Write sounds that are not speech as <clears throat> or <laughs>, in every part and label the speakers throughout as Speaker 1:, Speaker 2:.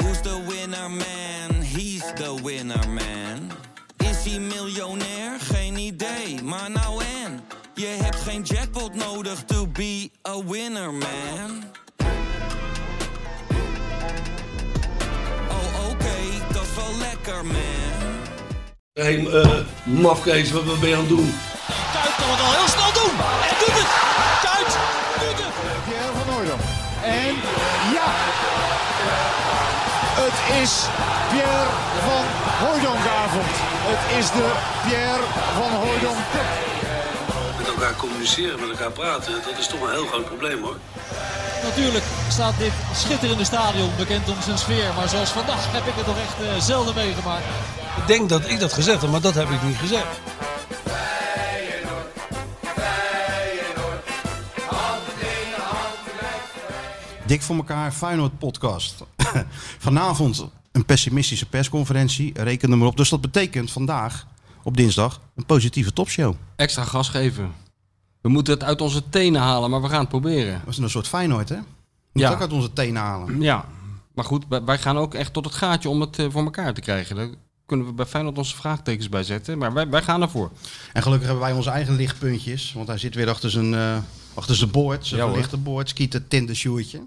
Speaker 1: Who's the winner man? He's the winner man. Is hij miljonair? Geen idee, maar nou en. Je hebt geen jackpot nodig to be a winner man. Oh oké, dat is wel lekker man.
Speaker 2: Hé, hey, eh, mafkees, wat, wat ben je aan het doen?
Speaker 3: Kuit kan het al heel snel doen. En doet het. Kuit doet het.
Speaker 4: Pierre van Hooydonk. En ja, het is Pierre van Hooijdonkavond. Het is de Pierre van Hooijdonk Cup.
Speaker 2: Met elkaar communiceren, met elkaar praten, dat is toch een heel groot probleem hoor.
Speaker 3: Natuurlijk staat dit schitterende stadion bekend om zijn sfeer. Maar zoals vandaag heb ik het nog echt eh, zelden meegemaakt.
Speaker 5: Ik denk dat ik dat gezegd heb, maar dat heb ik niet gezegd.
Speaker 6: Dik voor elkaar, Feyenoord podcast. <laughs> Vanavond een pessimistische persconferentie, reken er maar op. Dus dat betekent vandaag, op dinsdag, een positieve topshow.
Speaker 5: Extra gas geven. We moeten het uit onze tenen halen, maar we gaan het proberen.
Speaker 6: Dat is een soort Feyenoord, hè? Moet
Speaker 5: Ja.
Speaker 6: ook uit onze tenen halen.
Speaker 5: Ja, maar goed, wij- wij gaan ook echt tot het gaatje om het eh, voor elkaar te krijgen. Daar kunnen we bij Feyenoord onze vraagtekens bij zetten, maar wij, wij gaan ervoor.
Speaker 6: En gelukkig hebben wij onze eigen lichtpuntjes, want hij zit weer achter zijn, eh, achter zijn boord, zijn
Speaker 5: Ja, hoor.
Speaker 6: verlichte boord, Skeeter
Speaker 5: <laughs>
Speaker 6: tindersjoertje.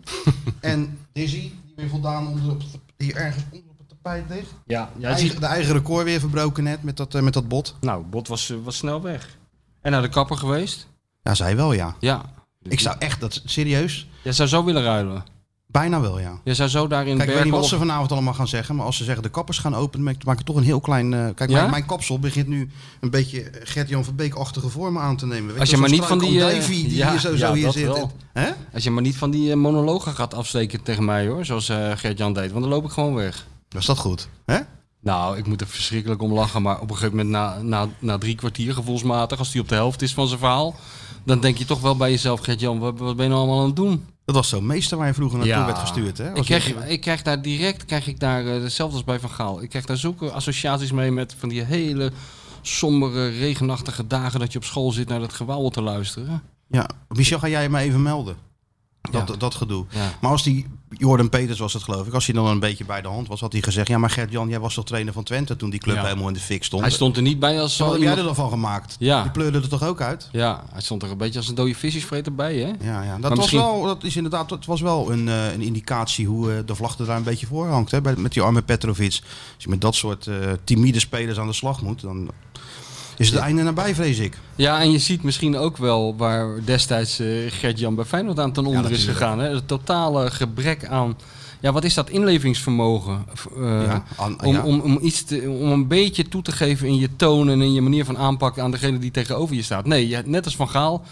Speaker 6: en Dizzy, die weer voldaan onder op het- hier ergens onder op het tapijt ligt.
Speaker 5: Ja, jij
Speaker 6: Eigen- de eigen record weer verbroken net met dat, eh, met dat bot.
Speaker 5: Nou, Bot was, eh, was snel weg. En naar de kapper geweest.
Speaker 6: Ja, zij wel, ja.
Speaker 5: Ja.
Speaker 6: Ik zou echt, dat serieus,
Speaker 5: Jij zou zo willen ruilen.
Speaker 6: bijna wel, ja.
Speaker 5: Jij zou zo daar in
Speaker 6: Kijk, ik weet niet
Speaker 5: Berkel
Speaker 6: wat ze
Speaker 5: op-
Speaker 6: vanavond allemaal gaan zeggen, maar als ze zeggen de kappers gaan open, maak maak ik toch een heel klein... eh, kijk,
Speaker 5: Ja?
Speaker 6: mijn, mijn kapsel begint nu een beetje Gert-Jan van Beek-achtige vormen aan te nemen. Weet
Speaker 5: Als je
Speaker 6: wel,
Speaker 5: maar
Speaker 6: zo'n
Speaker 5: niet van die,
Speaker 6: struik
Speaker 5: eh,
Speaker 6: andijvie die
Speaker 5: ja,
Speaker 6: hier zo,
Speaker 5: ja,
Speaker 6: zo hier
Speaker 5: dat
Speaker 6: zit.
Speaker 5: wel.
Speaker 6: Hè?
Speaker 5: Als je maar niet van die eh, monologen gaat afsteken tegen mij hoor, zoals eh Gert-Jan deed, want dan loop ik gewoon weg.
Speaker 6: Was dat goed? Hè?
Speaker 5: Nou, ik moet er verschrikkelijk om lachen, maar op een gegeven moment na, na, na drie kwartier gevoelsmatig, als die op de helft is van zijn verhaal, dan denk je toch wel bij jezelf, Gert-Jan, wat, wat ben je nou allemaal aan het doen?
Speaker 6: Dat was zo'n meester waar je vroeger naartoe werd gestuurd. Hè?
Speaker 5: Ik
Speaker 6: Als
Speaker 5: krijg,
Speaker 6: je-
Speaker 5: ik krijg daar direct, krijg ik daar, eh, hetzelfde als bij Van Gaal, ik krijg daar zulke associaties mee met van die hele sombere, regenachtige dagen dat je op school zit naar dat gewauwel te luisteren.
Speaker 6: Ja, Michel, ga jij me even melden? Dat,
Speaker 5: Ja.
Speaker 6: dat gedoe.
Speaker 5: Ja.
Speaker 6: Maar als die, Jordan Peters was het geloof ik, als hij dan een beetje bij de hand was, had hij gezegd, ja maar Gert-Jan, jij was toch trainer van Twente toen die club
Speaker 5: Ja.
Speaker 6: helemaal in de fik stond.
Speaker 5: Hij stond er niet bij als
Speaker 6: Wat heb
Speaker 5: zo
Speaker 6: jij
Speaker 5: iemand-
Speaker 6: er dan van gemaakt?
Speaker 5: Ja.
Speaker 6: Die pleurde er toch ook uit?
Speaker 5: Ja, hij stond er een beetje als een dode visjesvreter bij, hè?
Speaker 6: Ja, ja. Dat,
Speaker 5: Maar
Speaker 6: was
Speaker 5: misschien-
Speaker 6: wel, dat is inderdaad dat was wel een, eh, een indicatie hoe eh, de vlag er daar een beetje voor hangt. Hè? Bij, met die arme Petrovic. Als je met dat soort eh, timide spelers aan de slag moet, dan is het einde nabij, vrees ik.
Speaker 5: Ja, en je ziet misschien ook wel waar destijds eh, Gert-Jan bij Feyenoord aan ten onder is
Speaker 6: natuurlijk.
Speaker 5: gegaan. Hè? Het totale gebrek aan... Ja, wat is dat? Inlevingsvermogen. V- eh,
Speaker 6: Ja, aan-
Speaker 5: om,
Speaker 6: ja.
Speaker 5: Om, om, iets te- om een beetje toe te geven in je toon en in je manier van aanpak aan degene die tegenover je staat. Nee, je- net als Van Gaal.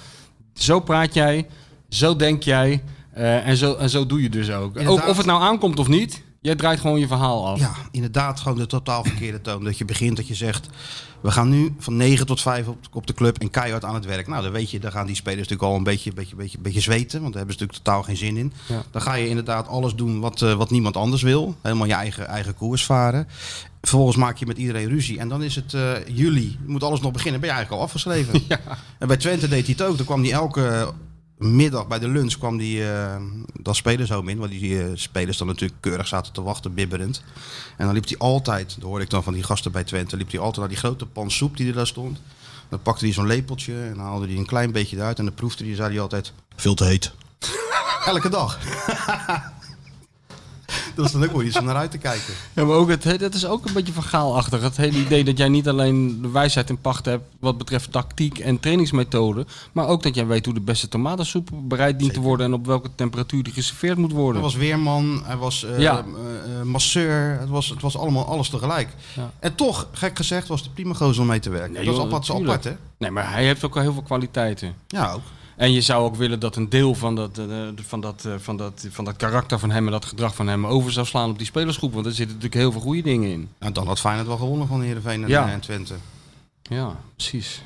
Speaker 5: Zo praat jij, zo denk jij eh, en, zo, en zo doe je dus ook. ook.
Speaker 6: Inderdaad.
Speaker 5: Of het nou aankomt of niet, jij draait gewoon je verhaal af.
Speaker 6: Ja, inderdaad, gewoon de totaal verkeerde toon. Dat je begint, dat je zegt, we gaan nu van 9 tot 5 op, op de club en keihard aan het werk. Nou, dan weet je, dan gaan die spelers natuurlijk al een beetje, beetje, beetje, beetje zweten, want daar hebben ze natuurlijk totaal geen zin in.
Speaker 5: Ja.
Speaker 6: Dan ga je inderdaad alles doen wat, eh, wat niemand anders wil. Helemaal je eigen, eigen koers varen. Vervolgens maak je met iedereen ruzie. En dan is het eh, juli. Je moet alles nog beginnen. Ben je eigenlijk al afgeschreven. En bij Twente deed hij het ook. Dan kwam hij elke middag bij de lunch kwam die, eh dat spelershome in. Want die eh, spelers dan natuurlijk keurig zaten te wachten, bibberend. En dan liep hij altijd, dat hoorde ik dan van die gasten bij Twente, liep hij altijd naar die grote pan soep die er daar stond. Dan pakte hij zo'n lepeltje en dan haalde hij een klein beetje eruit. En dan proefde hij, zei hij altijd, veel te heet. <laughs> Elke dag. dat is dan ook wel iets om naar uit te kijken.
Speaker 5: Ja, maar ook het, he- dat is ook een beetje vergaalachtig. Het hele idee dat jij niet alleen de wijsheid in pacht hebt wat betreft tactiek en trainingsmethoden, maar ook dat jij weet hoe de beste tomatensoep bereid dient te worden en op welke temperatuur die geserveerd moet worden.
Speaker 6: Hij was weerman, hij was eh,
Speaker 5: Ja.
Speaker 6: eh, eh, masseur, het was, het was allemaal alles tegelijk.
Speaker 5: Ja.
Speaker 6: En toch, gek gezegd, was het prima gozer om mee te werken.
Speaker 5: Nee,
Speaker 6: dat is
Speaker 5: joh,
Speaker 6: apart, zo
Speaker 5: natuurlijk.
Speaker 6: apart hè?
Speaker 5: Nee, maar hij heeft ook al heel veel kwaliteiten.
Speaker 6: Ja, ook.
Speaker 5: En je zou ook willen dat een deel van dat, eh, van, dat, eh, van, dat, van dat karakter van hem en dat gedrag van hem over zou slaan op die spelersgroep, want er zitten natuurlijk heel veel goede dingen in.
Speaker 6: Nou, dan had Feyenoord wel gewonnen van Heerenveen en, eh,
Speaker 5: Ja.
Speaker 6: en Twente.
Speaker 5: Ja, precies.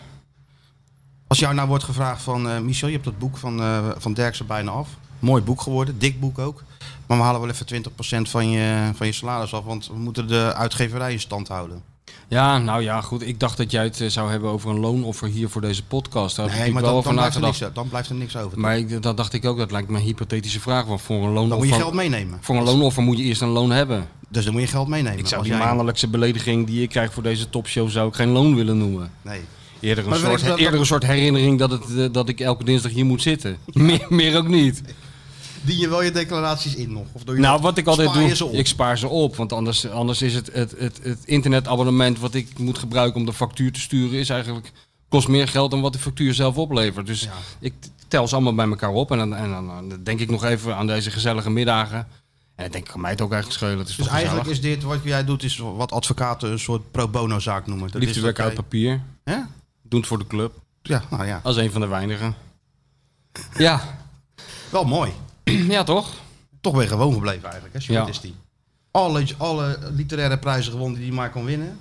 Speaker 6: Als jou nou wordt gevraagd van, eh, Michel, je hebt dat boek van, eh van Derksen bijna af. Mooi boek geworden, dik boek ook. Maar we halen wel even 20% van je, van je salaris af, want we moeten de uitgeverij in stand houden.
Speaker 5: Ja, nou ja, goed. Ik dacht dat jij het eh, zou hebben over een loonoffer hier voor deze podcast. Daar had
Speaker 6: Nee,
Speaker 5: ik
Speaker 6: maar
Speaker 5: wel
Speaker 6: dan,
Speaker 5: over
Speaker 6: dan, blijft er
Speaker 5: nagedacht.
Speaker 6: niks, dan blijft er niks over.
Speaker 5: Maar ik, dat dacht ik ook. Dat lijkt me een hypothetische vraag. Want voor
Speaker 6: dan
Speaker 5: een
Speaker 6: moet je
Speaker 5: loonoffer,
Speaker 6: geld meenemen.
Speaker 5: voor een loonoffer moet je eerst een loon hebben.
Speaker 6: Dus dan moet je geld meenemen.
Speaker 5: Ik zou
Speaker 6: Als
Speaker 5: die
Speaker 6: jij-
Speaker 5: maandelijkse belediging die ik krijg voor deze topshow zou ik geen loon willen noemen.
Speaker 6: Nee.
Speaker 5: Eerder een,
Speaker 6: Maar
Speaker 5: soort,
Speaker 6: weet je dat-
Speaker 5: eerder een soort herinnering dat, het, eh, dat ik elke dinsdag hier moet zitten. <laughs> Meer, meer ook niet.
Speaker 6: Dien je wel je declaraties in nog? Of doe je
Speaker 5: Nou,
Speaker 6: dat-
Speaker 5: wat ik altijd
Speaker 6: Spaar
Speaker 5: doe,
Speaker 6: je ze op?
Speaker 5: ik spaar ze op. Want anders, anders is het, het, het, het internetabonnement wat ik moet gebruiken om de factuur te sturen, is eigenlijk, kost meer geld dan wat de factuur zelf oplevert. Dus ik tel ze allemaal bij elkaar op. En dan, en dan, dan denk ik nog even aan deze gezellige middagen. En dan denk ik, kan mij het ook eigenlijk schelen. Het is
Speaker 6: Dus
Speaker 5: toch
Speaker 6: eigenlijk
Speaker 5: gezellig.
Speaker 6: is dit wat jij doet, is wat advocaten een soort pro bono zaak noemen. Dat is
Speaker 5: Liefdewerk
Speaker 6: dat
Speaker 5: uit
Speaker 6: jij-
Speaker 5: papier.
Speaker 6: Hè?
Speaker 5: Doen het voor de club.
Speaker 6: Ja, nou ja.
Speaker 5: Als een van de weinigen. Ja,
Speaker 6: Wel mooi.
Speaker 5: ja toch?
Speaker 6: Toch ben je gewoon gebleven eigenlijk, hè?
Speaker 5: Ja.
Speaker 6: Sjoerd is die. Alle, alle literaire prijzen gewonnen die hij maar kon winnen.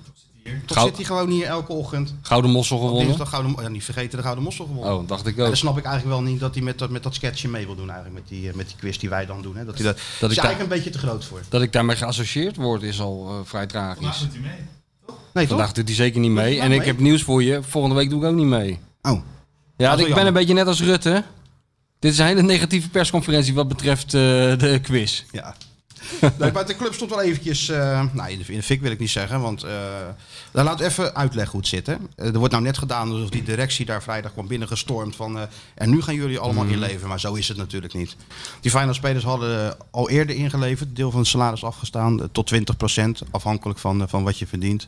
Speaker 6: Toch
Speaker 5: Goud-
Speaker 6: zit hij gewoon hier elke ochtend.
Speaker 5: Gouden mossel gewonnen.
Speaker 6: Dinsdag gouden, ja, niet vergeten de Gouden Mossel gewonnen.
Speaker 5: Oh, dacht ik
Speaker 6: En
Speaker 5: ook.
Speaker 6: dan snap ik eigenlijk wel niet dat hij met dat, met dat sketchje mee wil doen eigenlijk. Met die, eh, met die quiz die wij dan doen. Hè? Dat hij dat, is
Speaker 5: daar-
Speaker 6: eigenlijk een beetje te groot voor.
Speaker 5: Dat ik daarmee geassocieerd word is al eh, vrij tragisch.
Speaker 6: Nee, toch?
Speaker 5: Vandaag doet hij zeker niet mee. En ik
Speaker 6: mee?
Speaker 5: heb nieuws voor je. Volgende week doe ik ook niet mee.
Speaker 6: Oh,
Speaker 5: Ja, ik ben
Speaker 6: jammer.
Speaker 5: een beetje net als Rutte. Dit is een hele negatieve persconferentie wat betreft eh, de quiz.
Speaker 6: ja. nee, maar de club stond wel eventjes... eh, nou, in de, in de fik wil ik niet zeggen, want... eh nou, laat even uitleggen hoe het zit, hè. Eh, er wordt nou net gedaan alsof die directie daar vrijdag kwam binnengestormd van... eh, en nu gaan jullie allemaal inleveren, maar zo is het natuurlijk niet. Die finalspelers hadden eh, al eerder ingeleverd, deel van het salaris afgestaan... eh, tot 20%, afhankelijk van, eh, van wat je verdient.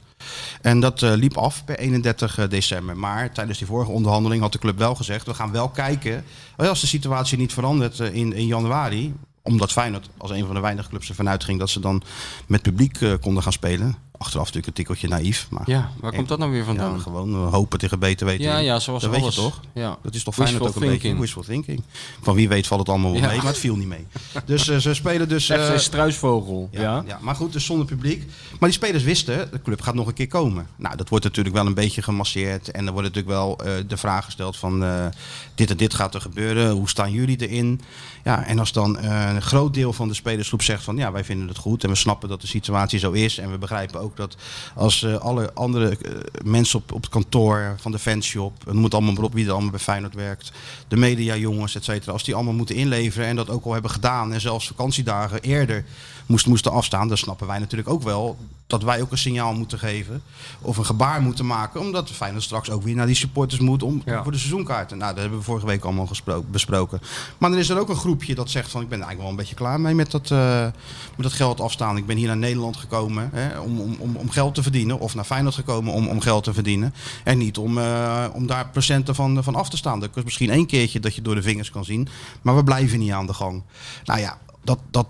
Speaker 6: En dat eh, liep af per 31 december. Maar tijdens die vorige onderhandeling had de club wel gezegd... we gaan wel kijken, eh, als de situatie niet verandert eh, in, in januari... omdat Feyenoord als een van de weinige clubs ervan uitging... dat ze dan met publiek eh, konden gaan spelen. Achteraf natuurlijk een tikkeltje naïef. Maar
Speaker 5: Ja, waar komt dat nou weer
Speaker 6: ja,
Speaker 5: vandaan?
Speaker 6: gewoon eh, hopen tegen beter weten.
Speaker 5: Ja,
Speaker 6: in.
Speaker 5: ja, zoals
Speaker 6: dat
Speaker 5: alles.
Speaker 6: weet je toch?
Speaker 5: Ja.
Speaker 6: Dat is toch
Speaker 5: Wishful
Speaker 6: Feyenoord ook een
Speaker 5: thinking.
Speaker 6: beetje wishful thinking. Van wie weet valt het allemaal wel
Speaker 5: Ja.
Speaker 6: mee, maar het viel niet
Speaker 5: <laughs>
Speaker 6: mee. Dus eh, ze spelen dus... eh,
Speaker 5: FC Struisvogel. Ja,
Speaker 6: ja, ja. maar goed, dus zonder publiek. Maar die spelers wisten, de club gaat nog een keer komen. Nou, dat wordt natuurlijk wel een beetje gemasseerd. En er wordt natuurlijk wel eh, de vraag gesteld van eh, dit en dit gaat er gebeuren. Hoe staan jullie erin? Ja, en als dan eh, een groot deel van de spelersgroep zegt van ja, wij vinden het goed. En we snappen dat de situatie zo is. En we begrijpen ook dat als eh, alle andere eh, mensen op, op het kantoor van de fanshop, eh, noem het allemaal maar op, wie er allemaal bij Feyenoord werkt, de mediajongens, et cetera, als die allemaal moeten inleveren en dat ook al hebben gedaan en zelfs vakantiedagen eerder moest, moesten afstaan, dan snappen wij natuurlijk ook wel dat wij ook een signaal moeten geven of een gebaar moeten maken, omdat Feyenoord straks ook weer naar die supporters moet om
Speaker 5: Ja.
Speaker 6: voor de seizoenkaarten. Nou, dat hebben we vorige week allemaal gespro- besproken. Maar dan is er ook een groepje dat zegt van ik ben er eigenlijk wel een beetje klaar mee met dat, eh, met dat geld afstaan. Ik ben hier naar Nederland gekomen hè, om, om, om, om geld te verdienen of naar Feyenoord gekomen om, om geld te verdienen. En niet om, eh, om daar procenten van, van af te staan. Dat is misschien één keertje dat je door de vingers kan zien, maar we blijven niet aan de gang. Nou ja, dat, dat,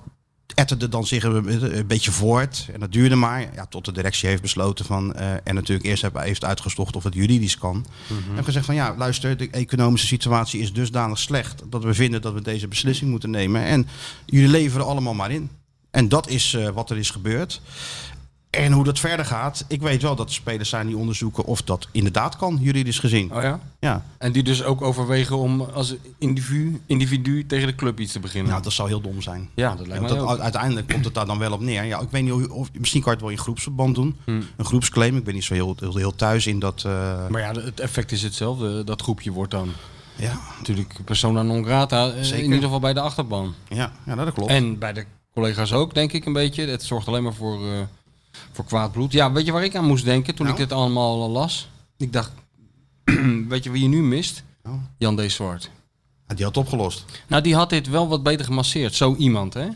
Speaker 6: etterde dan zich een een beetje voort. En dat duurde maar. Ja, tot de directie heeft besloten van. eh, en natuurlijk eerst hebben- heeft uitgezocht of het juridisch kan.
Speaker 5: Mhm.
Speaker 6: En gezegd van ja, luister, de economische situatie is dusdanig slecht. dat we vinden dat we deze beslissing moeten nemen. En jullie leveren allemaal maar in. En dat is eh, wat er is gebeurd. En hoe dat verder gaat, ik weet wel dat er spelers zijn die onderzoeken of dat inderdaad kan, juridisch gezien.
Speaker 5: Oh ja?
Speaker 6: Ja,
Speaker 5: En die dus ook overwegen om als individu, individu tegen de club iets te beginnen.
Speaker 6: nou, dat zou heel dom zijn.
Speaker 5: ja, dat
Speaker 6: Ja,
Speaker 5: lijkt me
Speaker 6: want Nou, dat- uiteindelijk komt het daar dan wel op neer. Ja, ik weet niet hoe- of, misschien kan je het wel in groepsverband doen. Een groepsclaim. Ik ben niet zo heel, heel, heel thuis in dat. eh,
Speaker 5: Hmm. Maar ja, het effect is hetzelfde. Dat groepje wordt dan
Speaker 6: ja,
Speaker 5: natuurlijk persona non grata. eh,
Speaker 6: Zeker.
Speaker 5: In ieder geval bij de achterban.
Speaker 6: ja, ja, dat klopt.
Speaker 5: En bij de collega's ook, denk ik een beetje. Het zorgt alleen maar voor, eh, voor kwaad bloed. Ja, weet je waar ik aan moest denken toen
Speaker 6: Nou?
Speaker 5: ik dit allemaal al las? Ik dacht, <clears throat> weet je wie je nu mist?
Speaker 6: Nou?
Speaker 5: Jan D. Zwart.
Speaker 6: Ja, die had het opgelost.
Speaker 5: Nou, die had dit wel wat beter gemasseerd. Zo iemand, hè?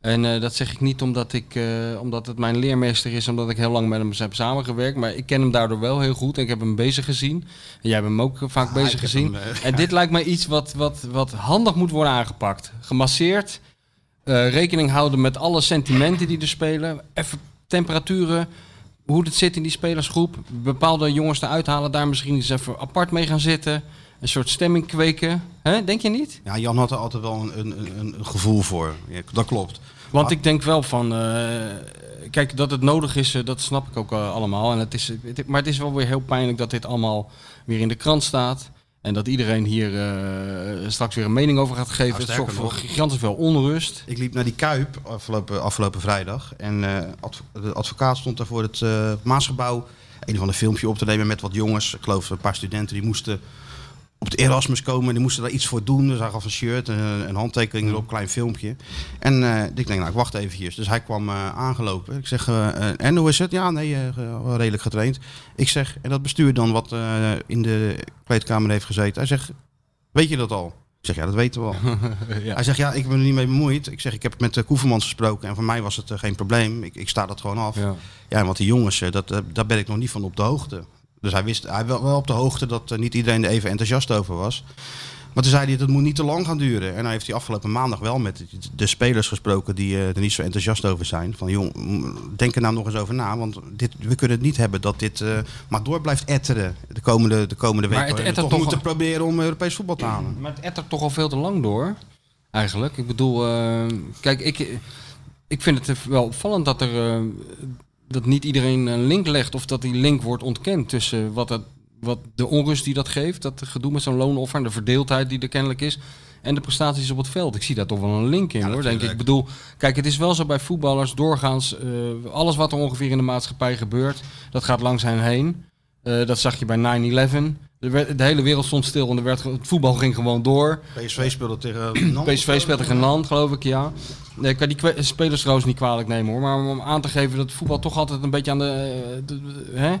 Speaker 5: En eh, dat zeg ik niet omdat, ik, eh, omdat het mijn leermeester is, omdat ik heel lang met hem heb samengewerkt. Maar ik ken hem daardoor wel heel goed en ik heb hem bezig gezien. En jij hebt hem ook eh, vaak
Speaker 6: ik
Speaker 5: bezig
Speaker 6: heb
Speaker 5: gezien.
Speaker 6: hem, eh,
Speaker 5: en dit lijkt mij iets wat, wat, wat handig moet worden aangepakt. Gemasseerd, eh, rekening houden met alle sentimenten die er spelen. Even temperaturen, hoe het zit in die spelersgroep. Bepaalde jongens eruit halen, daar misschien eens even apart mee gaan zitten. Een soort stemming kweken. Hè? Denk je niet?
Speaker 6: Ja, Jan had er altijd wel een, een, een, een gevoel voor. Ja, dat klopt.
Speaker 5: Want
Speaker 6: Maar-
Speaker 5: ik denk wel van. eh, kijk, dat het nodig is, eh, dat snap ik ook eh, allemaal. En het is, het- maar het is wel weer heel pijnlijk dat dit allemaal weer in de krant staat. En dat iedereen hier eh, straks weer een mening over gaat geven.
Speaker 6: Nou,
Speaker 5: het
Speaker 6: sterker
Speaker 5: zorgt voor
Speaker 6: nog.
Speaker 5: gigantisch veel onrust.
Speaker 6: Ik liep naar die Kuip afgelopen, afgelopen vrijdag. En eh, adv- de advocaat stond daar voor het eh, Maasgebouw. Een van de filmpje op te nemen met wat jongens. Ik geloof een paar studenten die moesten op het Erasmus komen. En die moesten daar iets voor doen. Dus hij gaf een shirt, en een, een handtekening erop, een klein filmpje. En eh, ik denk, nou ik wacht eventjes. Dus hij kwam eh, aangelopen. Ik zeg, eh, eh, en hoe is het? Ja, nee, eh, ge- wel redelijk getraind. Ik zeg, en dat bestuur dan wat eh, in de kleedkamer heeft gezeten. Hij zegt, weet je dat al? Ik zeg, ja, dat weten we al.
Speaker 5: ja.
Speaker 6: Hij zegt, <laughs> ja, ik ben er niet mee bemoeid. Ik zeg, ik heb met de Koevermans gesproken en voor mij was het eh, geen probleem. Ik, ik sta dat gewoon af. Ja,
Speaker 5: Ja.
Speaker 6: en want die jongens, eh, dat, eh, daar ben ik nog niet van op de hoogte. Dus hij wist, hij wel, wel op de hoogte dat eh, niet iedereen er even enthousiast over was. Maar toen zei hij, dat moet niet te lang gaan duren. En hij heeft die afgelopen maandag wel met de spelers gesproken die eh, er niet zo enthousiast over zijn. Van, jong, m, denk er nou nog eens over na, want dit, we kunnen het niet hebben dat dit eh, maar door blijft etteren de komende, de komende
Speaker 5: Maar
Speaker 6: week.
Speaker 5: het
Speaker 6: We
Speaker 5: ettert
Speaker 6: toch
Speaker 5: toch
Speaker 6: moeten
Speaker 5: al-
Speaker 6: proberen om Europees voetbal te halen.
Speaker 5: Maar het ettert toch al veel te lang door, eigenlijk. Ik bedoel, eh, kijk, ik, ik vind het wel opvallend dat er eh, dat niet iedereen een link legt of dat die link wordt ontkend tussen wat, het, wat de onrust die dat geeft, dat gedoe met zo'n loonoffer en de verdeeldheid die er kennelijk is. En de prestaties op het veld. Ik zie daar toch wel een link in hoor. Denk ik. ik bedoel, kijk, het is wel zo bij voetballers doorgaans. eh, alles wat er ongeveer in de maatschappij gebeurt, dat gaat langs hen heen. Eh, dat zag je bij 9-11. Er werd- De hele wereld stond stil en er werd, ge- het voetbal ging gewoon door.
Speaker 6: PSV speelde
Speaker 5: <clears throat>
Speaker 6: tegen Nantes.
Speaker 5: PSV speelt tegen Nant, geloof ik, ja. Nee, ik kan die kwe- spelers trouwens niet kwalijk nemen hoor. Maar om aan te geven dat voetbal toch altijd een beetje aan de, eh, de, de- hè?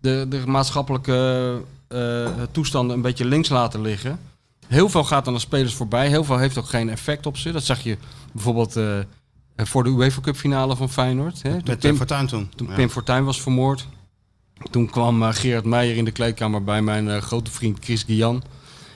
Speaker 5: de, de maatschappelijke eh, toestanden een beetje links laten liggen. Heel veel gaat aan de spelers voorbij. Heel veel heeft ook geen effect op ze. Dat zag je bijvoorbeeld eh, voor de UEFA Cup finale van Feyenoord. Hè? Toen
Speaker 6: Met
Speaker 5: Pim-
Speaker 6: Tim Fortuyn toen.
Speaker 5: toen
Speaker 6: Ja.
Speaker 5: Pim Fortuyn was vermoord. Toen kwam eh, Gerard Meijer in de kleedkamer bij mijn eh, grote vriend Chris Guyan.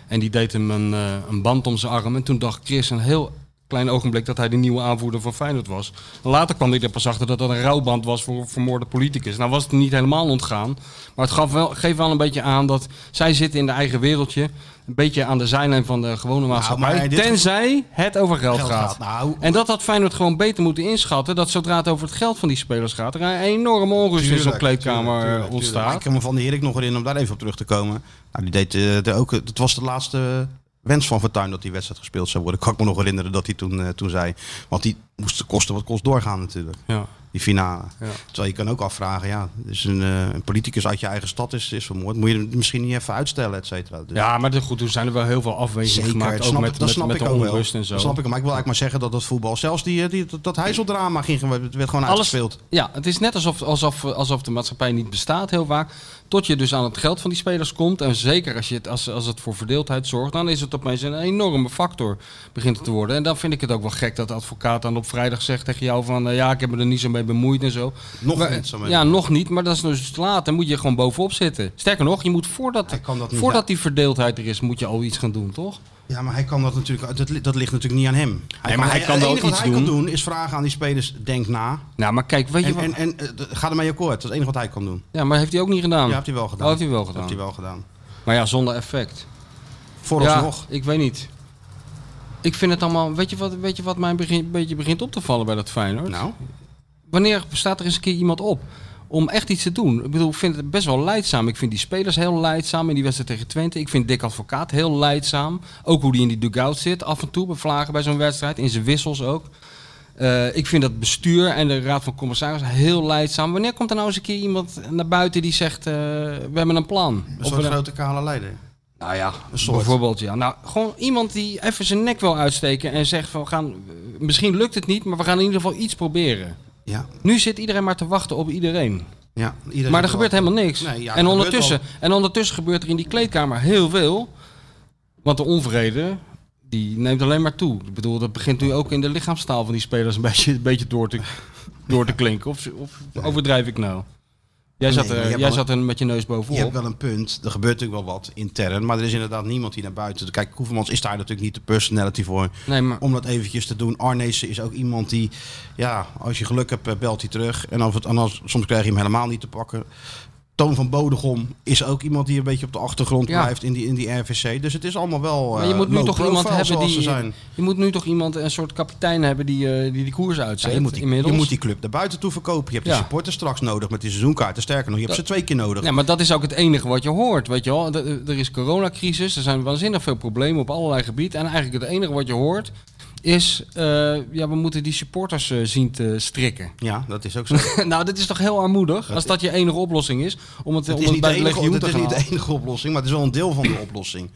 Speaker 5: En die deed hem een, eh, een band om zijn arm. En toen dacht Chris een heel klein ogenblik dat hij de nieuwe aanvoerder van Feyenoord was. Later kwam hij er pas achter dat dat een rouwband was voor een vermoorde politicus. Nou was het niet helemaal ontgaan. Maar het gaf wel, geeft wel een beetje aan dat zij zitten in de eigen wereldje. Een beetje aan de zijlijn van de gewone maatschappij.
Speaker 6: Nou, maar in dit
Speaker 5: tenzij het over geld,
Speaker 6: Geld
Speaker 5: gaat.
Speaker 6: gaat. Nou,
Speaker 5: En dat had Feyenoord gewoon beter moeten inschatten. Dat zodra het over het geld van die spelers gaat, er een enorme onrust in zo'n
Speaker 6: Tuurlijk,
Speaker 5: kleedkamer
Speaker 6: tuurlijk, tuurlijk,
Speaker 5: eh,
Speaker 6: tuurlijk.
Speaker 5: ontstaat.
Speaker 6: Ik kan me van de Erik nog herinneren om daar even op terug te komen. Nou, die deed, eh, de ook, het was de laatste wens van Fortuyn dat die wedstrijd gespeeld zou worden. Kan ik me nog herinneren dat hij toen, eh, toen zei. Want die moest de kosten wat kost doorgaan natuurlijk.
Speaker 5: Ja.
Speaker 6: Die finale.
Speaker 5: Ja.
Speaker 6: Terwijl je kan ook afvragen, ja, dus een, eh, een politicus uit je eigen stad is, is vermoord. Moet je hem misschien niet even uitstellen, et cetera. Dus
Speaker 5: ja, maar de- goed, toen zijn er wel heel veel afwegingen gemaakt.
Speaker 6: dat
Speaker 5: ook
Speaker 6: snap,
Speaker 5: met,
Speaker 6: ik- dat
Speaker 5: met,
Speaker 6: snap
Speaker 5: met
Speaker 6: ik
Speaker 5: de
Speaker 6: ook wel.
Speaker 5: onrust en zo.
Speaker 6: Dat snap ik, maar ik wil eigenlijk maar zeggen dat dat voetbal, zelfs die, eh, die, dat, dat heizeldrama ging, gewoon- het werd gewoon uitgespeeld.
Speaker 5: Ja, het is net alsof, alsof, alsof de maatschappij niet bestaat heel vaak. Tot je dus aan het geld van die spelers komt. En zeker als, je het, als, als het voor verdeeldheid zorgt, dan is het opeens een enorme factor begint het te worden. En dan vind ik het ook wel gek dat de advocaat dan op vrijdag zegt tegen jou van... eh, ja, ik heb me er niet zo mee bemoeid en zo.
Speaker 6: Nog
Speaker 5: Maar,
Speaker 6: niet zo mee
Speaker 5: Ja, nog niet, maar dat is dus te laat. Dan moet je gewoon bovenop zitten. Sterker nog, je moet voordat,
Speaker 6: Hij kan dat niet,
Speaker 5: voordat
Speaker 6: ja.
Speaker 5: die verdeeldheid er is, moet je al iets gaan doen, toch?
Speaker 6: Ja, maar hij kan dat natuurlijk. Dat, li- dat ligt natuurlijk niet aan hem.
Speaker 5: maar hij kan
Speaker 6: het
Speaker 5: wel
Speaker 6: enige wat
Speaker 5: iets
Speaker 6: hij kan
Speaker 5: doen.
Speaker 6: doen is vragen aan die spelers. Denk na.
Speaker 5: Nou, maar kijk, weet je
Speaker 6: En,
Speaker 5: wat...
Speaker 6: en, en eh, d- ga ermee akkoord. Dat is het enige wat hij kan doen.
Speaker 5: ja, maar heeft hij ook niet gedaan?
Speaker 6: Ja, heeft hij wel gedaan.
Speaker 5: Oh, heeft hij wel
Speaker 6: Dat
Speaker 5: gedaan.
Speaker 6: heeft hij wel gedaan.
Speaker 5: Maar ja, zonder effect.
Speaker 6: Vooralsnog.
Speaker 5: Ja, ik weet niet. Ik vind het allemaal... Weet je wat, weet je wat mij begin, beetje begint op te vallen bij dat Feyenoord?
Speaker 6: Nou,
Speaker 5: Wanneer staat er eens een keer iemand op om echt iets te doen? Ik bedoel, ik vind het best wel leidzaam. Ik vind die spelers heel leidzaam in die wedstrijd tegen Twente. Ik vind Dick Advocaat heel leidzaam. Ook hoe die in die dugout zit, af en toe bevlagen bij zo'n wedstrijd. In zijn wissels ook. Eh, ik vind dat bestuur en de raad van commissaris heel leidzaam. Wanneer komt er nou eens een keer iemand naar buiten die zegt... eh, we hebben een plan.
Speaker 6: een
Speaker 5: Of
Speaker 6: soort
Speaker 5: we-
Speaker 6: grote kale leider.
Speaker 5: nou ja,
Speaker 6: soort.
Speaker 5: bijvoorbeeld ja. Nou, gewoon iemand die even zijn nek wil uitsteken en zegt van we gaan, eh, misschien lukt het niet, maar we gaan in ieder geval iets proberen.
Speaker 6: Ja,
Speaker 5: Nu zit iedereen maar te wachten op iedereen.
Speaker 6: ja. iedereen
Speaker 5: Maar er
Speaker 6: wil-
Speaker 5: gebeurt helemaal niks.
Speaker 6: Nee, ja, er
Speaker 5: en,
Speaker 6: gebeurt
Speaker 5: ondertussen, en ondertussen gebeurt er in die kleedkamer heel veel. Want de onvrede, die neemt alleen maar toe. Ik bedoel, dat begint nu ook in de lichaamstaal van die spelers een beetje, een beetje door, te, door te klinken. Of, of overdrijf ik nou? Jij
Speaker 6: Nee,
Speaker 5: zat,
Speaker 6: maar je
Speaker 5: er,
Speaker 6: hebt
Speaker 5: jij
Speaker 6: wel-
Speaker 5: zat er met je neus bovenop.
Speaker 6: Je hebt wel een punt. Er gebeurt natuurlijk wel wat intern. Maar er is inderdaad niemand die naar buiten. Kijk, Koevermans is daar natuurlijk niet de personality voor.
Speaker 5: Nee, maar-
Speaker 6: Om dat eventjes te doen. Arnezen is ook iemand die. Ja, als je geluk hebt, eh, belt hij terug. En, of het, en als, soms krijg je hem helemaal niet te pakken. Toon van Bodegom is ook iemand die een beetje op de achtergrond
Speaker 5: Ja.
Speaker 6: blijft in die, in die RVC. Dus het is allemaal wel.
Speaker 5: Maar je moet nu toch iemand hebben
Speaker 6: Ze
Speaker 5: die.
Speaker 6: zijn.
Speaker 5: Je moet nu toch iemand, een soort kapitein hebben die eh, die, die koers
Speaker 6: Ja,
Speaker 5: uitzet.
Speaker 6: je, moet die, je
Speaker 5: inmiddels.
Speaker 6: moet die club naar buiten toe verkopen. Je hebt
Speaker 5: Ja.
Speaker 6: de supporters straks nodig met die seizoenkaarten. Sterker nog, je hebt ze twee keer nodig.
Speaker 5: Ja, maar dat is ook het enige wat je hoort. Weet je wel? Er er is coronacrisis, er zijn waanzinnig veel problemen op allerlei gebieden. En eigenlijk het enige wat je hoort is, eh, ja, we moeten die supporters eh, zien te strikken. <laughs>
Speaker 6: Ja, dat is ook zo.
Speaker 5: nou, dit is toch heel armoedig, als dat je enige oplossing is om het,
Speaker 6: Het
Speaker 5: om
Speaker 6: is,
Speaker 5: het
Speaker 6: niet de,
Speaker 5: bij de
Speaker 6: enige,
Speaker 5: legioen
Speaker 6: het
Speaker 5: te
Speaker 6: is
Speaker 5: gaan.
Speaker 6: niet de enige oplossing, maar het is wel een deel
Speaker 5: <clears throat>
Speaker 6: van de oplossing.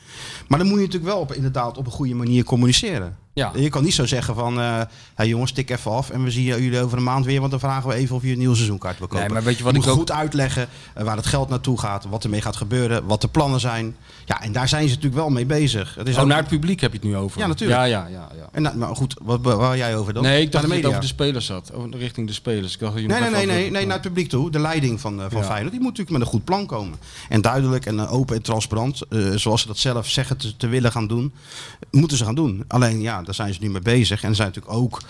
Speaker 6: Maar dan moet je natuurlijk wel op, inderdaad op een goede manier communiceren.
Speaker 5: Ja.
Speaker 6: Je kan niet zo zeggen van, eh hey jongens, tik even af en we zien jullie over een maand weer, want dan vragen we even of je een nieuwe seizoenkaart wil kopen.
Speaker 5: Nee, maar weet je wat
Speaker 6: je
Speaker 5: ik
Speaker 6: moet
Speaker 5: ook-
Speaker 6: goed uitleggen eh, waar het geld naartoe gaat, wat ermee gaat gebeuren, wat de plannen zijn. Ja, en daar zijn ze natuurlijk wel mee bezig. Het is
Speaker 5: Oh,
Speaker 6: ook-
Speaker 5: naar het publiek heb je het nu over.
Speaker 6: Ja, natuurlijk.
Speaker 5: Ja, ja, ja. ja.
Speaker 6: en, nou, maar goed, wat waar waar jij over dan?
Speaker 5: Nee, ik
Speaker 6: Naar
Speaker 5: dacht
Speaker 6: de
Speaker 5: dat het
Speaker 6: media.
Speaker 5: over de spelers zat. Oh, richting de spelers. Ik dacht dat je
Speaker 6: Nee,
Speaker 5: nog
Speaker 6: nee, nee,
Speaker 5: even
Speaker 6: nee,
Speaker 5: over-
Speaker 6: nee, naar het publiek toe. De leiding van, eh, van
Speaker 5: Ja.
Speaker 6: Feyenoord, die moet natuurlijk met een goed plan komen. En duidelijk en eh, open en transparant, eh, zoals ze dat zelf zeggen te, te willen gaan doen, moeten ze gaan doen. Alleen ja, daar zijn ze nu mee bezig. En ze zijn natuurlijk ook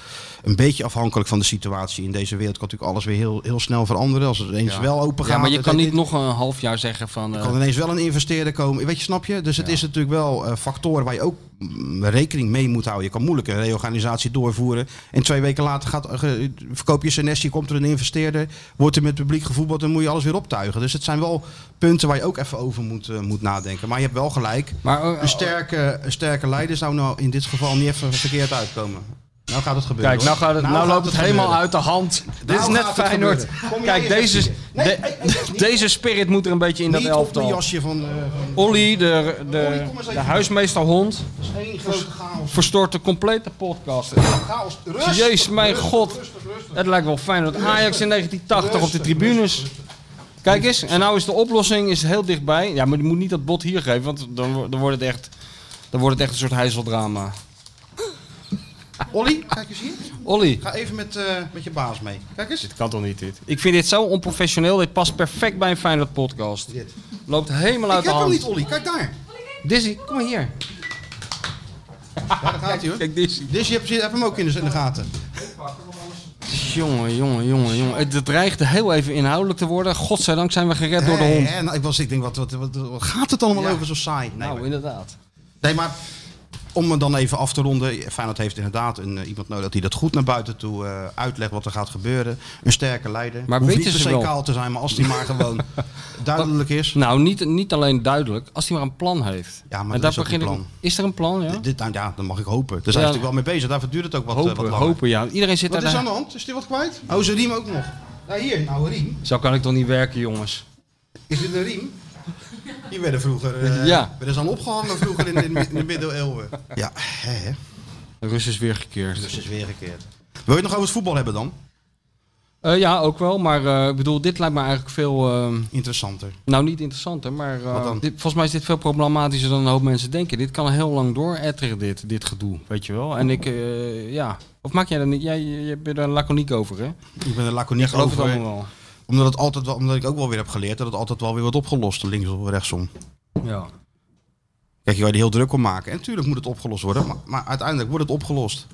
Speaker 6: een beetje afhankelijk van de situatie in deze wereld. Kan natuurlijk alles weer heel, heel snel veranderen als het ineens
Speaker 5: Ja.
Speaker 6: wel open gaat.
Speaker 5: Ja, maar je
Speaker 6: het-
Speaker 5: kan
Speaker 6: het-
Speaker 5: niet nog een half jaar zeggen van...
Speaker 6: er
Speaker 5: eh,
Speaker 6: kan ineens wel een investeerder komen. Weet je, snap je? Dus het is natuurlijk wel eh factoren waar je ook mm, rekening mee moet houden. Je kan moeilijk een reorganisatie doorvoeren. En twee weken later gaat, eh, ge- verkoop je Senesi, komt er een investeerder, wordt er met publiek gevoetbald en moet je alles weer optuigen. Dus het zijn wel punten waar je ook even over moet, eh, moet nadenken. Maar je hebt wel gelijk.
Speaker 5: maar, eh,
Speaker 6: Een sterke, een sterke leider zou nou in dit geval niet even verkeerd uitkomen. Nou gaat het gebeuren.
Speaker 5: Kijk, nou,
Speaker 6: hoor.
Speaker 5: gaat het, nou, loopt het, Nou helemaal
Speaker 6: gebeuren.
Speaker 5: uit de hand. Dit is
Speaker 6: gaat
Speaker 5: net
Speaker 6: het
Speaker 5: Feyenoord.
Speaker 6: gebeuren. Kom jij
Speaker 5: Kijk,
Speaker 6: eens
Speaker 5: deze,
Speaker 6: even hier. Nee,
Speaker 5: de-
Speaker 6: nee, nee, niet-
Speaker 5: <laughs> deze spirit moet er een beetje in dat
Speaker 6: Niet op een
Speaker 5: elftal.
Speaker 6: jasje van... eh, van-
Speaker 5: Olly, de,
Speaker 6: Olly,
Speaker 5: de,
Speaker 6: kom eens
Speaker 5: de
Speaker 6: even.
Speaker 5: huismeesterhond,
Speaker 6: Dat is één grote chaos.
Speaker 5: verstoort de complete podcast.
Speaker 6: Chaos. Rust.
Speaker 5: Jezus, mijn
Speaker 6: Rustig,
Speaker 5: god.
Speaker 6: rustig, rustig.
Speaker 5: Het lijkt wel Feyenoord Ajax in 1980 op de
Speaker 6: Rustig,
Speaker 5: tribunes. Kijk eens, en nou is de oplossing is heel dichtbij. Ja, maar je moet niet dat bot hier geven, want dan, wo- dan, wordt, het echt, dan wordt het echt een soort heizeldrama.
Speaker 6: Olly, kijk eens hier.
Speaker 5: Olly.
Speaker 6: Ga even met, eh, met je baas mee. Kijk eens.
Speaker 5: Kan toch niet dit? Ik vind dit zo onprofessioneel. Dit past perfect bij een Feyenoord podcast.
Speaker 6: Dit.
Speaker 5: Loopt helemaal uit
Speaker 6: Ik
Speaker 5: de
Speaker 6: heb hem
Speaker 5: hand.
Speaker 6: niet, Olly. Kijk daar.
Speaker 5: Dizzy, kom maar hier.
Speaker 6: Ja, daar gaat hij hoor.
Speaker 5: Kijk Dizzy.
Speaker 6: Dus je hebt, je hebt hem ook in de, in de gaten.
Speaker 5: Jongen, jongen, jongen, jongen. Het het dreigde heel even inhoudelijk te worden. Godzijdank zijn we gered door de
Speaker 6: Hé,
Speaker 5: hond.
Speaker 6: hè, nou, ik, was, ik denk, wat, wat, wat, wat gaat het allemaal over zo saai? Nee,
Speaker 5: Nou,
Speaker 6: maar,
Speaker 5: inderdaad.
Speaker 6: nee, maar om het dan even af te ronden. Feyenoord heeft inderdaad een, eh, iemand nodig die dat goed naar buiten toe eh, uitlegt wat er gaat gebeuren. Een sterke leider.
Speaker 5: Maar
Speaker 6: Hoeft
Speaker 5: weten
Speaker 6: niet
Speaker 5: ze
Speaker 6: per se
Speaker 5: wel?
Speaker 6: kaal te zijn, maar als die maar
Speaker 5: <laughs>
Speaker 6: gewoon duidelijk is.
Speaker 5: Nou, niet, niet alleen duidelijk. Als hij maar een plan heeft.
Speaker 6: Ja, maar
Speaker 5: En
Speaker 6: er
Speaker 5: daar
Speaker 6: is ook
Speaker 5: begin
Speaker 6: een
Speaker 5: ik-
Speaker 6: plan.
Speaker 5: Is er een plan, ja?
Speaker 6: Dit, nou ja, dan mag ik hopen. Daar zijn ze
Speaker 5: Ja.
Speaker 6: natuurlijk wel mee bezig. Daarvoor duurt het ook wat, eh,
Speaker 5: hopen,
Speaker 6: wat langer.
Speaker 5: hopen, ja. Iedereen zit
Speaker 6: Wat
Speaker 5: daar.
Speaker 6: is aan de hand? Is die wat kwijt? Oh, zijn riem ook nog. Nou, hier. Nou, riem.
Speaker 5: Zo kan ik toch niet werken, jongens.
Speaker 6: Is dit een riem? Die werden vroeger... eh,
Speaker 5: Ja.
Speaker 6: Werden ze aan opgehangen vroeger in de, in de middeleeuwen. Ja, hè.
Speaker 5: De Rus is weer gekeerd.
Speaker 6: Dus is weer gekeerd. Wil je het nog over het voetbal hebben dan?
Speaker 5: Eh, ja, ook wel. Maar eh, ik bedoel, dit lijkt me eigenlijk veel... ehm,
Speaker 6: Interessanter.
Speaker 5: Nou, niet interessanter, maar eh,
Speaker 6: Wat dan?
Speaker 5: dit- volgens mij is dit veel problematischer dan een hoop mensen denken. Dit kan heel lang door etteren, dit, dit gedoe, weet je wel. En ik, eh, ja. Of maak jij er niet? Jij je bent daar laconiek over, hè?
Speaker 6: Ik ben er laconiek
Speaker 5: Geloof het
Speaker 6: over.
Speaker 5: allemaal
Speaker 6: Omdat, het altijd wel, omdat ik ook wel weer heb geleerd dat het altijd wel weer wordt opgelost. Links of rechtsom.
Speaker 5: wel. Ja.
Speaker 6: Kijk, je kan je er heel druk om maken. En natuurlijk moet het opgelost worden, maar, maar uiteindelijk wordt het opgelost.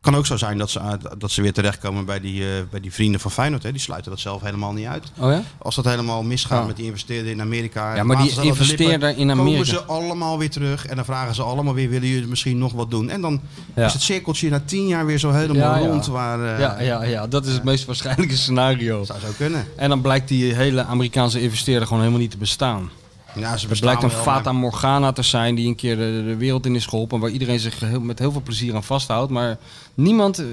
Speaker 6: kan ook zo zijn dat ze, uit- dat ze weer terechtkomen bij die, eh, bij die vrienden van Feyenoord. Hè. Die sluiten dat zelf helemaal niet uit.
Speaker 5: Oh ja?
Speaker 6: Als dat helemaal misgaat
Speaker 5: Ja.
Speaker 6: met die investeerder in Amerika. en
Speaker 5: Ja, maar die
Speaker 6: Maasdal en de Lippen,
Speaker 5: investeerder in Amerika.
Speaker 6: Komen ze allemaal weer terug en dan vragen ze allemaal weer, willen jullie misschien nog wat doen? En dan
Speaker 5: Ja.
Speaker 6: is het cirkeltje na tien jaar weer zo helemaal
Speaker 5: Ja, ja.
Speaker 6: rond. Waar, eh,
Speaker 5: ja, ja, ja, dat is het meest waarschijnlijke scenario.
Speaker 6: Zou zo kunnen.
Speaker 5: En dan blijkt die hele Amerikaanse investeerder gewoon helemaal niet te bestaan.
Speaker 6: Ja, ze
Speaker 5: Het
Speaker 6: bestaan
Speaker 5: blijkt een
Speaker 6: wel,
Speaker 5: Fata
Speaker 6: maar-
Speaker 5: Morgana te zijn die een keer de, de wereld in is geholpen. Waar iedereen zich heel- met heel veel plezier aan vasthoudt. Maar niemand, eh,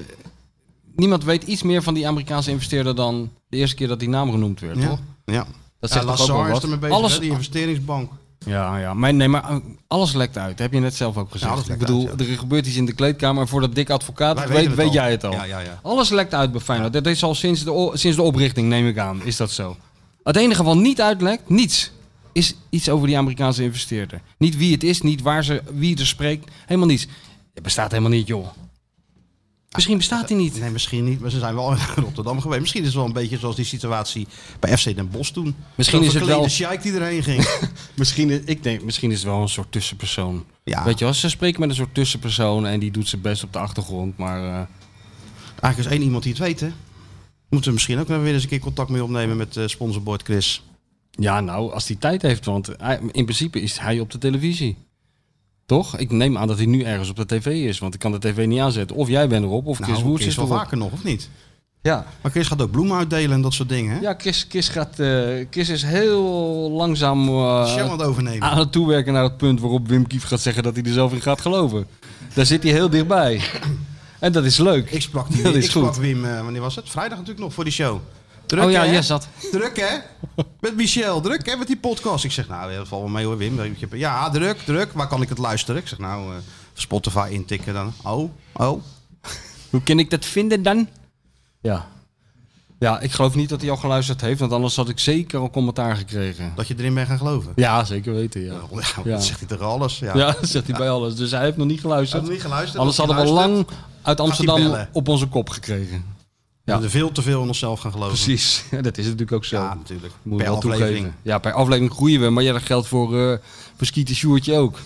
Speaker 5: niemand weet iets meer van die Amerikaanse investeerder dan de eerste keer dat die naam genoemd werd,
Speaker 6: Ja.
Speaker 5: toch?
Speaker 6: Ja.
Speaker 5: Dat
Speaker 6: Ja,
Speaker 5: zegt toch ook wel
Speaker 6: Lazar is
Speaker 5: wat.
Speaker 6: ermee bezig,
Speaker 5: Alles-
Speaker 6: hè, die investeringsbank.
Speaker 5: Ja, ja. Maar, nee, maar eh, alles lekt uit. Heb je net zelf ook
Speaker 6: Ja,
Speaker 5: gezegd.
Speaker 6: alles
Speaker 5: Ik
Speaker 6: lekt
Speaker 5: bedoel,
Speaker 6: uit,
Speaker 5: er gebeurt iets in de kleedkamer en voordat dik advocaat
Speaker 6: Wij
Speaker 5: het
Speaker 6: weten het
Speaker 5: weet, weet
Speaker 6: al.
Speaker 5: jij het al.
Speaker 6: Ja, ja, ja.
Speaker 5: Alles lekt uit bij Feyenoord. Dat is al sinds de, o- sinds de oprichting, neem ik aan. Is dat zo? Het enige wat niet uitlekt, niets, is iets over die Amerikaanse investeerder. Niet wie het is, niet waar ze, wie er spreekt. Helemaal niets. Het bestaat helemaal niet, joh. Misschien bestaat hij niet.
Speaker 6: Nee, misschien niet, maar ze zijn wel <laughs> in Rotterdam geweest. Misschien is het wel een beetje zoals die situatie bij FC Den Bosch toen.
Speaker 5: Misschien
Speaker 6: Zo'n
Speaker 5: is het wel-
Speaker 6: verklede sjeik die erheen
Speaker 5: <laughs>
Speaker 6: ging.
Speaker 5: Misschien, ik denk, misschien is het wel een soort tussenpersoon.
Speaker 6: ja,
Speaker 5: Weet je wel, ze spreken met een soort tussenpersoon en die doet zijn best op de achtergrond. Maar eh,
Speaker 6: eigenlijk is één iemand die het weet, hè? Moeten we misschien ook weer eens een keer contact mee opnemen met eh sponsorboard Chris.
Speaker 5: Ja, nou, als hij tijd heeft, want hij- in principe is hij op de televisie. Toch? Ik neem aan dat hij nu ergens op de tv is, want ik kan de tv niet aanzetten. Of jij bent erop, of
Speaker 6: Nou,
Speaker 5: Chris Woerts
Speaker 6: Chris
Speaker 5: is
Speaker 6: wel
Speaker 5: erop.
Speaker 6: vaker nog, of niet?
Speaker 5: Ja,
Speaker 6: Maar Chris gaat ook bloemen uitdelen en dat soort dingen, hè?
Speaker 5: ja Chris, Chris, gaat, eh, Chris is heel langzaam eh,
Speaker 6: Shell aan het overnemen.
Speaker 5: aan het toewerken naar het punt waarop Wim Kief gaat zeggen dat hij er zelf in gaat geloven. Daar zit hij heel dichtbij. En dat is leuk.
Speaker 6: Ik sprak, die,
Speaker 5: <laughs> Dat
Speaker 6: ik
Speaker 5: is
Speaker 6: sprak
Speaker 5: goed.
Speaker 6: Wim, eh, wanneer was het? Vrijdag natuurlijk nog voor die show. Druk,
Speaker 5: Oh ja,
Speaker 6: hè?
Speaker 5: jij zat.
Speaker 6: Druk
Speaker 5: <laughs>
Speaker 6: hè? Met Michel, druk hè? Met die podcast. Ik zeg, nou, dat valt wel mee hoor, Wim. Ik heb- Ja, druk, druk. Waar kan ik het luisteren? Ik zeg, nou, eh, Spotify intikken dan. Oh, oh.
Speaker 5: Hoe kan ik dat vinden dan? Ja. Ja, ik geloof niet dat hij al geluisterd heeft, want anders had ik zeker al commentaar gekregen.
Speaker 6: Dat je erin bent gaan geloven.
Speaker 5: Ja, zeker weten, ja.
Speaker 6: Ja, <laughs>
Speaker 5: Ja.
Speaker 6: Dat zegt hij toch alles? Ja.
Speaker 5: Ja, <laughs> dat zegt hij bij alles. Dus hij heeft nog niet
Speaker 6: Hij
Speaker 5: geluisterd.
Speaker 6: heeft nog niet geluisterd.
Speaker 5: Anders
Speaker 6: Als hij
Speaker 5: hadden we lang
Speaker 6: luistert,
Speaker 5: uit
Speaker 6: hij
Speaker 5: Amsterdam
Speaker 6: bellen.
Speaker 5: op onze kop gekregen.
Speaker 6: We hebben er veel te veel in onszelf gaan geloven.
Speaker 5: Precies. <laughs> Ja, dat is natuurlijk ook zo.
Speaker 6: Ja, natuurlijk.
Speaker 5: Moet
Speaker 6: per
Speaker 5: wel
Speaker 6: aflevering.
Speaker 5: toegeven. Ja, per aflevering groeien we. Maar ja, dat geldt voor, eh voor Skeeter Sjoertje ook.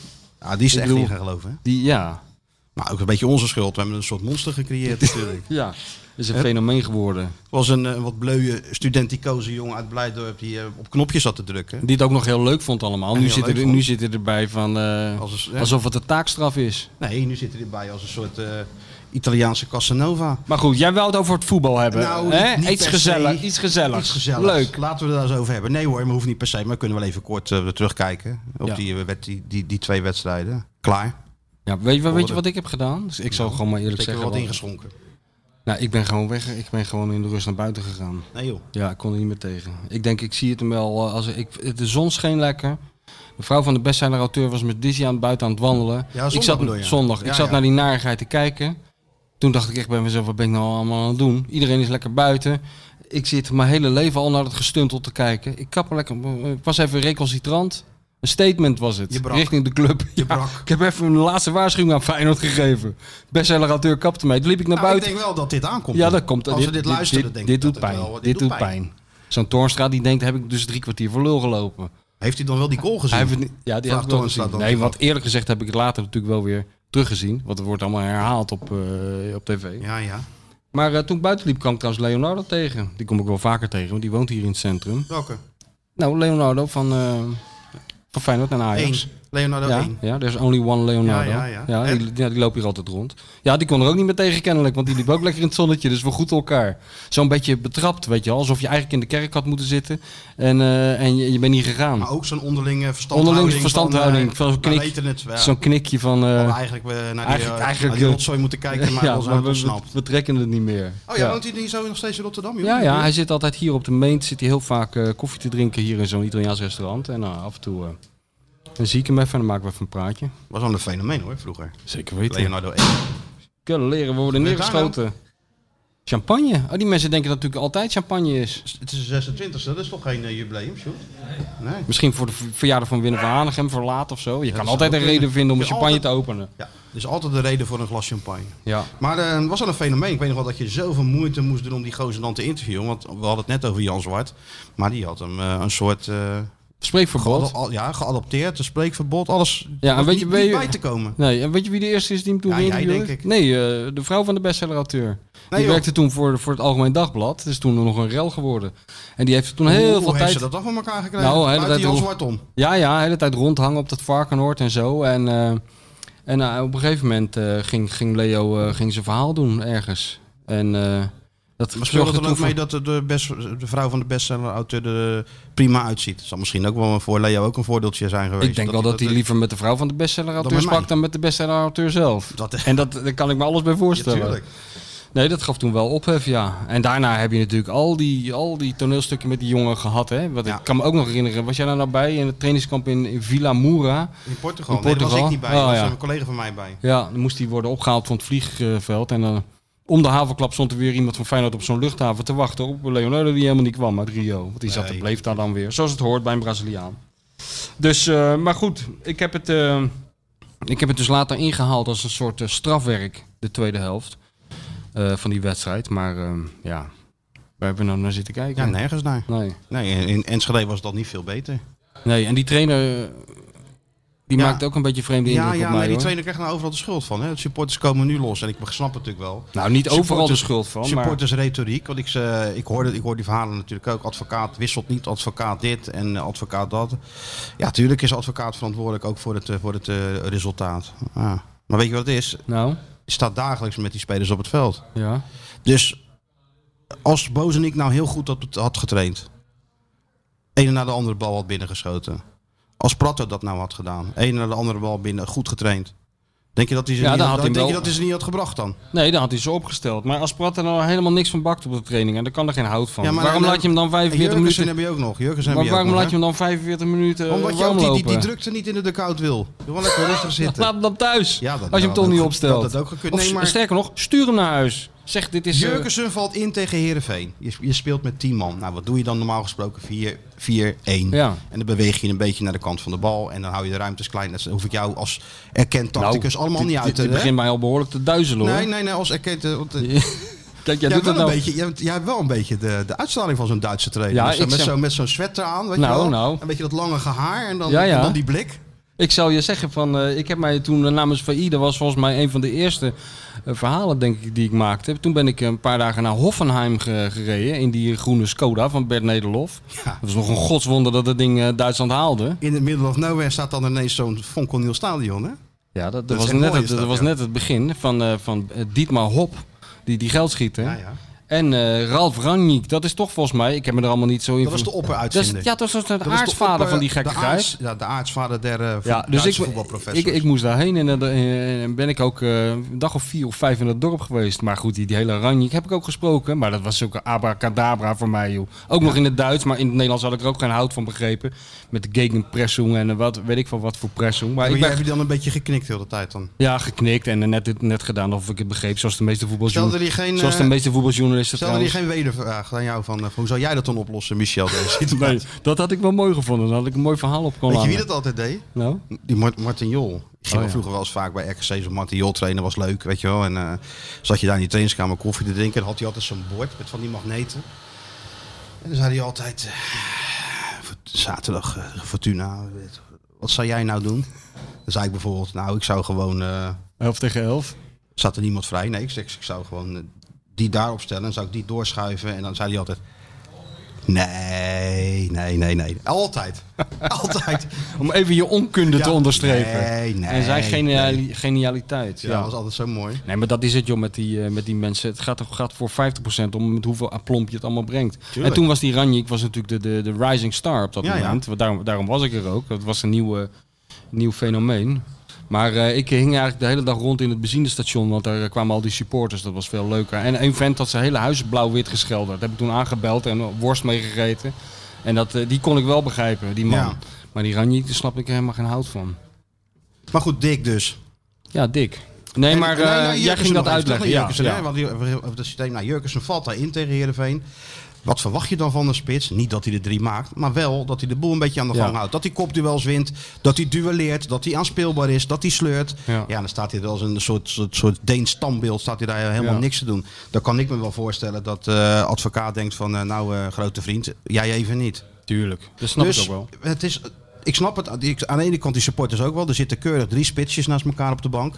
Speaker 6: Ja, die is er
Speaker 5: Ik
Speaker 6: echt
Speaker 5: bedoel-
Speaker 6: in gaan geloven. Hè?
Speaker 5: Die, ja.
Speaker 6: Maar Nou, ook een beetje onze schuld. We hebben een soort monster
Speaker 5: <laughs>
Speaker 6: gecreëerd natuurlijk.
Speaker 5: Ja. Is een fenomeen geworden.
Speaker 6: Het was een eh, wat bleuwe studenticoze jongen uit Blijdorp die eh, op knopjes zat te drukken.
Speaker 5: Die het ook nog heel leuk vond allemaal.
Speaker 6: En
Speaker 5: Nu
Speaker 6: heel
Speaker 5: zit,
Speaker 6: leuk
Speaker 5: er,
Speaker 6: vond.
Speaker 5: nu zit er erbij van eh,
Speaker 6: Als een- ja.
Speaker 5: alsof het een taakstraf is.
Speaker 6: Nee, nu zit hij erbij als een soort eh, Italiaanse Casanova.
Speaker 5: Maar goed, jij wou het over het voetbal hebben.
Speaker 6: Nou,
Speaker 5: hè?
Speaker 6: niet- niet
Speaker 5: iets,
Speaker 6: per se.
Speaker 5: gezellig, iets gezelligs.
Speaker 6: Iets gezelligs.
Speaker 5: Leuk.
Speaker 6: Laten we het daar eens over hebben. Nee hoor, maar hoeft niet per se. Maar we kunnen wel even kort eh, terugkijken op
Speaker 5: Ja.
Speaker 6: die, eh, wed- die, die, die twee wedstrijden. Klaar.
Speaker 5: Ja, weet, je, weet je
Speaker 6: Horen.
Speaker 5: wat ik heb gedaan? Dus ik zal gewoon maar eerlijk
Speaker 6: Ik heb er
Speaker 5: zeggen.
Speaker 6: wat
Speaker 5: want-
Speaker 6: ingeschonken.
Speaker 5: Nou, ik ben gewoon weg. Ik ben gewoon in de rust naar buiten gegaan.
Speaker 6: Nee joh.
Speaker 5: Ja, ik kon er niet meer tegen. Ik denk, ik zie het hem wel. eh, Als ik, de zon scheen lekker. De vrouw van de bestseller auteur was met Dizzy aan het buiten aan het wandelen.
Speaker 6: Ja, zondag
Speaker 5: ik zat,
Speaker 6: bedoel je?
Speaker 5: Zondag.
Speaker 6: Ja,
Speaker 5: ik zat
Speaker 6: ja.
Speaker 5: naar die narigheid te kijken. Toen dacht ik echt bij mezelf, wat ben ik nou allemaal aan het doen? Iedereen is lekker buiten. Ik zit mijn hele leven al naar het gestuntel te kijken. Ik kap er lekker... Ik was even reconcitrant. Een statement was het.
Speaker 6: Je brak.
Speaker 5: Richting de club.
Speaker 6: Je
Speaker 5: Ja,
Speaker 6: brak.
Speaker 5: Ik heb even een laatste waarschuwing aan Feyenoord gegeven. Bestseller auteur kapte mij. Toen liep ik naar
Speaker 6: Nou, ik
Speaker 5: buiten.
Speaker 6: denk wel dat dit aankomt.
Speaker 5: Ja, dat komt.
Speaker 6: Als we dit luisteren,
Speaker 5: dit,
Speaker 6: denk
Speaker 5: dit
Speaker 6: ik
Speaker 5: doet
Speaker 6: dat het
Speaker 5: pijn.
Speaker 6: wel-
Speaker 5: dit, doet pijn. Zo'n Toornstra die denkt, heb ik dus drie kwartier voor lul gelopen.
Speaker 6: Heeft hij dan wel die goal gezien?
Speaker 5: Hij heeft het niet- ja, die
Speaker 6: Hm. Vraag
Speaker 5: heb ik wel
Speaker 6: Toornstra
Speaker 5: gezien.
Speaker 6: dan
Speaker 5: Nee,
Speaker 6: even.
Speaker 5: want eerlijk gezegd heb ik het later natuurlijk wel weer teruggezien. Want het wordt allemaal herhaald op, eh, op tv.
Speaker 6: Ja, ja.
Speaker 5: Maar eh, toen ik buiten liep, kwam ik trouwens Leonardo tegen. Die kom ik wel vaker tegen, want die woont hier in het centrum.
Speaker 6: Welke?
Speaker 5: Nou, Leonardo van, eh van Feyenoord en Ajax.
Speaker 6: Eén. Leonardo
Speaker 5: Ja,
Speaker 6: één.
Speaker 5: ja, there's only one Leonardo.
Speaker 6: Ja,
Speaker 5: Ja,
Speaker 6: ja, ja.
Speaker 5: die, ja, die loopt hier altijd rond. Ja, die kon er ook niet meer tegen kennelijk, want die liep ook lekker in het zonnetje. Dus we goed elkaar. Zo'n beetje betrapt, weet je wel. Alsof je eigenlijk in de kerk had moeten zitten en, eh, en je, je bent niet gegaan.
Speaker 6: Maar ook zo'n onderlinge verstandhouding.
Speaker 5: Onderling
Speaker 6: van,
Speaker 5: verstandhouding.
Speaker 6: eh,
Speaker 5: Van, zo'n
Speaker 6: wij
Speaker 5: knik,
Speaker 6: weten het. Ja.
Speaker 5: Zo'n knikje van... eh,
Speaker 6: Hadden we eigenlijk eh, naar die,
Speaker 5: eigenlijk-
Speaker 6: eigenlijk,
Speaker 5: eigenlijk,
Speaker 6: naar die
Speaker 5: eh,
Speaker 6: rotzooi moeten kijken, maar
Speaker 5: <laughs> ja,
Speaker 6: ons
Speaker 5: maar
Speaker 6: aan
Speaker 5: we, we,
Speaker 6: ontsnapt.
Speaker 5: we trekken het niet meer.
Speaker 6: Oh ja, woont hij niet zo nog steeds in Rotterdam? joh?
Speaker 5: ja, ja, hij zit altijd hier op de meent. Zit hij heel vaak eh, koffie te drinken hier in zo'n Italiaans restaurant. En nou, af en toe... eh, dan zie ik hem even en dan maken we even een praatje.
Speaker 6: Was wel een fenomeen hoor, vroeger.
Speaker 5: Zeker weten.
Speaker 6: Leonardo 1.
Speaker 5: Kunnen leren, we worden
Speaker 6: Met
Speaker 5: neergeschoten. Champagne? Oh, die mensen denken dat het natuurlijk altijd champagne is.
Speaker 6: Het is de 26e, dat is toch geen eh, jubileum, Sjoerd? Nee.
Speaker 5: Misschien voor de v- verjaardag van Winnen van Hanegem, voor laat of zo. Je kan
Speaker 6: zou
Speaker 5: altijd een
Speaker 6: kunnen.
Speaker 5: reden vinden om
Speaker 6: Je
Speaker 5: een champagne
Speaker 6: altijd-
Speaker 5: te openen.
Speaker 6: Ja, er is altijd de reden voor een glas champagne.
Speaker 5: Ja.
Speaker 6: Maar eh, het was wel een fenomeen. Ik weet nog wel dat je zoveel moeite moest doen om die gozer dan te interviewen. Want we hadden het net over Jan Zwart. Maar die had hem eh, een soort... eh,
Speaker 5: Spreekverbod.
Speaker 6: geado- al- ja, geadopteerd, een spreekverbod, alles.
Speaker 5: Ja, en
Speaker 6: was
Speaker 5: weet
Speaker 6: niet-
Speaker 5: je- weet
Speaker 6: niet
Speaker 5: je-
Speaker 6: bij te komen.
Speaker 5: Nee, en weet je wie de eerste is die hem toen
Speaker 6: Ja, jij,
Speaker 5: geïnterviewd
Speaker 6: denk ik.
Speaker 5: heeft? Nee, eh, de vrouw van de bestsellerauteur.
Speaker 6: Nee,
Speaker 5: die
Speaker 6: joh.
Speaker 5: werkte toen voor, voor het Algemeen Dagblad. Het is toen nog een rel geworden. En die heeft toen
Speaker 6: Hoe
Speaker 5: heel veel
Speaker 6: heeft
Speaker 5: tijd...
Speaker 6: ze dat dan voor elkaar gekregen?
Speaker 5: Nou, hele
Speaker 6: Buiten
Speaker 5: tijd
Speaker 6: Jan
Speaker 5: rond-
Speaker 6: Zwart om.
Speaker 5: Ja, ja, de hele tijd rondhangen op dat varkenoord en zo. En, eh, en eh, op een gegeven moment eh, ging, ging Leo eh, ging zijn verhaal doen ergens. En eh, dat
Speaker 6: Maar speelt het
Speaker 5: zorgde
Speaker 6: dan
Speaker 5: toen
Speaker 6: ook
Speaker 5: voor-
Speaker 6: mee dat de, de best, de vrouw van de bestseller-auteur er eh, prima uitziet? Zal misschien ook wel voor Leo ook een voordeeltje zijn geweest.
Speaker 5: Ik denk wel dat hij
Speaker 6: eh,
Speaker 5: liever met de vrouw van de bestsellerauteur
Speaker 6: Dan met mij.
Speaker 5: sprak dan met de bestsellerauteur zelf.
Speaker 6: Dat- eh.
Speaker 5: en dat, daar kan ik me alles bij voorstellen.
Speaker 6: Natuurlijk.
Speaker 5: Nee, dat gaf toen wel ophef, ja. En daarna heb je natuurlijk al die, al die toneelstukken met die jongen gehad. Hè? Want
Speaker 6: Ja.
Speaker 5: Ik kan me ook nog herinneren, was jij daar nou bij in het trainingskamp in, in Villa Moura?
Speaker 6: In Portugal.
Speaker 5: In
Speaker 6: Nee, daar was ik
Speaker 5: Portugal?
Speaker 6: niet bij.
Speaker 5: Oh,
Speaker 6: daar was
Speaker 5: ja.
Speaker 6: een collega van mij bij.
Speaker 5: Ja, dan moest hij worden opgehaald van het vliegveld. En dan om de havenklap stond er weer iemand van Feyenoord op zo'n luchthaven te wachten op Leonardo die helemaal niet kwam uit Rio. Want die zat
Speaker 6: Nee.
Speaker 5: en bleef daar dan weer, zoals het hoort bij een Braziliaan. Dus, eh, maar goed, ik heb, het, eh, ik heb het dus later ingehaald als een soort eh, strafwerk, de tweede helft eh, van die wedstrijd. Maar eh, ja, waar hebben we nou naar zitten
Speaker 6: Ja,
Speaker 5: kijken?
Speaker 6: nergens naar.
Speaker 5: nee.
Speaker 6: Nee, in- in Enschede was dat niet veel beter.
Speaker 5: Nee, en die trainer eh, Die
Speaker 6: Ja.
Speaker 5: maakt ook een beetje vreemde indruk
Speaker 6: Ja, ja
Speaker 5: op mij.
Speaker 6: nee, die
Speaker 5: hoor.
Speaker 6: trainer krijgt nou overal de schuld van. Hè. De supporters komen nu los. En ik snap het natuurlijk wel.
Speaker 5: Nou, niet overal de
Speaker 6: Supporters-
Speaker 5: schuld van. Maar...
Speaker 6: Supporters retoriek. Want ik, ze, ik, hoorde, ik hoor die verhalen natuurlijk ook. Advocaat wisselt niet, advocaat dit en eh, advocaat dat. Ja, tuurlijk is advocaat verantwoordelijk ook voor het, eh, voor het eh, resultaat. Ja. Maar weet je wat het is?
Speaker 5: Nou,
Speaker 6: Je staat dagelijks met die spelers op het veld.
Speaker 5: ja.
Speaker 6: Dus als Bozenik nou heel goed had, had getraind. Ene na de andere bal had binnengeschoten. Als Prato dat nou had gedaan. Ene na de andere bal binnen, goed getraind. Denk je dat hij ze,
Speaker 5: Ja,
Speaker 6: niet,
Speaker 5: dan
Speaker 6: had,
Speaker 5: had hij
Speaker 6: denk
Speaker 5: wel-
Speaker 6: je dat hij ze niet had gebracht dan?
Speaker 5: Nee, dan had hij ze opgesteld. Maar als Prat er nou helemaal niks van bakt op de training en daar kan er geen hout van.
Speaker 6: Ja, maar
Speaker 5: waarom
Speaker 6: dan-
Speaker 5: laat je hem dan
Speaker 6: En eh,
Speaker 5: 45
Speaker 6: Jurgensen
Speaker 5: minuten...
Speaker 6: heb je ook nog. Jurgensen heb
Speaker 5: Maar
Speaker 6: je ook
Speaker 5: waarom
Speaker 6: nog,
Speaker 5: laat je
Speaker 6: hè?
Speaker 5: hem dan 45 minuten
Speaker 6: Omdat je
Speaker 5: Eh, warm
Speaker 6: ook die, die,
Speaker 5: lopen?
Speaker 6: die drukte niet in de dugout wil. Gewoon lekker
Speaker 5: <laughs>
Speaker 6: rustig zitten.
Speaker 5: Laat hem dan thuis.
Speaker 6: Ja, dat-
Speaker 5: als
Speaker 6: dat
Speaker 5: je hem toch
Speaker 6: had
Speaker 5: niet
Speaker 6: ook-
Speaker 5: opstelt.
Speaker 6: dat had ook gekund.
Speaker 5: Of
Speaker 6: Nee,
Speaker 5: s-
Speaker 6: maar-
Speaker 5: Sterker nog, stuur hem naar huis. Zeg, dit is... eh,
Speaker 6: Jurgensen valt in tegen Herenveen. Je, je speelt met 10 man. Nou, wat doe je dan normaal gesproken? 4-1.
Speaker 5: Ja.
Speaker 6: En dan beweeg je een beetje naar de kant van de bal. En dan hou je de ruimtes klein. Dat hoef ik jou als erkend
Speaker 5: nou,
Speaker 6: tacticus allemaal
Speaker 5: dit-
Speaker 6: niet uit
Speaker 5: dit-
Speaker 6: te
Speaker 5: Dit
Speaker 6: leggen.
Speaker 5: begint mij al behoorlijk te duizelen hoor.
Speaker 6: Nee, nee, nee. Als erkend. eh, want, eh,
Speaker 5: Kijk, jij
Speaker 6: jij,
Speaker 5: doet
Speaker 6: hebt
Speaker 5: dat
Speaker 6: wel
Speaker 5: nou...
Speaker 6: een beetje, jij, hebt, jij hebt wel een beetje de, de uitstraling van zo'n Duitse trainer.
Speaker 5: Ja,
Speaker 6: met zo'n
Speaker 5: ik
Speaker 6: met
Speaker 5: zeg-
Speaker 6: zo'n- met zo'n sweater aan. Weet
Speaker 5: Nou,
Speaker 6: je wel?
Speaker 5: nou.
Speaker 6: Een beetje dat lange gehaar. En dan,
Speaker 5: Ja, ja.
Speaker 6: en dan die blik.
Speaker 5: Ik zou je zeggen van, eh, ik heb mij toen eh, namens VI, dat was volgens mij een van de eerste eh, verhalen denk ik die ik maakte. Toen ben ik een paar dagen naar Hoffenheim ge- gereden in die groene Skoda van Bert Nederlof.
Speaker 6: Ja.
Speaker 5: Dat was nog een godswonder dat dat ding eh, Duitsland haalde.
Speaker 6: In het middle of nowhere staat dan ineens zo'n Fonkel Niel Stadion. Hè?
Speaker 5: Ja, dat, dat
Speaker 6: is
Speaker 5: was,
Speaker 6: echt
Speaker 5: net
Speaker 6: mooi,
Speaker 5: het,
Speaker 6: is
Speaker 5: dat
Speaker 6: dat,
Speaker 5: was
Speaker 6: ja.
Speaker 5: net het begin van, eh, van eh, Dietmar Hop, die, die geldschieter.
Speaker 6: Ja, ja.
Speaker 5: En eh Ralf Rangnick, dat is toch volgens mij, ik heb me er allemaal niet zo in
Speaker 6: Dat was de
Speaker 5: van-
Speaker 6: opperuitzender.
Speaker 5: Dat is- Ja, dat was de
Speaker 6: Dat was de
Speaker 5: aartsvader
Speaker 6: opper-
Speaker 5: van die
Speaker 6: de
Speaker 5: gekke
Speaker 6: aarts- Ja, de aartsvader der eh
Speaker 5: Ja, dus
Speaker 6: Duitse
Speaker 5: ik, ik,
Speaker 6: voetbalprofessors.
Speaker 5: ik moest daarheen en eh, da- eh, en ben ik ook eh, een dag of vier of vijf in het dorp geweest. Maar goed, die, die hele Ranjik heb ik ook gesproken. Maar dat was ook een abracadabra voor mij, joh. Ook nog in het Duits, maar in het Nederlands had ik er ook geen hout van begrepen. Met de gegenpressung en eh, wat weet ik van wat voor pressung. Maar
Speaker 6: Maar
Speaker 5: ik
Speaker 6: jij
Speaker 5: ben
Speaker 6: hebt je dan een beetje geknikt de hele tijd dan?
Speaker 5: ja, geknikt en eh, net, net gedaan of ik het begreep. Zoals de meeste
Speaker 6: Stelde
Speaker 5: voetbaljournalisten.
Speaker 6: die geen,
Speaker 5: Zoals de
Speaker 6: eh,
Speaker 5: meeste voetbaljournalisten
Speaker 6: Stel er hier
Speaker 5: trouwens.
Speaker 6: geen wedervraag aan jou van, eh, hoe zou jij dat dan oplossen, Michel? Deze situatie?
Speaker 5: <laughs> Nee, dat had ik wel mooi gevonden. Dan had ik een mooi verhaal op kon
Speaker 6: Weet je wie
Speaker 5: hangen.
Speaker 6: dat altijd deed?
Speaker 5: Nou?
Speaker 6: Die Mar- Martin Jol. Ik ging wel
Speaker 5: ja.
Speaker 6: vroeger wel eens vaak bij RKC zo'n Martin Jol trainen, was leuk, weet je wel. En eh, zat je daar in die trainingskamer koffie te drinken, dan had hij altijd zo'n bord met van die magneten. En dan zei hij altijd, eh, voor- zaterdag, eh, Fortuna, wat zou jij nou doen? Dan zei ik bijvoorbeeld, nou ik zou gewoon... eh,
Speaker 5: 11 tegen 11.
Speaker 6: Zat er niemand vrij? Nee, ik, zeg, ik zou gewoon eh, die daarop stellen. Dan zou ik die doorschuiven. En dan zei hij altijd... Nee, nee, nee, nee. Altijd. <laughs> Altijd.
Speaker 5: Om even je onkunde
Speaker 6: Ja,
Speaker 5: te onderstrepen.
Speaker 6: nee, nee,
Speaker 5: en zijn geniali-
Speaker 6: nee.
Speaker 5: genialiteit.
Speaker 6: Ja,
Speaker 5: Ja.
Speaker 6: dat was altijd zo mooi.
Speaker 5: Nee, maar dat is het joh met die, eh, met die mensen. Het gaat, gaat voor 50% om met hoeveel aplomp je het allemaal brengt.
Speaker 6: Tuurlijk.
Speaker 5: En toen was die Ranjik was natuurlijk de, de, de rising star op dat
Speaker 6: Ja, ja.
Speaker 5: moment. Want Daarom, daarom was ik er ook. Dat was een nieuwe, nieuw fenomeen. Maar eh, ik hing eigenlijk de hele dag rond in het benzinestation, want daar eh, kwamen al die supporters. Dat was veel leuker. En een vent had zijn hele huis blauw-wit geschilderd. Dat heb ik toen aangebeld en eh, worst meegegeten. En dat, eh, die kon ik wel begrijpen, die man.
Speaker 6: Ja.
Speaker 5: Maar die Ranjik, daar snap ik helemaal geen hout van.
Speaker 6: Maar goed, Dick dus.
Speaker 5: Ja, dik. Nee,
Speaker 6: En-
Speaker 5: maar
Speaker 6: en- nee,
Speaker 5: eh,
Speaker 6: nee,
Speaker 5: jij
Speaker 6: Jurgensen
Speaker 5: ging
Speaker 6: nog
Speaker 5: dat
Speaker 6: even
Speaker 5: uitleggen.
Speaker 6: terug naar
Speaker 5: Ja,
Speaker 6: Jurgensen, hè,
Speaker 5: ja.
Speaker 6: want die- over- over het systeem. Nou, Jurkensen valt daarin tegen Heerenveen. Wat verwacht je dan van de spits? Niet dat hij de drie maakt, maar wel dat hij de boel een beetje aan de
Speaker 5: Ja.
Speaker 6: gang houdt. Dat hij kopduels wint, dat hij duelleert, dat hij aanspeelbaar is, dat hij sleurt.
Speaker 5: Ja.
Speaker 6: Ja, dan staat hij er als een soort, soort, soort Deens standbeeld, staat hij daar helemaal
Speaker 5: Ja.
Speaker 6: niks te doen. Dan kan ik me wel voorstellen dat eh advocaat denkt van, eh, nou eh, grote vriend, jij even niet.
Speaker 5: Tuurlijk. Dat snap
Speaker 6: Dus-
Speaker 5: ik ook wel.
Speaker 6: Het is, ik snap het. Ik- Aan de ene kant die supporters ook wel. Er zitten keurig drie spitsjes naast elkaar op de bank.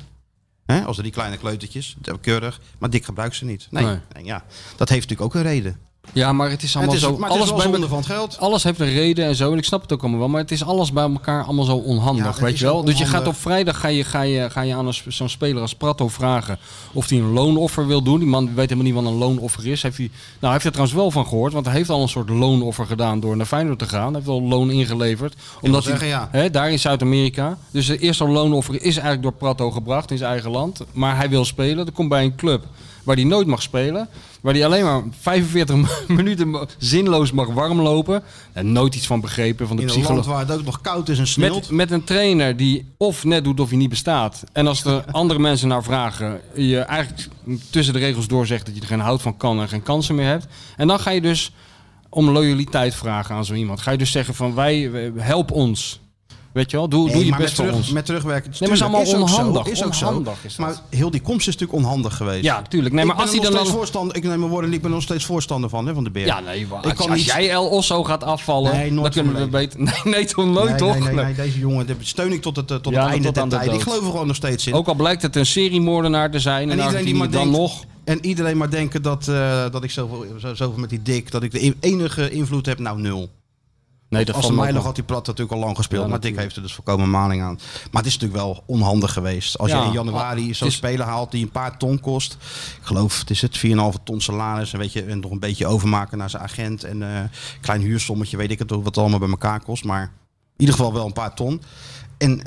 Speaker 6: Hè, als er die kleine kleutertjes. dat- Keurig. Maar dik gebruikt ze niet. Nee.
Speaker 5: Nee.
Speaker 6: nee, ja. Dat heeft natuurlijk ook een reden.
Speaker 5: Ja, maar het is
Speaker 6: En het
Speaker 5: allemaal
Speaker 6: is,
Speaker 5: zo...
Speaker 6: ook- maar het is wel
Speaker 5: bij
Speaker 6: zonde
Speaker 5: me-
Speaker 6: van het geld.
Speaker 5: alles heeft een reden en zo. En ik snap het ook allemaal wel. Maar het is alles bij elkaar allemaal zo
Speaker 6: Ja,
Speaker 5: onhandig,
Speaker 6: het
Speaker 5: weet
Speaker 6: is
Speaker 5: je wel.
Speaker 6: ook
Speaker 5: Dus je gaat
Speaker 6: onhandig.
Speaker 5: op vrijdag ga je, ga je, ga je aan een sp- zo'n speler als Prato vragen of hij een loonoffer wil doen. Die man weet helemaal niet wat een loonoffer is. Heeft hij, nou, hij heeft er trouwens wel van gehoord. Want hij heeft al een soort loonoffer gedaan door naar Feyenoord te gaan. Hij heeft al loon ingeleverd. Omdat
Speaker 6: zeggen,
Speaker 5: hij,
Speaker 6: ja.
Speaker 5: hè, daar in Zuid-Amerika. Dus de eerste loonoffer is eigenlijk door Prato gebracht in zijn eigen land. Maar hij wil spelen. Er komt bij een club waar hij nooit mag spelen. Waar hij alleen maar 45 <laughs> minuten ma- zinloos mag warmlopen. En nooit iets van begrepen van de
Speaker 6: In een land
Speaker 5: psychologie.
Speaker 6: waar het ook nog koud is en sneeuwt.
Speaker 5: Met, met een trainer die of net doet of hij niet bestaat. En
Speaker 6: <laughs>
Speaker 5: als er andere mensen naar vragen, je eigenlijk tussen de regels door zegt dat je er geen hout van kan en geen kansen meer hebt. En dan ga je dus om loyaliteit vragen aan zo iemand. Ga je dus zeggen van wij, eh, help ons. Weet je wel, doe, doe
Speaker 6: Nee,
Speaker 5: je
Speaker 6: maar
Speaker 5: best
Speaker 6: met
Speaker 5: voor
Speaker 6: terug-
Speaker 5: ons.
Speaker 6: Met terugwerken.
Speaker 5: Nee, maar het is
Speaker 6: Tuurlijk,
Speaker 5: allemaal
Speaker 6: ook zo,
Speaker 5: onhandig.
Speaker 6: Is ook
Speaker 5: Onhandig
Speaker 6: zo.
Speaker 5: is dat.
Speaker 6: maar heel die komst is natuurlijk onhandig geweest.
Speaker 5: Ja, tuurlijk. Nee, maar
Speaker 6: ik ben
Speaker 5: als
Speaker 6: er nog
Speaker 5: hij dan
Speaker 6: steeds
Speaker 5: dan...
Speaker 6: voorstander. Ik neem mijn woorden, ik ben er nog steeds voorstander van, hè, van de Beer.
Speaker 5: Ja, nee, maar
Speaker 6: Ik
Speaker 5: als,
Speaker 6: kan
Speaker 5: als
Speaker 6: niet-
Speaker 5: jij El Osso gaat afvallen,
Speaker 6: Nee, nooit
Speaker 5: dan kunnen we
Speaker 6: van
Speaker 5: beter... <laughs> Nee, nee, toch nooit,
Speaker 6: nee,
Speaker 5: toch?
Speaker 6: Nee, nee,
Speaker 5: Nee.
Speaker 6: nee, deze jongen dat steun ik tot het, eh, tot
Speaker 5: Ja,
Speaker 6: het einde
Speaker 5: tot
Speaker 6: der
Speaker 5: aan de
Speaker 6: tijden. Ik
Speaker 5: dood.
Speaker 6: geloof er gewoon nog steeds in.
Speaker 5: Ook al blijkt het een seriemoordenaar te zijn, en, Argentinië, dan nog...
Speaker 6: en iedereen maar denken dat, eh, dat ik zoveel, zo- zoveel met die dik, dat ik de e-, enige invloed heb, nou nul.
Speaker 5: Nee, dat
Speaker 6: Als de
Speaker 5: valt me ook
Speaker 6: Milo
Speaker 5: nog.
Speaker 6: had die plat natuurlijk al lang gespeeld,
Speaker 5: Ja,
Speaker 6: maar Dick heeft er dus volkomen maling aan. Maar het is natuurlijk wel onhandig geweest. Als
Speaker 5: Ja, Ah,
Speaker 6: je in januari zo'n
Speaker 5: het is-
Speaker 6: speler haalt die een paar ton kost, ik geloof het is het 4,5 ton salaris en, weet je, en nog een beetje overmaken naar zijn agent en eh klein huursommetje, weet ik het wat het allemaal bij elkaar kost, maar in ieder geval wel een paar ton. En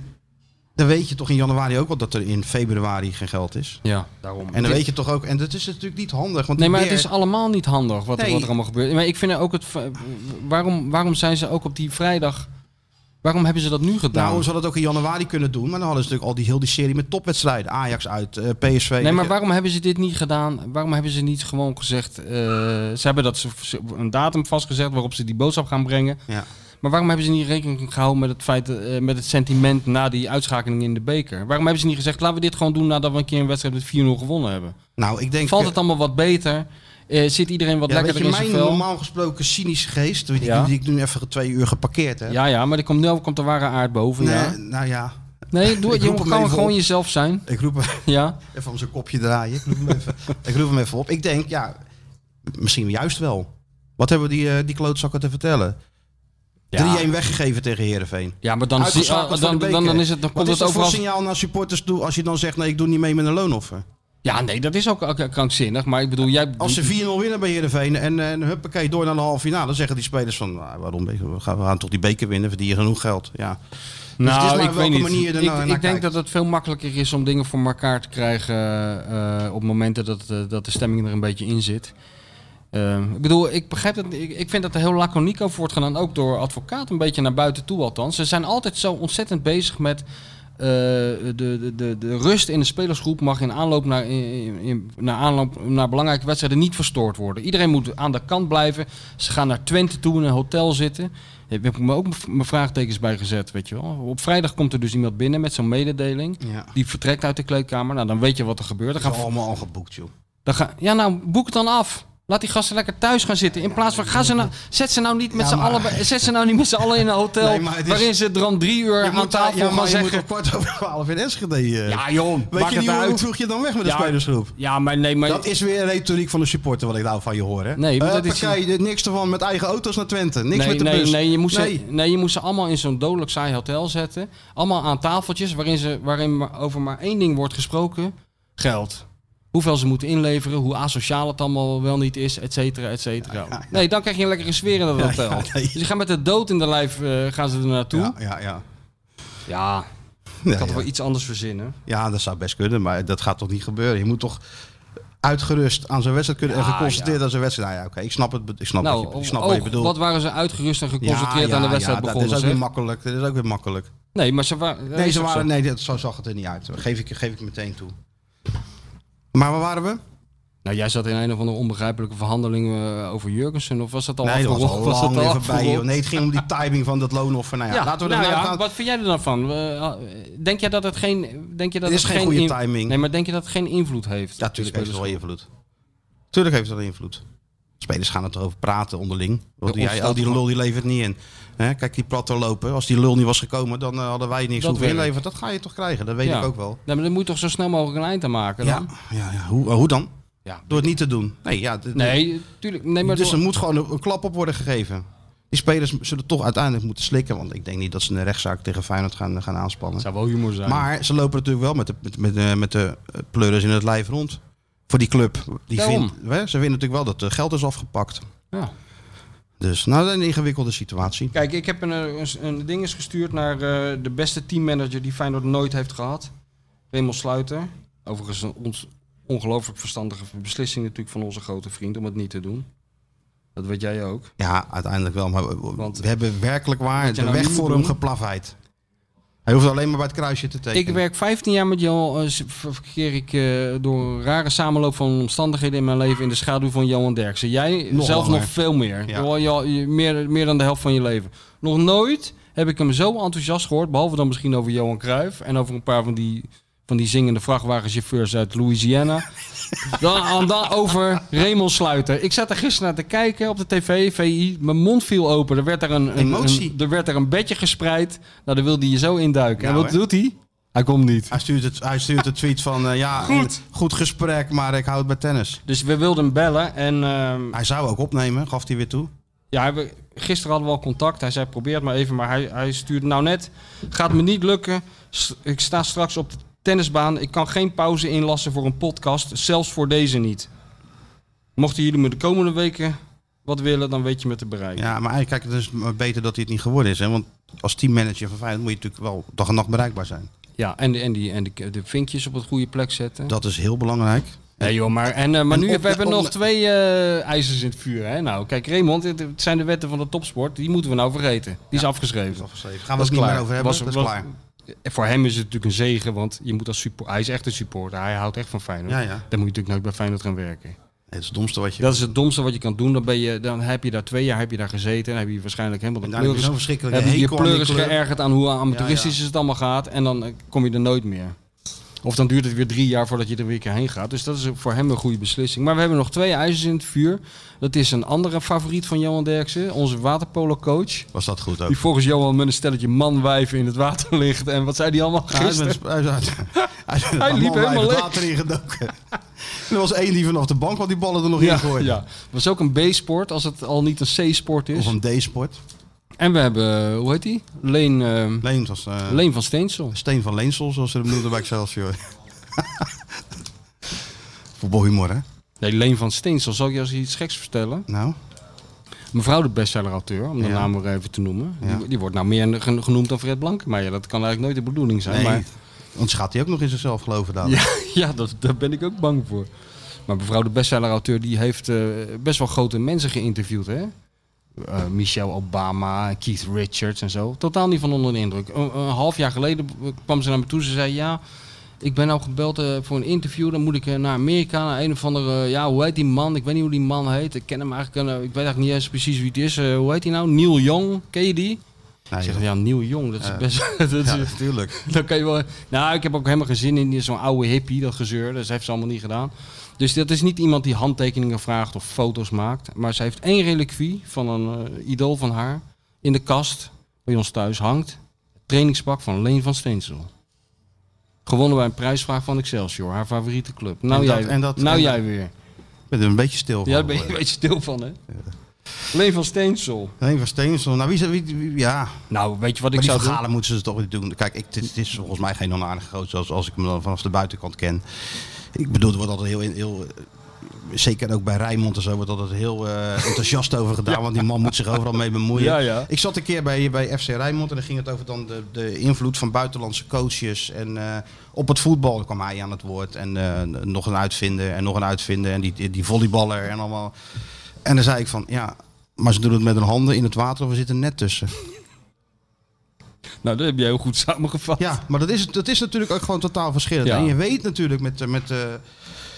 Speaker 6: dan weet je toch in januari ook wel dat er in februari geen geld is.
Speaker 5: Ja, daarom.
Speaker 6: En dan
Speaker 5: Dit-
Speaker 6: weet je toch ook, en dat is natuurlijk niet handig. Want
Speaker 5: Nee,
Speaker 6: die
Speaker 5: maar het
Speaker 6: Beer-
Speaker 5: is allemaal niet handig wat, er-
Speaker 6: Nee.
Speaker 5: wat er allemaal gebeurt. Maar ik vind er ook het. v- Waarom, waarom zijn ze ook op die vrijdag. Waarom hebben ze dat nu gedaan?
Speaker 6: Nou, ze hadden het ook in januari kunnen doen, maar dan hadden ze natuurlijk al die heel die serie met topwedstrijden. Ajax uit, eh, PSV.
Speaker 5: nee,
Speaker 6: weet
Speaker 5: maar
Speaker 6: je.
Speaker 5: waarom hebben ze dit niet gedaan? Waarom hebben ze niet gewoon gezegd. eh, ze hebben dat ze ze- een datum vastgezet waarop ze die boodschap gaan brengen.
Speaker 6: Ja.
Speaker 5: Maar waarom hebben ze niet rekening gehouden met het, feit, eh, met het sentiment na die uitschakeling in de beker? Waarom hebben ze niet gezegd, laten we dit gewoon doen nadat we een keer een wedstrijd met 4-0 gewonnen hebben?
Speaker 6: Nou, ik denk...
Speaker 5: Valt
Speaker 6: eh,
Speaker 5: het allemaal wat beter? Eh, zit iedereen wat
Speaker 6: ja, weet
Speaker 5: lekkerder
Speaker 6: je,
Speaker 5: in
Speaker 6: mijn
Speaker 5: zijn vel?
Speaker 6: normaal gesproken cynische geest, die,
Speaker 5: Ja.
Speaker 6: die ik nu even twee uur geparkeerd heb.
Speaker 5: Ja, ja, maar er komt, nu komt de ware aard boven.
Speaker 6: Nee,
Speaker 5: ja.
Speaker 6: Nou ja,
Speaker 5: Nee,
Speaker 6: <laughs>
Speaker 5: doe
Speaker 6: Ik
Speaker 5: het.
Speaker 6: roep
Speaker 5: Je
Speaker 6: hem
Speaker 5: kan
Speaker 6: even
Speaker 5: gewoon
Speaker 6: op.
Speaker 5: jezelf zijn.
Speaker 6: ik roep hem <laughs>
Speaker 5: Ja.
Speaker 6: even om zijn kopje draaien. Ik roep hem even, ik roep hem even op. Ik denk, ja, misschien juist wel. Wat hebben die, eh, die klootzakken te vertellen? 3-1 weggegeven tegen Heerenveen.
Speaker 5: Ja, maar dan, zie,
Speaker 6: Uitgeschakeld
Speaker 5: dan,
Speaker 6: voor de
Speaker 5: dan, dan,
Speaker 6: beker.
Speaker 5: is het, dan
Speaker 6: Wat
Speaker 5: komt
Speaker 6: is
Speaker 5: het
Speaker 6: dat voor
Speaker 5: overal.
Speaker 6: signaal naar supporters toe als je dan zegt, nee, ik doe niet mee met een loonoffer?
Speaker 5: Ja, nee, dat is ook k- krankzinnig. Maar ik bedoel, jij.
Speaker 6: Als ze 4-0 winnen bij Heerenveen en, en huppakee, door naar de halve finale, dan zeggen die spelers van, nou, waarom, we gaan, we gaan toch die beker winnen, verdien je genoeg geld. Ja. het is maar
Speaker 5: nou, ik
Speaker 6: welke
Speaker 5: weet niet.
Speaker 6: manier je er
Speaker 5: ik
Speaker 6: nou naar
Speaker 5: ik
Speaker 6: kijkt.
Speaker 5: denk dat het veel makkelijker is om dingen voor elkaar te krijgen eh, op momenten dat, eh, dat de stemming er een beetje in zit. Eh, ik bedoel, ik begrijp dat. Ik, ik vind dat er heel laconiek over wordt gedaan, ook door advocaat, een beetje naar buiten toe althans. Ze zijn altijd zo ontzettend bezig met. eh, de, de, de, de rust in de spelersgroep mag in aanloop naar, in, in- naar aanloop naar belangrijke wedstrijden niet verstoord worden. Iedereen moet aan de kant blijven. Ze gaan naar Twente toe in een hotel zitten. Daar heb ik me ook m- mijn vraagtekens bij gezet, weet je wel. Op vrijdag komt er dus iemand binnen met zo'n mededeling.
Speaker 6: Ja.
Speaker 5: Die vertrekt uit de kleedkamer. Nou, dan weet je wat er gebeurt. Dan
Speaker 6: Dat
Speaker 5: gaan
Speaker 6: is allemaal al geboekt, joh.
Speaker 5: dan ga, ja, nou, boek het dan af. Laat die gasten lekker thuis gaan zitten. In plaats van, ga ze nou, zet ze nou niet met
Speaker 6: Ja,
Speaker 5: z'n
Speaker 6: maar-
Speaker 5: allen, bij- zet ze nou niet met z'n allen in een hotel
Speaker 6: Nee, maar het is-
Speaker 5: waarin ze er om drie uur aan tafel
Speaker 6: ja, maar
Speaker 5: gaan
Speaker 6: je moet
Speaker 5: zeggen.
Speaker 6: op kwart over twaalf in Enschede. eh.
Speaker 5: Ja, joh,
Speaker 6: Weet
Speaker 5: maak
Speaker 6: je
Speaker 5: het
Speaker 6: niet hoe, hoe
Speaker 5: uit.
Speaker 6: vroeg je dan weg met de
Speaker 5: Ja.
Speaker 6: spelersgroep?
Speaker 5: Ja, maar nee, maar
Speaker 6: Dat is weer retoriek van de supporter, wat ik nou van je hoor. Hè?
Speaker 5: Nee, maar dat is-
Speaker 6: Huppakee, niks ervan met eigen auto's naar Twente. Niks
Speaker 5: nee,
Speaker 6: met de
Speaker 5: nee,
Speaker 6: bus.
Speaker 5: Nee, je moest
Speaker 6: Nee.
Speaker 5: Ze, nee, je moest ze allemaal in zo'n dodelijk saai hotel zetten. Allemaal aan tafeltjes waarin, ze, waarin maar over maar één ding wordt gesproken. Geld. Hoeveel ze moeten inleveren, hoe asociaal het allemaal wel niet is, et cetera, et cetera. Nee, dan krijg je een lekkere sfeer in dat hotel.
Speaker 6: ja, nee.
Speaker 5: Dus je gaat met de dood in de lijf eh, gaan ze er naartoe.
Speaker 6: Ja, ja,
Speaker 5: Ja,
Speaker 6: ja.
Speaker 5: ik had
Speaker 6: ja.
Speaker 5: er wel iets anders verzinnen.
Speaker 6: Ja, dat zou best kunnen, maar dat gaat toch niet gebeuren. Je moet toch uitgerust aan zijn wedstrijd kunnen en
Speaker 5: Ja,
Speaker 6: geconcentreerd aan zijn wedstrijd. Nou ja, oké, ik snap het, be- ik snap
Speaker 5: nou,
Speaker 6: wat je, ik snap
Speaker 5: ook,
Speaker 6: wat je bedoelt.
Speaker 5: wat waren ze uitgerust en geconcentreerd
Speaker 6: Ja,
Speaker 5: aan de
Speaker 6: ja,
Speaker 5: wedstrijd
Speaker 6: ja,
Speaker 5: begonnen?
Speaker 6: Dat is ook
Speaker 5: zeg.
Speaker 6: weer makkelijk. Dat is ook weer makkelijk.
Speaker 5: Nee, maar ze waren.
Speaker 6: Nee, ze waren, nee dat, zo zag het er niet uit. Geef ik, geef ik meteen toe. Maar waar waren we?
Speaker 5: Nou, jij zat in een of andere onbegrijpelijke verhandeling eh, over Jurgensen, of was dat al
Speaker 6: nee, dat was
Speaker 5: afgerond?
Speaker 6: al
Speaker 5: Was
Speaker 6: lang
Speaker 5: al
Speaker 6: weer voorbij.
Speaker 5: afgerond?
Speaker 6: joh. Nee, het ging om die timing van dat loonoffer. Nou ja,
Speaker 5: Ja,
Speaker 6: laten we er
Speaker 5: nou
Speaker 6: nou
Speaker 5: ja,
Speaker 6: gaan.
Speaker 5: wat vind jij er dan van? Eh, Denk jij dat het geen... Denk je dat
Speaker 6: Dit
Speaker 5: het
Speaker 6: is geen goede
Speaker 5: in-
Speaker 6: timing.
Speaker 5: Nee, maar denk je dat het geen invloed heeft?
Speaker 6: Ja, tuurlijk
Speaker 5: Op
Speaker 6: heeft
Speaker 5: de
Speaker 6: het wel
Speaker 5: spelers?
Speaker 6: invloed. Tuurlijk heeft het wel invloed. Spelers gaan het erover praten onderling. Want
Speaker 5: Ja,
Speaker 6: jij,
Speaker 5: ontstaat
Speaker 6: oh, die
Speaker 5: gewoon-
Speaker 6: lul die levert niet in. Hè, kijk die platte lopen. Als die lul niet was gekomen, dan eh, hadden wij niks
Speaker 5: Dat
Speaker 6: hoeven
Speaker 5: weet ik.
Speaker 6: inleveren. Dat ga je toch krijgen, dat weet
Speaker 5: Ja.
Speaker 6: ik ook wel.
Speaker 5: Nee, maar dan moet je toch zo snel mogelijk een eind aan maken
Speaker 6: Ja,
Speaker 5: dan?
Speaker 6: ja, ja. Hoe, hoe dan?
Speaker 5: Ja.
Speaker 6: Door het niet te doen. Nee, ja, d-
Speaker 5: Nee, tuurlijk. Nee, maar
Speaker 6: dus
Speaker 5: door-
Speaker 6: er moet gewoon een, een klap op worden gegeven. Die spelers zullen toch uiteindelijk moeten slikken. Want ik denk niet dat ze een rechtszaak tegen Feyenoord gaan, gaan aanspannen.
Speaker 5: zou wel humor zijn.
Speaker 6: Maar ze lopen natuurlijk wel met de, met, met, de- met de eh, pleuris in het lijf rond. Voor die club. Die
Speaker 5: Daarom.
Speaker 6: vindt, hè, ze vinden natuurlijk wel dat er geld is afgepakt.
Speaker 5: Ja.
Speaker 6: Dus nou, dat is een ingewikkelde situatie.
Speaker 5: Kijk, ik heb een, eh, een, een ding eens gestuurd naar eh, de beste teammanager die Feyenoord nooit heeft gehad. Raymond Sluiter. Overigens een ons ongelooflijk verstandige beslissing natuurlijk van onze grote vriend om het niet te doen. Dat weet jij ook.
Speaker 6: Ja, uiteindelijk wel. Maar we,
Speaker 5: Want-
Speaker 6: we hebben werkelijk waar
Speaker 5: Wat
Speaker 6: de
Speaker 5: je nou
Speaker 6: weg
Speaker 5: nu
Speaker 6: voor
Speaker 5: moet
Speaker 6: hem
Speaker 5: doen?
Speaker 6: geplaveid. Hij hoeft alleen maar bij het kruisje te tekenen.
Speaker 5: Ik werk 15 jaar met Johan. eh, s- ver- verkeer ik eh, door een rare samenloop van omstandigheden in mijn leven in de schaduw van Johan Derksen. Jij
Speaker 6: Nog
Speaker 5: zelf
Speaker 6: langer.
Speaker 5: nog veel meer.
Speaker 6: Ja.
Speaker 5: Johan, Jo- je- meer. Meer dan de helft van je leven. Nog nooit heb ik hem zo enthousiast gehoord. Behalve dan misschien over Johan Cruijff en over een paar van die, van die zingende vrachtwagenchauffeurs
Speaker 6: <laughs>
Speaker 5: uit Louisiana. dan, en dan over Raymond Sluiter. Ik zat er gisteren naar te kijken op de tv, VI. Mijn mond viel open. Er werd daar een, een-
Speaker 6: Emotie.
Speaker 5: een- er werd er een bedje gespreid. Nou, daar wilde je zo induiken.
Speaker 6: Nou,
Speaker 5: en wat
Speaker 6: hè?
Speaker 5: doet hij? Hij komt niet.
Speaker 6: Hij stuurt, het, hij stuurt een tweet van, eh, ja, goed. goed gesprek, maar ik houd bij tennis.
Speaker 5: Dus we wilden hem bellen en ehm,
Speaker 6: Hij zou ook opnemen, gaf hij weer toe.
Speaker 5: Ja, we, gisteren hadden we al contact. Hij zei, probeer het maar even. Maar hij, hij stuurde nou net, gaat me niet lukken. S- Ik sta straks op de tennisbaan. Ik kan geen pauze inlassen voor een podcast. Zelfs voor deze niet. Mochten jullie me de komende weken wat willen, dan weet je me te bereiken.
Speaker 6: Ja, maar eigenlijk, kijk, het is maar beter dat hij het niet geworden is. Hè? Want als teammanager van Feyenoord moet je natuurlijk wel dag en nacht bereikbaar zijn.
Speaker 5: Ja, en, de- en, die, en de, de vinkjes op het goede plek zetten.
Speaker 6: Dat is heel belangrijk.
Speaker 5: Nee joh, maar, en, eh, maar
Speaker 6: En
Speaker 5: nu
Speaker 6: op-
Speaker 5: we hebben
Speaker 6: op-
Speaker 5: nog twee eh, ijzers in het vuur. Hè? Nou, kijk Raymond, het, het zijn de wetten van de topsport. Die moeten we nou vergeten. Die is afgeschreven.
Speaker 6: Gaan we het
Speaker 5: is
Speaker 6: niet
Speaker 5: klaar.
Speaker 6: meer over hebben,
Speaker 5: Was-
Speaker 6: dat is
Speaker 5: was- eh,
Speaker 6: klaar.
Speaker 5: Voor hem is het natuurlijk een zegen, want je moet als support, hij is echt een supporter. Hij houdt echt van Feyenoord.
Speaker 6: Ja, ja.
Speaker 5: Dan moet je natuurlijk nooit bij Feyenoord gaan werken.
Speaker 6: Het is het domste wat je...
Speaker 5: Dat is het domste wat je kan doen. Dan, ben je, dan heb je daar twee jaar heb je daar gezeten en heb je waarschijnlijk helemaal de
Speaker 6: En daar heb je
Speaker 5: pleuris-
Speaker 6: zo'n verschrikkelijke
Speaker 5: heb je je
Speaker 6: hekel aan die
Speaker 5: pleuris
Speaker 6: club.
Speaker 5: geërgerd aan hoe amateuristisch het allemaal gaat. En dan eh, kom je er nooit meer. Of dan duurt het weer drie jaar voordat je er weer een keer heen gaat. Dus dat is voor hem een goede beslissing. Maar we hebben nog twee ijzers in het vuur. Dat is een andere favoriet van Johan Derksen, onze waterpolo-coach.
Speaker 6: Was dat goed ook?
Speaker 5: Die volgens Johan met een stelletje manwijven in het water <laughs> ligt. En wat zei die allemaal
Speaker 6: Ja, Hij is
Speaker 5: gisteren?
Speaker 6: met- hij is uit- <laughs> hij is met
Speaker 5: Hij
Speaker 6: een
Speaker 5: liep
Speaker 6: man bij
Speaker 5: helemaal
Speaker 6: het
Speaker 5: leeg.
Speaker 6: water ingedoken. <laughs> er was één die vanaf de bank had die ballen er nog in
Speaker 5: Ja,
Speaker 6: gooide.
Speaker 5: ja, was ook een B-sport als het al niet een C-sport is.
Speaker 6: Of een D-sport.
Speaker 5: En we hebben, eh, hoe heet die? Leen, ehm,
Speaker 6: Leens was... eh,
Speaker 5: Leen van Steensel.
Speaker 6: Steen van Leensel, zoals ze hem noemden bij Excelsior. <laughs> Voetbalhumor, hè?
Speaker 5: Nee, Leen van Steensel. Zal ik je als iets geks vertellen?
Speaker 6: Nou,
Speaker 5: Mevrouw de bestseller-auteur, om de
Speaker 6: Ja.
Speaker 5: naam maar even te noemen.
Speaker 6: Ja.
Speaker 5: Die, die wordt nou meer gen- genoemd dan Fred Blank. Maar ja, dat kan eigenlijk nooit de bedoeling zijn.
Speaker 6: nee.
Speaker 5: Maar,
Speaker 6: Want schaadt hij ook nog in zichzelf geloven daar.
Speaker 5: ja, <laughs> ja dat, daar ben ik ook bang voor. Maar mevrouw de bestseller-auteur die heeft eh, best wel grote mensen geïnterviewd, hè? Eh, Michelle Obama, Keith Richards en zo. Totaal niet van onder de indruk. Een, een half jaar geleden kwam ze naar me toe. Ze zei: Ja, ik ben nou gebeld eh, voor een interview. Dan moet ik eh, naar Amerika. Naar een of andere. eh, ja, hoe heet die man? Ik weet niet hoe die man heet. Ik ken hem eigenlijk. eh, ik weet eigenlijk niet eens precies wie het is. Eh, hoe heet hij nou? Neil Young. Ken je die?
Speaker 6: Nee,
Speaker 5: Ik zeg:
Speaker 6: joh.
Speaker 5: Ja, Neil Young. Dat is best. <laughs> dat is,
Speaker 6: ja, natuurlijk.
Speaker 5: <laughs> dan kan je wel. Nou, ik heb ook helemaal geen zin in die- zo'n oude hippie, dat gezeur. Dat heeft ze allemaal niet gedaan. Dus dat is niet iemand die handtekeningen vraagt of foto's maakt. Maar ze heeft één reliquie van een eh, idool van haar in de kast bij ons thuis hangt. Het trainingspak van Leen van Steensel. Gewonnen bij een prijsvraag van Excelsior, haar favoriete club. Nou,
Speaker 6: En dat-
Speaker 5: jij,
Speaker 6: en dat- Oh,
Speaker 5: nou
Speaker 6: en
Speaker 5: jij weer.
Speaker 6: Ik ben er een beetje stil
Speaker 5: Ja, daar
Speaker 6: van
Speaker 5: ben je een
Speaker 6: geworden.
Speaker 5: beetje stil van, hè? Leen van Steensel.
Speaker 6: Nee, van Steensel. Nou, wie, zou- wie, wie- ja.
Speaker 5: Nou, weet je wat
Speaker 6: Maar
Speaker 5: ik
Speaker 6: die
Speaker 5: zou doen?
Speaker 6: verhalen moeten ze toch niet doen. Kijk, ik, het, is volgens mij geen onaardige groot, zoals als ik hem dan vanaf de buitenkant ken. Ik bedoel, er wordt altijd heel, heel eh, zeker ook bij Rijnmond en zo, wordt altijd heel eh, enthousiast over
Speaker 5: <laughs>
Speaker 6: gedaan. Want die man moet zich overal mee bemoeien.
Speaker 5: Ja, ja.
Speaker 6: Ik zat een keer bij, bij FC Rijnmond en dan ging het over dan de, de invloed van buitenlandse coaches en eh, op het voetbal. Dan kwam hij aan het woord en eh, nog een uitvinder en nog een uitvinder en die, die volleyballer en allemaal. En dan zei ik van, ja, maar ze doen het met hun handen in het water of we zitten net tussen.
Speaker 5: Nou, dat heb je heel goed samengevat.
Speaker 6: Ja, maar dat is, dat is natuurlijk ook gewoon totaal verschillend.
Speaker 5: Ja.
Speaker 6: En je weet natuurlijk met, eh, met, eh,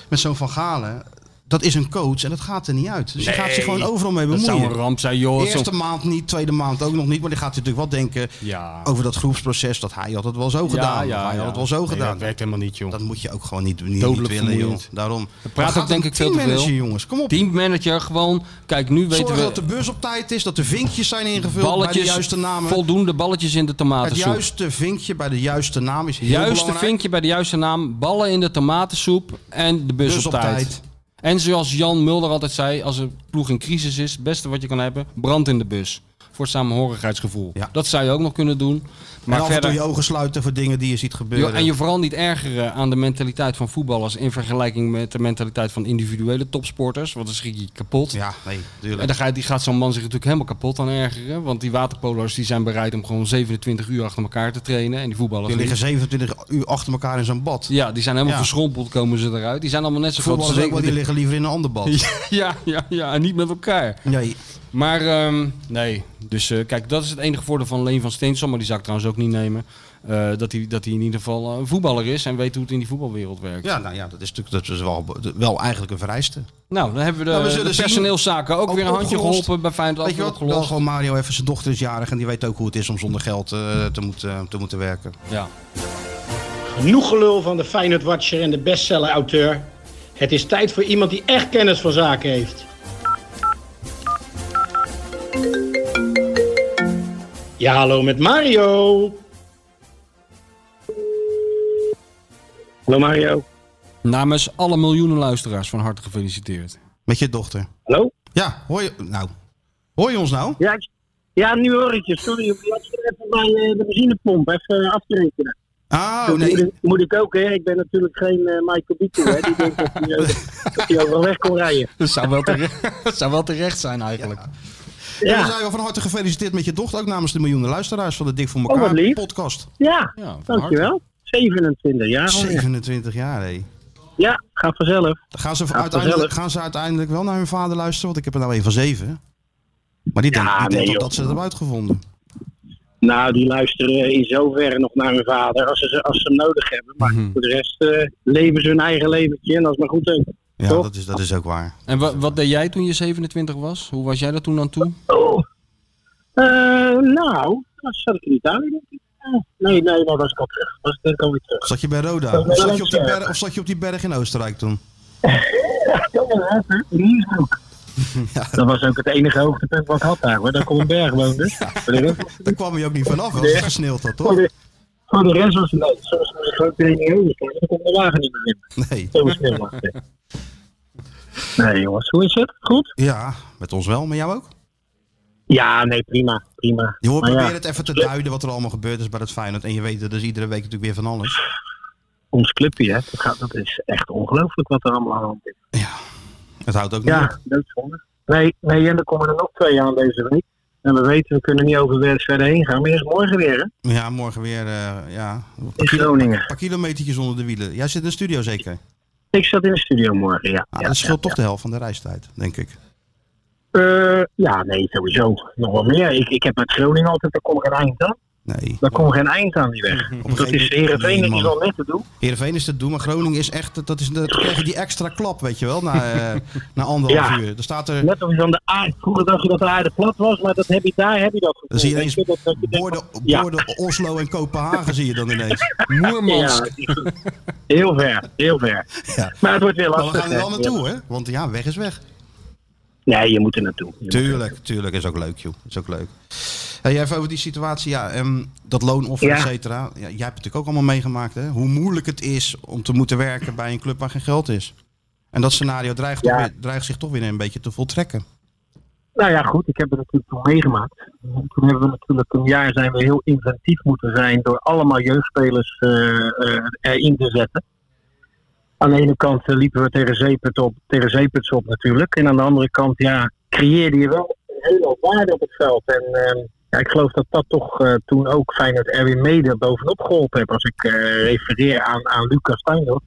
Speaker 6: met zo'n Van Galen, dat is een coach en dat gaat er niet uit. Dus je gaat zich gewoon overal mee
Speaker 5: Dat zou
Speaker 6: bemoeien.
Speaker 5: een ramp zijn, joh. Zo'n-
Speaker 6: Eerste maand niet, tweede maand ook nog niet. Maar die gaat natuurlijk wat denken
Speaker 5: Ja.
Speaker 6: over dat groepsproces. Dat hij had het wel zo gedaan. Ja, hij had het wel zo
Speaker 5: Nee,
Speaker 6: gedaan.
Speaker 5: Dat werkt helemaal niet, joh.
Speaker 6: Dat moet je ook gewoon niet, niet, niet
Speaker 5: Dodelijk
Speaker 6: willen, joh.
Speaker 5: vermoeiend.
Speaker 6: Daarom.
Speaker 5: praat
Speaker 6: Dan
Speaker 5: ook
Speaker 6: gaat
Speaker 5: denk
Speaker 6: een
Speaker 5: ik veel te veel.
Speaker 6: teammanager, jongens. Kom op.
Speaker 5: Teammanager gewoon, kijk nu weten
Speaker 6: Zorg
Speaker 5: we
Speaker 6: dat de bus op tijd is. Dat de vinkjes zijn ingevuld bij
Speaker 5: balletjes,
Speaker 6: de juiste namen.
Speaker 5: voldoende balletjes in de
Speaker 6: Het
Speaker 5: tomatensoep.
Speaker 6: juiste vinkje bij de juiste naam is heel
Speaker 5: Juiste
Speaker 6: belangrijk.
Speaker 5: vinkje bij de juiste naam, ballen in de tomatensoep en de bus,
Speaker 6: Bus
Speaker 5: op,
Speaker 6: op
Speaker 5: tijd.
Speaker 6: tijd.
Speaker 5: En zoals Jan Mulder altijd zei, als een ploeg in crisis is, het beste wat je kan hebben, brand in de bus. Voor het samenhorigheidsgevoel.
Speaker 6: Ja.
Speaker 5: Dat zou je ook nog kunnen doen. Maar
Speaker 6: Maar en af en toe
Speaker 5: verder,
Speaker 6: je ogen sluiten voor dingen die je ziet gebeuren.
Speaker 5: Jo, en je vooral niet ergeren aan de mentaliteit van voetballers in vergelijking met de mentaliteit van individuele topsporters. Want dan schrik je kapot.
Speaker 6: Ja, nee,
Speaker 5: En
Speaker 6: tuurlijk.
Speaker 5: dan gaat, die gaat zo'n man zich natuurlijk helemaal kapot aan ergeren. Want die waterpolo's die zijn bereid om gewoon 27 uur achter elkaar te trainen. En die voetballers...
Speaker 6: Die
Speaker 5: niet.
Speaker 6: liggen 27 uur achter elkaar in zo'n bad.
Speaker 5: Ja, die zijn helemaal
Speaker 6: Ja.
Speaker 5: verschrompeld komen ze eruit. Die zijn allemaal net zo groot als
Speaker 6: Voetballers ook, maar die
Speaker 5: denken-
Speaker 6: liggen liever in een ander bad.
Speaker 5: <laughs> Ja, ja, ja, en niet met elkaar.
Speaker 6: Nee,
Speaker 5: Maar ehm, nee, dus eh, kijk, dat is het enige voordeel van Leen van Steensel. Maar die zou ik trouwens ook niet nemen. eh, dat, hij, dat hij in ieder geval eh, een voetballer is en weet hoe het in die voetbalwereld werkt.
Speaker 6: Ja, nou ja, dat is natuurlijk dat is wel, wel eigenlijk een vereiste.
Speaker 5: Nou, dan hebben we de,
Speaker 6: Nou, we zullen
Speaker 5: de personeelszaken ook
Speaker 6: Ook
Speaker 5: weer een handje
Speaker 6: opgelost.
Speaker 5: geholpen bij Feyenoord.
Speaker 6: Weet je wat? Wel
Speaker 5: opgelost.
Speaker 6: gewoon Mario even zijn dochter is jarig en die weet ook hoe het is om zonder geld
Speaker 5: Hm.
Speaker 6: eh, te, moeten, te moeten werken.
Speaker 5: Ja.
Speaker 7: Genoeg gelul van de Feyenoord Watcher en de bestseller-auteur. Het is tijd voor iemand die echt kennis van zaken heeft. Ja, hallo met Mario. Hallo Mario.
Speaker 5: Namens alle miljoenen luisteraars van harte gefeliciteerd.
Speaker 6: Met je dochter.
Speaker 7: Hallo?
Speaker 6: Ja, hoor je, nou, hoor je ons nou?
Speaker 7: Ja, ik- ja nu hoor ik je. Sorry, ik was er even bij eh, de benzinepomp. Even eh, af te rekenen.
Speaker 6: Ah,
Speaker 7: Dat
Speaker 6: nee.
Speaker 7: moet, ik, moet ik ook, hè? Ik ben natuurlijk geen eh, Michael Bieter, hè? Die denkt dat hij, eh, dat hij overal weg kon rijden.
Speaker 5: Dat zou wel <laughs> terecht, zou wel terecht zijn eigenlijk.
Speaker 6: We
Speaker 7: Ja,
Speaker 6: zijn wel van harte gefeliciteerd met je dochter. Ook namens de miljoenen luisteraars van de Dik voor
Speaker 7: Oh, wat
Speaker 6: elkaar
Speaker 7: lief.
Speaker 6: podcast.
Speaker 7: ja.
Speaker 5: Ja, van
Speaker 7: Dankjewel. 27 jaar alweer.
Speaker 6: 27 jaar, hé.
Speaker 7: Ja, gaat vanzelf.
Speaker 6: Gaan ze,
Speaker 7: Ja,
Speaker 6: uiteindelijk,
Speaker 7: vanzelf.
Speaker 6: gaan ze uiteindelijk wel naar hun vader luisteren? Want ik heb er nou een van zeven. Maar die denkt
Speaker 7: Ja,
Speaker 6: die denkt
Speaker 7: nee,
Speaker 6: toch
Speaker 7: joh.
Speaker 6: dat ze het hebben uitgevonden.
Speaker 7: Nou, die luisteren in zoverre nog naar hun vader als ze, ze- als ze hem nodig hebben. Maar voor de rest eh, leven ze hun eigen leventje en dat is maar goed. ook.
Speaker 6: Ja,
Speaker 7: Toch?
Speaker 6: dat is, dat is ook waar.
Speaker 5: En wa- wat deed jij toen je 27 was? Hoe was jij daar toen aan toe?
Speaker 7: Oh. Eh, nou, dat zat ik in Italië, denk ik. Ja. Nee, nee, daar was ik al terug. Was ik denk ik alweer terug.
Speaker 6: Zat je bij Roda? Of zat je op die berg, of zat je op die berg in Oostenrijk toen?
Speaker 7: In Innsbruck. Dat was ook het enige hoogtepunt wat ik had daar hoor. Daar kon een berg wonen. Voor, de rest,
Speaker 6: Daar kwam je ook niet vanaf als het gesneeuwd had,
Speaker 7: voor,
Speaker 6: toch?
Speaker 7: de, voor de rest was het leuk. Soms moest ik gewoon drie niet over. Dan kon de wagen niet meer in.
Speaker 6: Nee.
Speaker 7: Zo snel was het. Nee jongens, hoe is het? Goed?
Speaker 6: Ja, met ons wel, met jou ook.
Speaker 7: Ja, nee, prima. prima.
Speaker 6: Je hoort
Speaker 7: Maar ja,
Speaker 6: proberen het even te duiden wat er allemaal gebeurd is bij dat Feyenoord. En je weet er dus iedere week natuurlijk weer van alles.
Speaker 7: ons clubje, hè, dat, gaat, dat is echt ongelooflijk wat er allemaal aan de hand is.
Speaker 6: Het houdt ook niet op.
Speaker 7: Ja, doodzonde. Nee, nee, en er komen er nog twee aan deze week. En we weten, we kunnen niet over weer verder heen gaan. Maar eerst morgen weer, hè?
Speaker 6: Ja, morgen weer eh, ja, een
Speaker 7: In
Speaker 6: paar, kilo-
Speaker 7: Groningen.
Speaker 6: paar kilometertjes onder de wielen. Jij zit in de studio zeker?
Speaker 7: Ik zat in de studio morgen, ja.
Speaker 6: Ah,
Speaker 7: ja,
Speaker 6: dat scheelt
Speaker 7: ja,
Speaker 6: toch de helft van de reistijd, denk ik.
Speaker 7: ja. Eh, ja, nee, sowieso. Nog wel meer. Ik, ik heb met Groningen altijd, daar komt geen eind aan.
Speaker 6: Nee.
Speaker 7: Daar komt geen eind aan die
Speaker 6: <laughs>
Speaker 7: weg. Dat
Speaker 6: gegeven
Speaker 7: is
Speaker 6: moment-
Speaker 7: Heerenveen,
Speaker 6: Nee,
Speaker 7: dat is
Speaker 6: man.
Speaker 7: wel net te doen.
Speaker 6: Heerenveen is te doen, maar Groningen is echt... Dat is, dat krijg je die extra klap, weet je wel, na,
Speaker 7: <laughs>
Speaker 6: eh, na anderhalf
Speaker 7: Ja.
Speaker 6: uur. Er staat er...
Speaker 7: Net als je dan de aarde, vroeger dacht je dat de aarde plat was, maar dat heb je daar, heb je dat gevoel.
Speaker 6: Dan zie je
Speaker 7: Weet
Speaker 6: ineens
Speaker 7: dat- dat je denkt
Speaker 6: Borden,
Speaker 7: van- ja.
Speaker 6: borden Oslo en Kopenhagen zie je dan
Speaker 7: <laughs>
Speaker 6: ineens.
Speaker 5: Moermansk.
Speaker 7: Ja, die- <laughs> heel ver, heel ver.
Speaker 6: Ja.
Speaker 7: Maar het wordt weer
Speaker 6: Maar
Speaker 7: lastig.
Speaker 6: we gaan er wel
Speaker 7: hè.
Speaker 6: naartoe, hè? Want ja, weg is weg.
Speaker 7: Nee, je moet er naartoe. Je moet er
Speaker 6: Tuurlijk, tuurlijk. Is ook leuk, joh. Is ook leuk. Hey, even over die situatie, ja, ehm, dat loonoffer,
Speaker 7: Ja.
Speaker 6: et cetera. Ja, jij hebt het natuurlijk ook allemaal meegemaakt, hè? Hoe moeilijk het is om te moeten werken bij een club waar geen geld is. En dat scenario dreigt, toch
Speaker 7: Ja.
Speaker 6: weer, dreigt zich toch weer een beetje te voltrekken.
Speaker 7: Nou ja, goed, ik heb het natuurlijk toen meegemaakt. Toen hebben we natuurlijk een jaar zijn we heel inventief moeten zijn door allemaal jeugdspelers eh, eh, erin te zetten. Aan de ene kant eh, liepen we tegen zeeputs op, tegen zeeputs op natuurlijk. En aan de andere kant, ja, creëerde je wel een hele hoop waarde op het veld. En ehm, ja, ik geloof dat dat toch eh, toen ook Feyenoord Erwin Mede bovenop geholpen heeft. Als ik eh, refereer aan, aan Lucas Steindorf.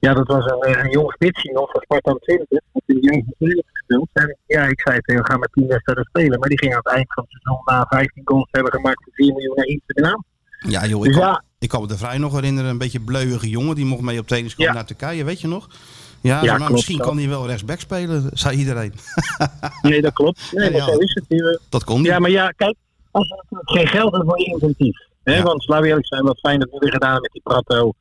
Speaker 7: Ja, dat was een, eh, een jong spitsie nog van Spartan 20. Dat in de jeugd heeft gespeeld. En ja, ik zei tegen hem, ga maar 10 wedstrijden spelen. Maar die ging aan het eind van het seizoen na 15 goals hebben gemaakt voor 4 miljoen naar Amsterdam.
Speaker 6: Ja, joh, ik
Speaker 7: Dus
Speaker 6: kan,
Speaker 7: ja,
Speaker 6: ik kan me de vrij nog herinneren. Een beetje bleuige jongen, die mocht mee op trainingskamp
Speaker 7: Ja.
Speaker 6: naar Turkije, weet je nog? Ja,
Speaker 7: Ja,
Speaker 6: maar
Speaker 7: klopt,
Speaker 6: misschien
Speaker 7: ja.
Speaker 6: kan hij wel rechtsback spelen, zei iedereen.
Speaker 7: nee, dat klopt. Nee, maar
Speaker 6: Ja.
Speaker 7: zo is het. eh, nu.
Speaker 6: Dat kon niet.
Speaker 7: Ja, maar ja, kijk, als er natuurlijk geen geld is, word je inventief. Hè?
Speaker 6: Ja.
Speaker 7: Want laten we eerlijk zijn, wat fijn dat we weer gedaan met die Prato.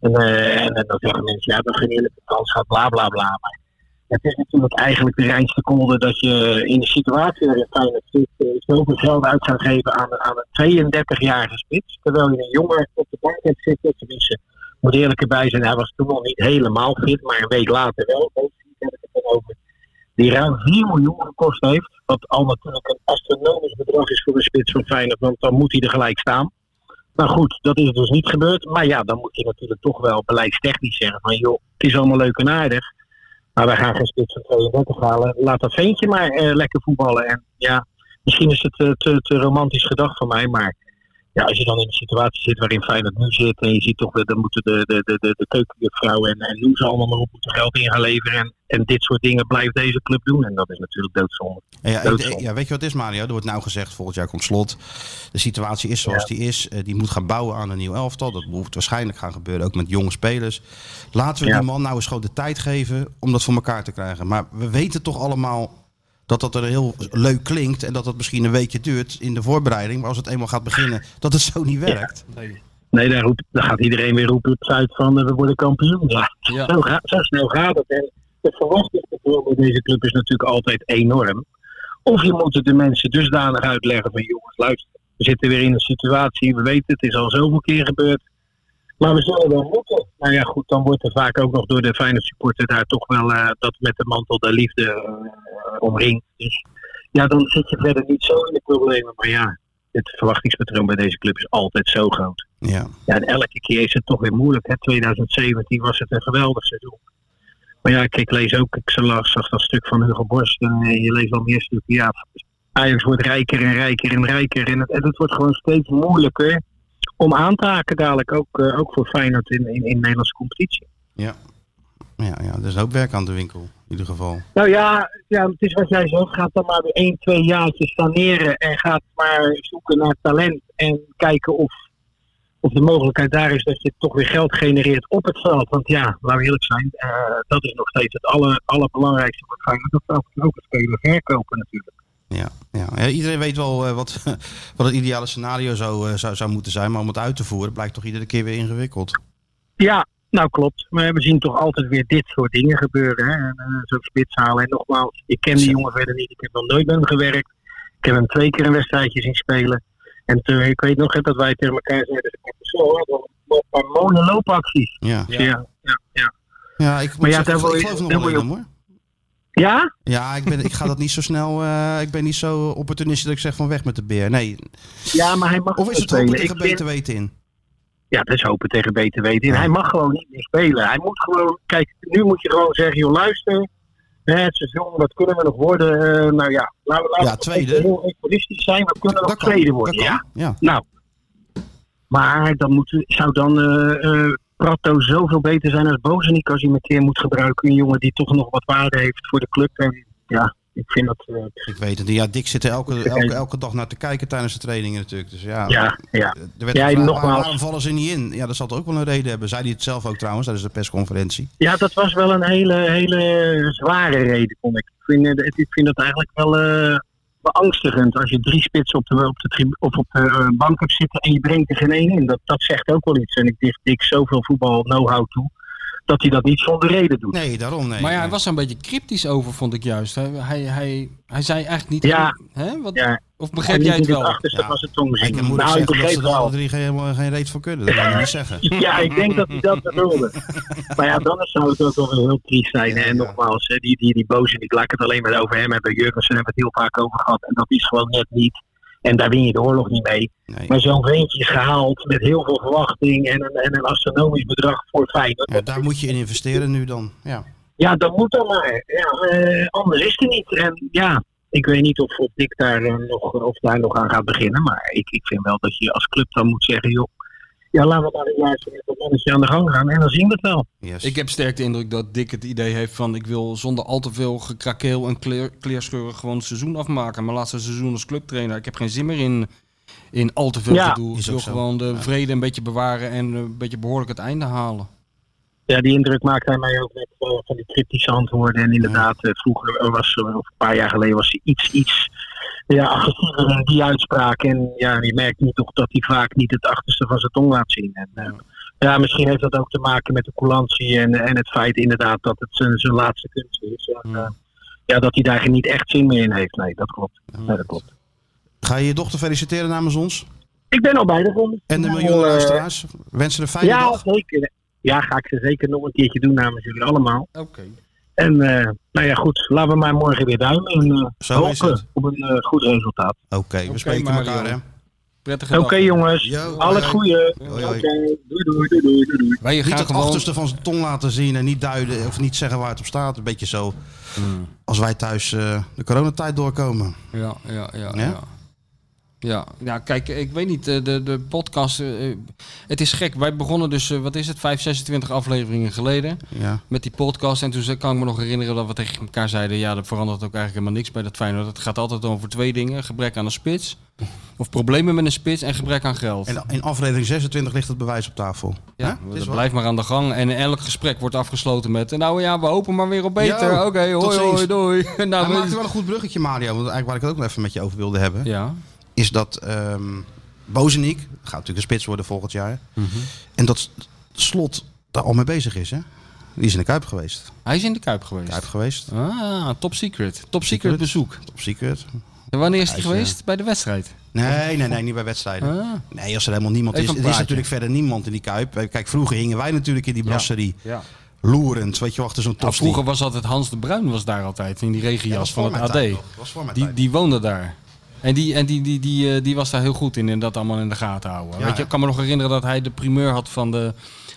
Speaker 7: En, eh, en, en dan zeggen mensen, ja, dat is een eerlijke kans, gaat bla bla bla. Maar het is natuurlijk eigenlijk de reinste kolder dat je in de situatie waarin Feyenoord zit, eh, zoveel geld uit gaat geven aan, aan een 32-jarige spits. Terwijl je een jongen op de bank hebt zitten, tenminste, ik moet eerlijk erbij zijn, hij was toen nog niet helemaal fit, maar een week later wel. Deze week heb ik het dan over die ruim 4 miljoen gekost heeft. Wat al natuurlijk een astronomisch bedrag is voor een spits van Feyenoord, want dan moet hij er gelijk staan. Maar goed, dat is dus niet gebeurd. Maar ja, dan moet je natuurlijk toch wel beleidstechnisch zeggen van joh, het is allemaal leuk en aardig. Maar wij gaan geen spits van 32 halen. Laat dat ventje maar eh, lekker voetballen. En ja, misschien is het eh, te, te romantisch gedacht van mij, maar ja, als je dan in een situatie zit waarin Feyenoord nu zit en je ziet toch dat dan moeten de, de, de, de, de keukenjuffrouw en, en noemen ze allemaal maar op moeten geld in gaan leveren en, en dit soort dingen blijft deze club doen en dat is natuurlijk doodzonde.
Speaker 6: Ja, ik-
Speaker 7: Doodzonde.
Speaker 6: ja, weet je wat het is, Mario? Er wordt nou gezegd, volgend jaar komt slot. De situatie is zoals die is. Eh, Die moet gaan bouwen aan een nieuw elftal. Dat moet waarschijnlijk gaan gebeuren, ook met jonge spelers. Laten we
Speaker 7: Ja.
Speaker 6: die man nou eens gewoon de tijd geven om dat voor elkaar te krijgen. Maar we weten toch allemaal dat dat er heel leuk klinkt... en dat dat misschien een weekje duurt in de voorbereiding. Maar als het eenmaal gaat beginnen, dat het zo niet werkt.
Speaker 7: Nee, daar, roept, daar gaat iedereen weer roepen op het site van eh, we worden kampioen. Ja,
Speaker 5: Ja.
Speaker 7: Zo, ga- zo snel gaat het. En de verwachtingspatroon bij deze club is natuurlijk altijd enorm. Of je moet het de mensen dusdanig uitleggen van jongens, luister, we zitten weer in een situatie, we weten het is al zoveel keer gebeurd. Maar we zullen wel moeten. Nou ja, goed, dan wordt er vaak ook nog door de fijne supporter daar toch wel eh, dat met de mantel der liefde eh, omringd. Dus ja, dan zit je verder niet zo in de problemen. Maar ja, het verwachtingspatroon bij deze club is altijd zo groot.
Speaker 6: Ja.
Speaker 7: Ja, en elke keer is het toch weer moeilijk. Hè? 2017 was het een geweldig seizoen. Maar ja, ik, ik lees ook, ik zag, zag dat stuk van Hugo Borst. En eh, je leest al meer stukken. Ja, Ajax wordt rijker en rijker en rijker. En het, en het wordt gewoon steeds moeilijker om aan te haken dadelijk. Ook, eh, ook voor Feyenoord in, in, in Nederlandse competitie.
Speaker 6: Ja, ja, er is een hoop werk aan de winkel, in ieder geval.
Speaker 7: Nou ja, ja, het is wat jij zegt. Gaat dan maar weer één, twee jaartjes saneren. En gaat maar zoeken naar talent. En kijken of, of de mogelijkheid daar is dat je toch weer geld genereert op het veld. Want ja, laten we eerlijk zijn. eh, dat is nog steeds het aller, allerbelangrijkste voor Feyenoord. Dat zou ook een speler verkopen natuurlijk.
Speaker 6: Ja, ja. ja, iedereen weet wel eh, wat, <laughs> wat het ideale scenario zou, eh, zou, zou moeten zijn. Maar om het uit te voeren blijkt toch iedere keer weer ingewikkeld.
Speaker 7: Ja, nou klopt. Maar we zien toch altijd weer dit soort dingen gebeuren. Hè? En, eh, Zo'n spits halen. En nogmaals, ik ken die jongen verder niet. Ik heb nog nooit met hem gewerkt. Ik heb hem twee keer een wedstrijdje zien spelen. En toen, ik weet nog hè, dat wij tegen elkaar zeiden... Zo, hè, wat een paar mooie loopacties.
Speaker 6: Ja,
Speaker 7: Ja, ja. ja, ja.
Speaker 6: ja ik, moet
Speaker 7: Maar ja,
Speaker 6: zeggen,
Speaker 7: daar
Speaker 6: ik
Speaker 7: wil je-
Speaker 6: geloof nog
Speaker 7: daar
Speaker 6: wel in
Speaker 7: wil je-
Speaker 6: hem, hoor.
Speaker 7: Ja?
Speaker 6: Ja, ik, ben, ik ga dat niet zo snel... eh, ik ben niet zo opportunistisch dat ik zeg van weg met de beer. Nee.
Speaker 7: Ja, maar hij mag
Speaker 6: Of is het
Speaker 7: spelen.
Speaker 6: hopen tegen
Speaker 7: Ik vind-
Speaker 6: beter weten in?
Speaker 7: Ja, dat is hopen tegen beter weten. En
Speaker 6: Ja.
Speaker 7: Hij mag gewoon niet meer spelen. Hij moet gewoon, kijk, nu moet je gewoon zeggen, joh, luister. Hè, het seizoen, wat kunnen we nog worden? Eh, nou ja, laten we laten
Speaker 6: Ja,
Speaker 7: we
Speaker 6: tweede.
Speaker 7: even heel egoïstisch zijn. We kunnen nog tweede worden,
Speaker 6: dat kan.
Speaker 7: ja.
Speaker 6: Ja.
Speaker 7: Nou, maar dan moet, zou dan eh, eh, Prato zoveel beter zijn als Bozenik als hij hem een keer moet gebruiken. Een jongen die toch nog wat waarde heeft voor de club. En ja, ik vind dat... eh,
Speaker 6: Ik weet het niet. Ja, Dick zit er elke,
Speaker 7: kijken.
Speaker 6: elke, elke dag naar te kijken tijdens de trainingen natuurlijk. Dus ja,
Speaker 7: ja, ja.
Speaker 6: er werd
Speaker 7: Ja,
Speaker 6: gevraagd,
Speaker 7: nogmaals.
Speaker 6: waarom vallen ze niet in? Ja, dat zal toch ook wel een reden hebben. Zei hij het zelf ook trouwens tijdens de persconferentie.
Speaker 7: Ja, dat was wel een hele, hele zware reden, vond ik. Ik vind, eh, ik vind dat eigenlijk wel eh, beangstigend als je drie spitsen op de, op de, tribu- of op de eh, bank hebt zitten en je brengt er geen één in. Dat, dat zegt ook wel iets. En ik dicht dik zoveel voetbal-know-how toe dat hij dat niet zonder reden doet.
Speaker 6: Nee, daarom nee.
Speaker 5: Maar ja, hij
Speaker 6: Nee.
Speaker 5: was er een beetje cryptisch over, vond ik juist. Hij, hij, hij, hij zei eigenlijk niet...
Speaker 7: Ja.
Speaker 5: Hè? Wat,
Speaker 7: Ja.
Speaker 5: Of
Speaker 7: En
Speaker 5: begreep
Speaker 7: niet
Speaker 5: jij het
Speaker 7: in het
Speaker 5: wel?
Speaker 7: achterste
Speaker 6: Ja.
Speaker 7: van zijn tong
Speaker 6: Ik
Speaker 7: zien.
Speaker 6: moet
Speaker 7: nou, ik
Speaker 6: zeggen dat
Speaker 7: begreep
Speaker 6: ze er alle
Speaker 7: wel.
Speaker 6: drie helemaal geen reet van kunnen. Dat kan je niet zeggen.
Speaker 7: <laughs> Ja, ik denk dat hij dat bedoelde. Maar ja, dan zou het ook wel weer heel triest zijn. hè. En nogmaals, hè, die, die, die boze, ik laat ik het alleen maar over hem hebben. Jurgensen hebben we het heel vaak over gehad. En dat is gewoon net niet. En daar win je de oorlog niet mee.
Speaker 6: Nee.
Speaker 7: Maar zo'n ventje is gehaald met heel veel verwachting en een, en een astronomisch bedrag voor Feyenoord.
Speaker 6: Ja, daar moet je in investeren nu dan. Ja.
Speaker 7: Ja, dat moet dan maar. Ja, eh, anders is het niet. En ja, ik weet niet of, of Dick daar, eh, nog, of daar nog aan gaat beginnen. Maar ik, ik vind wel dat je als club dan moet zeggen, joh, ja, laten we maar een jaartje met dat mannetje aan de gang gaan en dan zien we het wel.
Speaker 6: Yes.
Speaker 5: Ik heb sterk de indruk dat Dick het idee heeft van... ik wil zonder al te veel gekrakeel en kleer, kleerscheuren gewoon het seizoen afmaken. Mijn laatste seizoen als clubtrainer. Ik heb geen zin meer in, in al te veel
Speaker 7: Ja.
Speaker 5: gedoe. Ik
Speaker 6: Is ook
Speaker 5: wil
Speaker 6: zo.
Speaker 5: gewoon de vrede een beetje bewaren en eh, een beetje behoorlijk het einde halen.
Speaker 7: Ja, die indruk maakt hij mij ook met eh, van die cryptische antwoorden. En inderdaad, eh, vroeger was, eh, of een paar jaar geleden was hij iets, iets ja, agressiever in die uitspraak. En ja, je merkt nu toch dat hij vaak niet het achterste van zijn tong laat zien. En, eh, ja, misschien heeft dat ook te maken met de coulantie en, en het feit inderdaad dat het zijn, zijn laatste kunst is. En, eh, ja, dat hij daar niet echt zin meer in heeft. Nee, dat klopt. Nee, dat klopt.
Speaker 6: Ga je je dochter feliciteren namens ons?
Speaker 7: Ik ben al bij de ronde.
Speaker 6: En de
Speaker 7: Nou,
Speaker 6: miljoenen
Speaker 7: eh,
Speaker 6: luisteraars? Wensen een fijne
Speaker 7: Ja,
Speaker 6: dag.
Speaker 7: zeker. Ja, ga ik ze zeker nog een keertje doen namens jullie allemaal.
Speaker 5: Oké.
Speaker 7: En eh, nou ja, goed, laten we maar morgen weer duimen en eh,
Speaker 6: Zo is het.
Speaker 7: hopen op een eh, goed resultaat.
Speaker 6: Oké, we
Speaker 5: Oké,
Speaker 6: spreken
Speaker 5: Mario.
Speaker 6: elkaar hè.
Speaker 5: Prettige
Speaker 7: Oké
Speaker 5: dag.
Speaker 7: jongens,
Speaker 6: Yo,
Speaker 7: al het
Speaker 6: hoi.
Speaker 7: goede.
Speaker 6: Hoi,
Speaker 7: Oké,
Speaker 6: hoi.
Speaker 7: doei doei doei doei doei.
Speaker 5: Wij
Speaker 6: Niet
Speaker 5: gaan
Speaker 6: het
Speaker 5: gewoon...
Speaker 6: achterste van zijn tong laten zien en niet duiden of niet zeggen waar het op staat. Een beetje zo
Speaker 5: Hmm.
Speaker 6: als wij thuis eh, de coronatijd doorkomen.
Speaker 5: Ja, ja, ja.
Speaker 6: Ja?
Speaker 5: ja. Ja, ja, kijk, ik weet niet, eh, de, de podcast, eh, eh, het is gek. Wij begonnen dus, eh, wat is het, 5, 26 afleveringen geleden
Speaker 6: Ja.
Speaker 5: met die podcast. En toen ze- kan ik me nog herinneren dat we tegen elkaar zeiden, ja, dat verandert ook eigenlijk helemaal niks bij dat Feyenoord. Het gaat altijd over twee dingen, gebrek aan een spits, of problemen met een spits en gebrek aan geld.
Speaker 6: En in aflevering 26 ligt het bewijs op tafel. Hè?
Speaker 5: Ja,
Speaker 6: Het is
Speaker 5: dat
Speaker 6: wel-
Speaker 5: blijft maar aan de gang. En elk gesprek wordt afgesloten met... Nou ja, we hopen maar weer op beter.
Speaker 6: Yo,
Speaker 5: Oké,
Speaker 6: tot
Speaker 5: hoi,
Speaker 6: ziens.
Speaker 5: hoi, doei. <laughs> Nou,
Speaker 6: Hij
Speaker 5: we-
Speaker 6: maakte wel een goed bruggetje, Mario. Want eigenlijk waar ik het ook nog even met je over wilde hebben.
Speaker 5: Ja,
Speaker 6: Is dat ehm Bozeniek, gaat natuurlijk een spits worden volgend jaar.
Speaker 5: Mhm.
Speaker 6: En dat S- Slot daar al mee bezig is, hè? Die is in de Kuip geweest.
Speaker 5: hij is in de Kuip geweest.
Speaker 6: Kuip geweest.
Speaker 5: Ah, top secret. Top secret
Speaker 6: Secret.
Speaker 5: bezoek.
Speaker 6: Top secret.
Speaker 5: En wanneer is hij
Speaker 6: Hij is,
Speaker 5: geweest? Bij de wedstrijd.
Speaker 6: Nee, nee, nee, niet bij wedstrijden.
Speaker 5: Ah.
Speaker 6: Nee, als er helemaal niemand
Speaker 5: Even
Speaker 6: is. Er
Speaker 5: een
Speaker 6: is
Speaker 5: plaatje.
Speaker 6: natuurlijk verder niemand in die Kuip. Eh, Kijk, vroeger hingen wij natuurlijk in die brasserie.
Speaker 5: Ja.
Speaker 6: Loerend, weet je, wel, achter zo'n top.
Speaker 5: Nou, vroeger was altijd Hans de Bruin was daar altijd. In die regenjas van het AD.
Speaker 6: was voor mijn
Speaker 5: Die,
Speaker 6: tijd.
Speaker 5: die woonde daar. En, die, en die, die, die, eh, die was daar heel goed in en dat allemaal in de gaten houden.
Speaker 6: Ja,
Speaker 5: Weet je,
Speaker 6: ja.
Speaker 5: ik kan me nog herinneren dat hij de primeur had van de,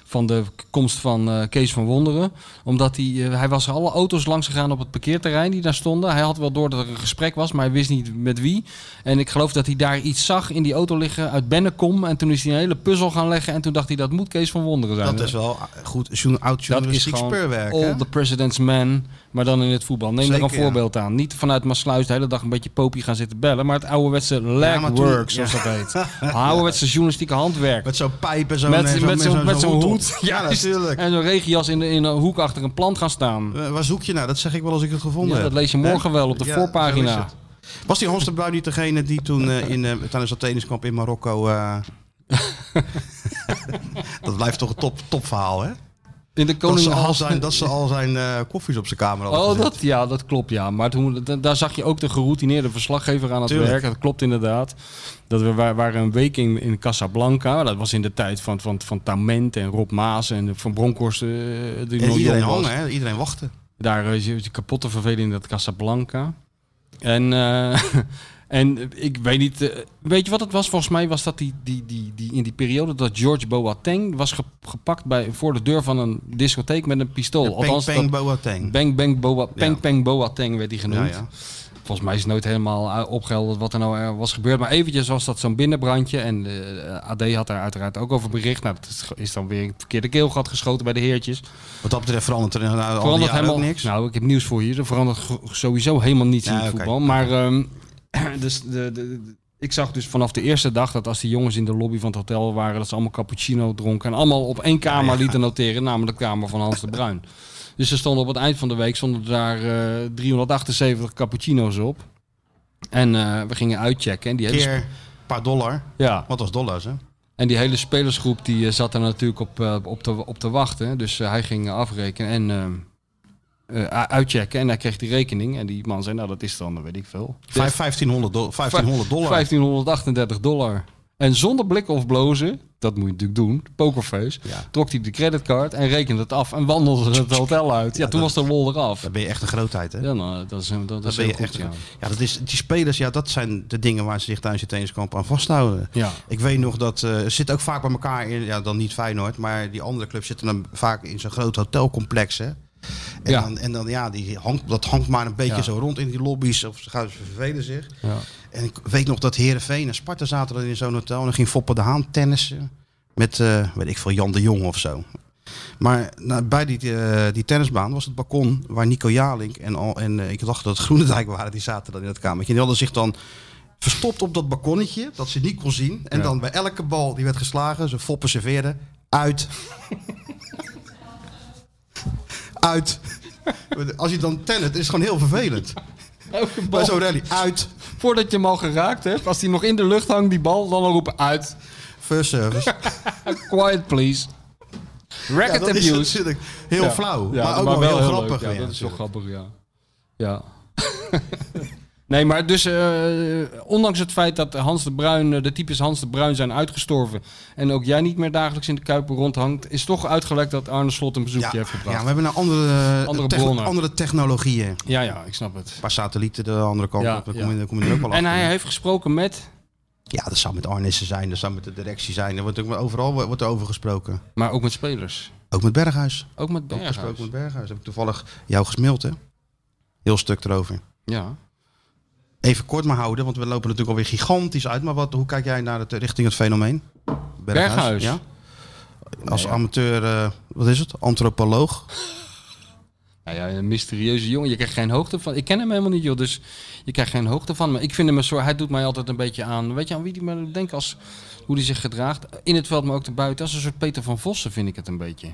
Speaker 5: van de komst van eh, Kees van Wonderen. Omdat hij, eh, hij was alle auto's langs gegaan op het parkeerterrein die daar stonden. Hij had wel door dat er een gesprek was, maar hij wist niet met wie. En ik geloof dat hij daar iets zag in die auto liggen uit Bennekom. En toen is hij een hele puzzel gaan leggen en toen dacht hij dat moet Kees van Wonderen zijn.
Speaker 6: Dat is wel ah, goed journa- oud
Speaker 5: Dat is
Speaker 6: journalistiek
Speaker 5: gewoon
Speaker 6: speurwerk. hè?
Speaker 5: all the president's man, maar dan in het voetbal. Neem daar
Speaker 6: Zeker,
Speaker 5: een
Speaker 6: ja.
Speaker 5: voorbeeld aan. Niet vanuit Maasluis de hele dag een beetje popie gaan zitten bellen, maar het ouderwetse legwork,
Speaker 6: toen-
Speaker 5: zoals
Speaker 6: ja. <laughs>
Speaker 5: dat heet. Ouderwetse journalistieke handwerk.
Speaker 6: Met zo'n pijp en zo'n
Speaker 5: Met,
Speaker 6: en
Speaker 5: met,
Speaker 6: zo'n- en
Speaker 5: zo'n, met zo'n hoed. <laughs>
Speaker 6: op. Ja,
Speaker 5: Juist.
Speaker 6: natuurlijk.
Speaker 5: En zo'n regenjas in, de- in een hoek achter een plant gaan staan.
Speaker 6: Eh, Waar zoek je naar? Dat zeg ik wel als ik het gevonden heb.
Speaker 5: Ja, dat lees je morgen wel op de
Speaker 6: Ja, zo
Speaker 5: voorpagina.
Speaker 6: is het. Was die Hans de Bruin niet degene die toen eh, in, eh, tijdens dat tenniskamp in Marokko...
Speaker 5: <laughs>
Speaker 6: eh, dat blijft toch een top, topverhaal, hè?
Speaker 5: In de
Speaker 6: Dat
Speaker 5: koning
Speaker 6: ze al zijn, dat ze al zijn eh, koffies op zijn kamer hadden
Speaker 5: Oh,
Speaker 6: gezet.
Speaker 5: dat, ja, dat klopt, ja. Maar toen, da- daar zag je ook de geroutineerde verslaggever aan het
Speaker 6: Tuurlijk.
Speaker 5: werk. Dat klopt inderdaad. Dat we wa- waren een week in, in Casablanca. Dat was in de tijd van, van, van Tament en Rob Maas en Van Bronckhorst. eh, die
Speaker 6: En
Speaker 5: nog Oh,
Speaker 6: iedereen
Speaker 5: jong was.
Speaker 6: hangen, hè? Iedereen wachten.
Speaker 5: Daar is je kapotte verveling in dat Casablanca. En, eh, <laughs> en ik weet niet... eh, weet je wat het was? Volgens mij was dat die, die, die, die, in die periode dat George Boateng was ge- gepakt bij, voor de deur van een discotheek met een pistool.
Speaker 6: Peng
Speaker 5: dat-
Speaker 6: Peng Boateng.
Speaker 5: Bang Bang Boa,
Speaker 6: Ja.
Speaker 5: Peng Peng Boateng werd hij genoemd.
Speaker 6: Ja, ja.
Speaker 5: Volgens mij is het nooit helemaal eh, opgehelderd wat er nou eh, was gebeurd. Maar eventjes was dat zo'n binnenbrandje. En de AD had daar uiteraard ook over bericht. Nou, dat is- is dan weer een verkeerde keelgat geschoten bij de heertjes.
Speaker 6: Wat dat betreft verandert er nou, al die
Speaker 5: verandert
Speaker 6: jaren
Speaker 5: helemaal
Speaker 6: ook niks.
Speaker 5: Nou, ik heb nieuws voor je. Er verandert go- sowieso helemaal niets in
Speaker 6: Ja,
Speaker 5: het
Speaker 6: oké.
Speaker 5: voetbal. Maar ehm, <clears throat> dus de, de, de- ik zag dus vanaf de eerste dag dat als die jongens in de lobby van het hotel waren, dat ze allemaal cappuccino dronken en allemaal op één kamer lieten noteren, namelijk de kamer van Hans de
Speaker 6: <laughs>
Speaker 5: Bruin. Dus ze stonden op het eind van de week stonden daar eh, 378 cappuccino's op. En eh, we gingen uitchecken. En die, hele,
Speaker 6: Keer een paar dollar.
Speaker 5: sp- ja,
Speaker 6: Wat was dollars, hè?
Speaker 5: en die hele spelersgroep die eh, zat er natuurlijk op, eh, op, te, op te wachten. Dus eh, hij ging afrekenen en ehm, eh, eh, u- uitchecken. En hij kreeg die rekening. En die man zei, nou dat is dan, weet ik veel.
Speaker 6: Vijf- 1500, do- 1500 dollar.
Speaker 5: 1538 dollar. En zonder blikken of blozen, dat moet je natuurlijk doen, pokerface,
Speaker 6: Ja.
Speaker 5: trok hij de creditcard en rekende het af en wandelde het hotel uit. Ja, toen was de lol eraf.
Speaker 6: Dan ben je echt een grootheid, hè?
Speaker 5: Ja, nou, dat is, dat, dat is
Speaker 6: ben
Speaker 5: heel
Speaker 6: je echt-
Speaker 5: goed, ja.
Speaker 6: Ja, dat is, die spelers, ja, dat zijn de dingen waar ze zich tijdens je trainingskamp aan vasthouden.
Speaker 5: Ja.
Speaker 6: Ik weet nog dat eh, ze zitten ook vaak bij elkaar in, ja, dan niet Feyenoord, maar die andere clubs zitten dan vaak in zo'n groot hotelcomplex. Hè? En,
Speaker 5: Ja.
Speaker 6: dan, en dan, ja, die hangt, dat hangt maar een beetje
Speaker 5: Ja.
Speaker 6: zo rond in die lobby's of ze gaan ze vervelen zich.
Speaker 5: Ja.
Speaker 6: En ik weet nog dat Herenveen en Sparta zaten dan in zo'n hotel en dan ging Foppe de Haan tennissen met, eh, weet ik veel, Jan de Jong of zo. Maar nou, bij die, eh, die tennisbaan was het balkon waar Nico Jalink en, al, en eh, ik dacht dat het Groenendijk waren, die zaten dan in het kamertje. En die hadden zich dan verstopt op dat balkonnetje, dat ze niet kon zien. En dan bij elke bal die werd geslagen, ze foppen serveerden, uit. uit. Als je dan tennet, is het gewoon heel vervelend.
Speaker 5: Elke bal,
Speaker 6: Bij zo'n rally, uit.
Speaker 5: voordat je hem al geraakt hebt, als hij nog in de lucht hangt, die bal, dan roepen uit.
Speaker 6: First service.
Speaker 5: Quiet please. Racket
Speaker 6: dat is
Speaker 5: abuse.
Speaker 6: natuurlijk heel
Speaker 5: Ja.
Speaker 6: flauw,
Speaker 5: Ja,
Speaker 6: maar ook wel, heel grappig.
Speaker 5: leuk. Ja,
Speaker 6: weer
Speaker 5: dat is wel
Speaker 6: natuurlijk.
Speaker 5: grappig, ja. Ja. <laughs> nee, maar dus eh, ondanks het feit dat Hans de Bruin, eh, de types Hans de Bruin zijn uitgestorven en ook jij niet meer dagelijks in de Kuiper rondhangt, is toch uitgelekt dat Arne Slot een bezoekje heeft
Speaker 6: ja, we
Speaker 5: gebracht.
Speaker 6: hebben nou andere, eh,
Speaker 5: Andere
Speaker 6: techn-
Speaker 5: bronnen.
Speaker 6: andere technologieën. Een
Speaker 5: Ja, ja, ik snap het.
Speaker 6: paar satellieten de andere kant
Speaker 5: Ja,
Speaker 6: op, dan
Speaker 5: ja.
Speaker 6: kom, je, dan kom je er ook wel
Speaker 5: En
Speaker 6: achter.
Speaker 5: hij heeft gesproken met,
Speaker 6: Ja, dat zou met Arnissen zijn, dat zou met de directie zijn. Er wordt ook, overal wo- wordt er over gesproken.
Speaker 5: maar ook met spelers.
Speaker 6: Ook met Berghuis.
Speaker 5: Ook met
Speaker 6: Ook gesproken
Speaker 5: Berghuis.
Speaker 6: met Berghuis. Heb ik toevallig jou gesmaild, hè? Heel stuk erover.
Speaker 5: Ja.
Speaker 6: Even kort maar houden, want we lopen natuurlijk alweer gigantisch uit. Maar wat, hoe kijk jij naar het, richting het fenomeen?
Speaker 5: Berghuis.
Speaker 6: Ja? Als amateur, eh, wat is het? Antropoloog.
Speaker 5: Nou ja, een mysterieuze jongen. Je krijgt geen hoogte van. Ik ken hem helemaal niet, joh. Dus je krijgt geen hoogte van. Maar ik vind hem een soort. Hij doet mij altijd een beetje aan. Weet je aan wie die me denkt als. Hoe die zich gedraagt. In het veld, maar ook erbuiten. Als een soort Peter van Vossen vind ik het een beetje.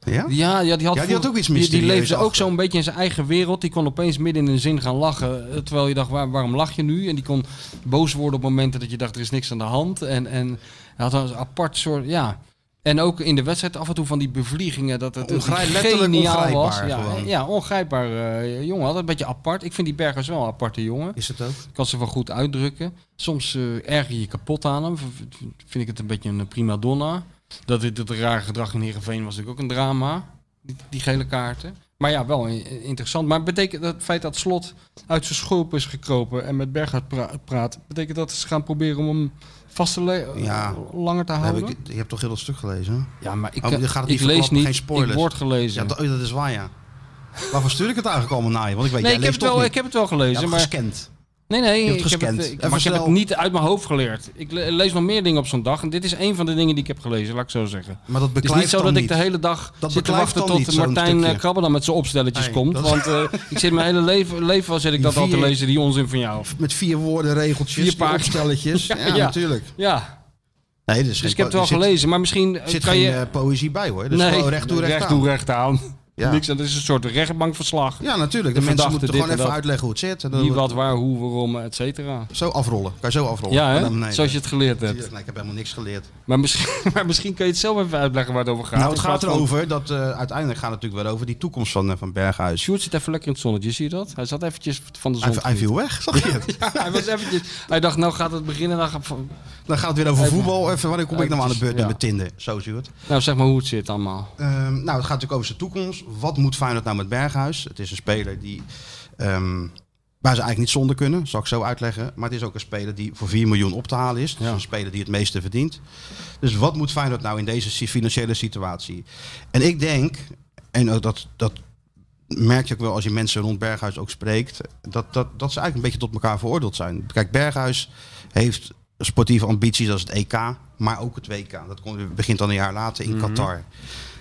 Speaker 6: Ja?
Speaker 5: Ja, ja, die had,
Speaker 6: Ja, die
Speaker 5: vroeg-
Speaker 6: had ook iets
Speaker 5: Die, die
Speaker 6: mysterieus
Speaker 5: leefde ook
Speaker 6: achter.
Speaker 5: zo'n beetje in zijn eigen wereld. Die kon opeens midden in een zin gaan lachen. eh, Terwijl je dacht, waar- waarom lach je nu? En die kon boos worden op momenten dat je dacht, er is niks aan de hand. En, en hij had een apart soort, ja. En ook in de wedstrijd af en toe van die bevliegingen. Dat het
Speaker 6: Ongrij-
Speaker 5: het
Speaker 6: letterlijk
Speaker 5: geniaal was.
Speaker 6: ongrijpbaar
Speaker 5: Ja,
Speaker 6: gewoon.
Speaker 5: ja, ongrijpbaar eh, jongen. Altijd een beetje apart. Ik vind die Bergers wel een aparte jongen.
Speaker 6: Is het ook?
Speaker 5: Kan ze wel goed uitdrukken. Soms eh erger je je kapot aan hem. V- v- Vind ik het een beetje een prima donna. Dat dit het rare gedrag in Heerenveen was natuurlijk ook een drama. Die, die gele kaarten. Maar ja, wel i- interessant. Maar betekent dat het feit dat Slot uit zijn schulp is gekropen en met Berghuis pra- praat, betekent dat ze gaan proberen om hem vast te le- eh,
Speaker 6: Ja.
Speaker 5: langer te
Speaker 6: Heb
Speaker 5: houden?
Speaker 6: ik, je hebt toch heel dat stuk gelezen? hè?
Speaker 5: ja, maar ik,
Speaker 6: Oh, je gaat het
Speaker 5: ik
Speaker 6: niet
Speaker 5: lees
Speaker 6: verklappen,
Speaker 5: niet,
Speaker 6: geen spoilers.
Speaker 5: ik word gelezen.
Speaker 6: Ja, dat, oh, dat is waar, ja. Waarvoor stuur ik het eigenlijk allemaal naar je? Want ik weet,
Speaker 5: nee,
Speaker 6: jij
Speaker 5: ik heb,
Speaker 6: leest toch
Speaker 5: het wel,
Speaker 6: niet.
Speaker 5: ik heb het wel
Speaker 6: Ja,
Speaker 5: gelezen,
Speaker 6: maar
Speaker 5: maar
Speaker 6: gescand.
Speaker 5: Nee, nee,
Speaker 6: hebt
Speaker 5: ik,
Speaker 6: het
Speaker 5: Heb
Speaker 6: gescand.
Speaker 5: het, eh, ik-
Speaker 6: Even
Speaker 5: maar ik heb
Speaker 6: snel.
Speaker 5: het niet uit mijn hoofd geleerd. Ik le- lees nog meer dingen op zo'n dag. En dit is een van de dingen die ik heb gelezen, laat ik zo zeggen.
Speaker 6: Maar dat
Speaker 5: Het is niet
Speaker 6: beklijft
Speaker 5: zo dat
Speaker 6: dan
Speaker 5: ik de
Speaker 6: niet.
Speaker 5: hele dag
Speaker 6: Dat
Speaker 5: zit te
Speaker 6: beklijft
Speaker 5: wachten
Speaker 6: dan
Speaker 5: tot
Speaker 6: niet, zo'n
Speaker 5: Martijn
Speaker 6: stukje.
Speaker 5: eh, Krabbe dan met zijn opstelletjes
Speaker 6: Nee,
Speaker 5: komt.
Speaker 6: dat- <laughs>
Speaker 5: Want eh, ik zit mijn hele leven, leven al zit ik dat al te
Speaker 6: Vier-
Speaker 5: lezen, die onzin van jou.
Speaker 6: Met vier woorden regeltjes,
Speaker 5: Vier paar-
Speaker 6: stelletjes.
Speaker 5: <laughs> Ja,
Speaker 6: ja,
Speaker 5: ja.
Speaker 6: natuurlijk.
Speaker 5: Ja,
Speaker 6: Nee, dus
Speaker 5: dus ik heb het wel gelezen. Maar misschien eh,
Speaker 6: Er zit
Speaker 5: kan
Speaker 6: geen
Speaker 5: je...
Speaker 6: eh, poëzie bij hoor. Dus gewoon recht toe, recht, aan.
Speaker 5: toe, recht aan.
Speaker 6: Ja.
Speaker 5: <laughs> Niks, aan, dat is een soort rechtbankverslag.
Speaker 6: Ja, natuurlijk. De,
Speaker 5: De
Speaker 6: mensen
Speaker 5: verdachte,
Speaker 6: moeten
Speaker 5: dit
Speaker 6: gewoon
Speaker 5: en
Speaker 6: even
Speaker 5: dat.
Speaker 6: uitleggen hoe het zit. En dan
Speaker 5: Wie,
Speaker 6: wordt-
Speaker 5: wat, waar, hoe, waarom, et cetera.
Speaker 6: Zo afrollen. Kan je zo afrollen.
Speaker 5: Ja,
Speaker 6: Van naar
Speaker 5: hè?
Speaker 6: beneden.
Speaker 5: zoals je het geleerd hebt.
Speaker 6: Tuurlijk, nee, ik heb helemaal niks geleerd.
Speaker 5: Maar misschien, <laughs> maar misschien kun je het zelf even uitleggen waar het over gaat.
Speaker 6: nou, het
Speaker 5: In
Speaker 6: gaat
Speaker 5: plaats van-
Speaker 6: erover dat eh, uiteindelijk gaat het natuurlijk wel over die toekomst van, eh, van Berghuis.
Speaker 5: Sjoerd zit even lekker in het zonnetje, zie je dat? Hij zat eventjes van de zon.
Speaker 6: Hij,
Speaker 5: te
Speaker 6: hij viel weg, zag
Speaker 5: <laughs>
Speaker 6: je het?
Speaker 5: genieten. hij, was eventjes, hij dacht, nou gaat het beginnen. Dan gaat,
Speaker 6: Dan gaat het weer over
Speaker 5: Even-
Speaker 6: voetbal. Even, wanneer kom ik nou aan de beurt met
Speaker 5: Ja.
Speaker 6: mijn Tinder? Zo, Stuart.
Speaker 5: nou, zeg maar hoe het zit allemaal.
Speaker 6: Ehm, nou, het gaat natuurlijk over zijn toekomst. Wat moet Feyenoord nou met Berghuis? Het is een speler die, ehm, waar ze eigenlijk niet zonder kunnen, zal ik zo uitleggen. Maar het is ook een speler die voor 4 miljoen op te halen is. Dus
Speaker 5: Ja.
Speaker 6: een speler die het meeste verdient. Dus wat moet Feyenoord nou in deze si- financiële situatie? En ik denk, en ook dat, dat merk je ook wel als je mensen rond Berghuis ook spreekt, dat, dat, dat ze eigenlijk een beetje tot elkaar veroordeeld zijn. Kijk, Berghuis heeft sportieve ambities als het EK, maar ook het WK. Dat komt- begint dan een jaar later in Qatar.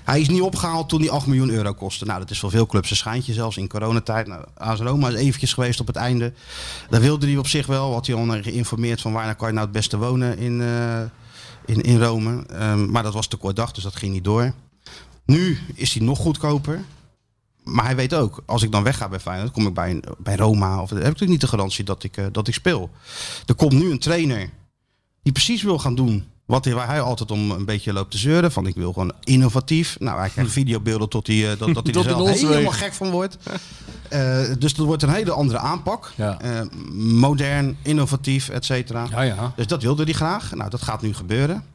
Speaker 6: Hij is niet opgehaald toen die 8 miljoen euro kostte. Nou, dat is voor veel clubs een schijntje, zelfs in coronatijd. Nou, AS Roma is eventjes geweest op het einde. Daar wilde hij op zich wel. Had hij al naar geïnformeerd van waar kan je nou het beste wonen in, eh, in, in Rome. Ehm, maar dat was te kort dag, dus dat ging niet door. Nu is hij nog goedkoper. Maar hij weet ook, als ik dan wegga bij Feyenoord, kom ik bij, een- bij Roma. Of, dan heb ik natuurlijk niet de garantie dat ik, eh, dat ik speel. Er komt nu een trainer die precies wil gaan doen wat hij, waar hij altijd om een beetje loopt te zeuren. Van ik wil gewoon innovatief. Nou, hij krijgt videobeelden tot hij, eh, dat, dat hij
Speaker 5: Hm. <laughs> Tot
Speaker 6: er
Speaker 5: in
Speaker 6: zelf
Speaker 5: onze
Speaker 6: helemaal
Speaker 5: weeg.
Speaker 6: gek van wordt. Eh, dus dat wordt een hele andere aanpak.
Speaker 5: Ja.
Speaker 6: Eh, modern, innovatief, et cetera.
Speaker 5: Ja, ja.
Speaker 6: Dus dat wilde hij graag. Nou, dat gaat nu gebeuren.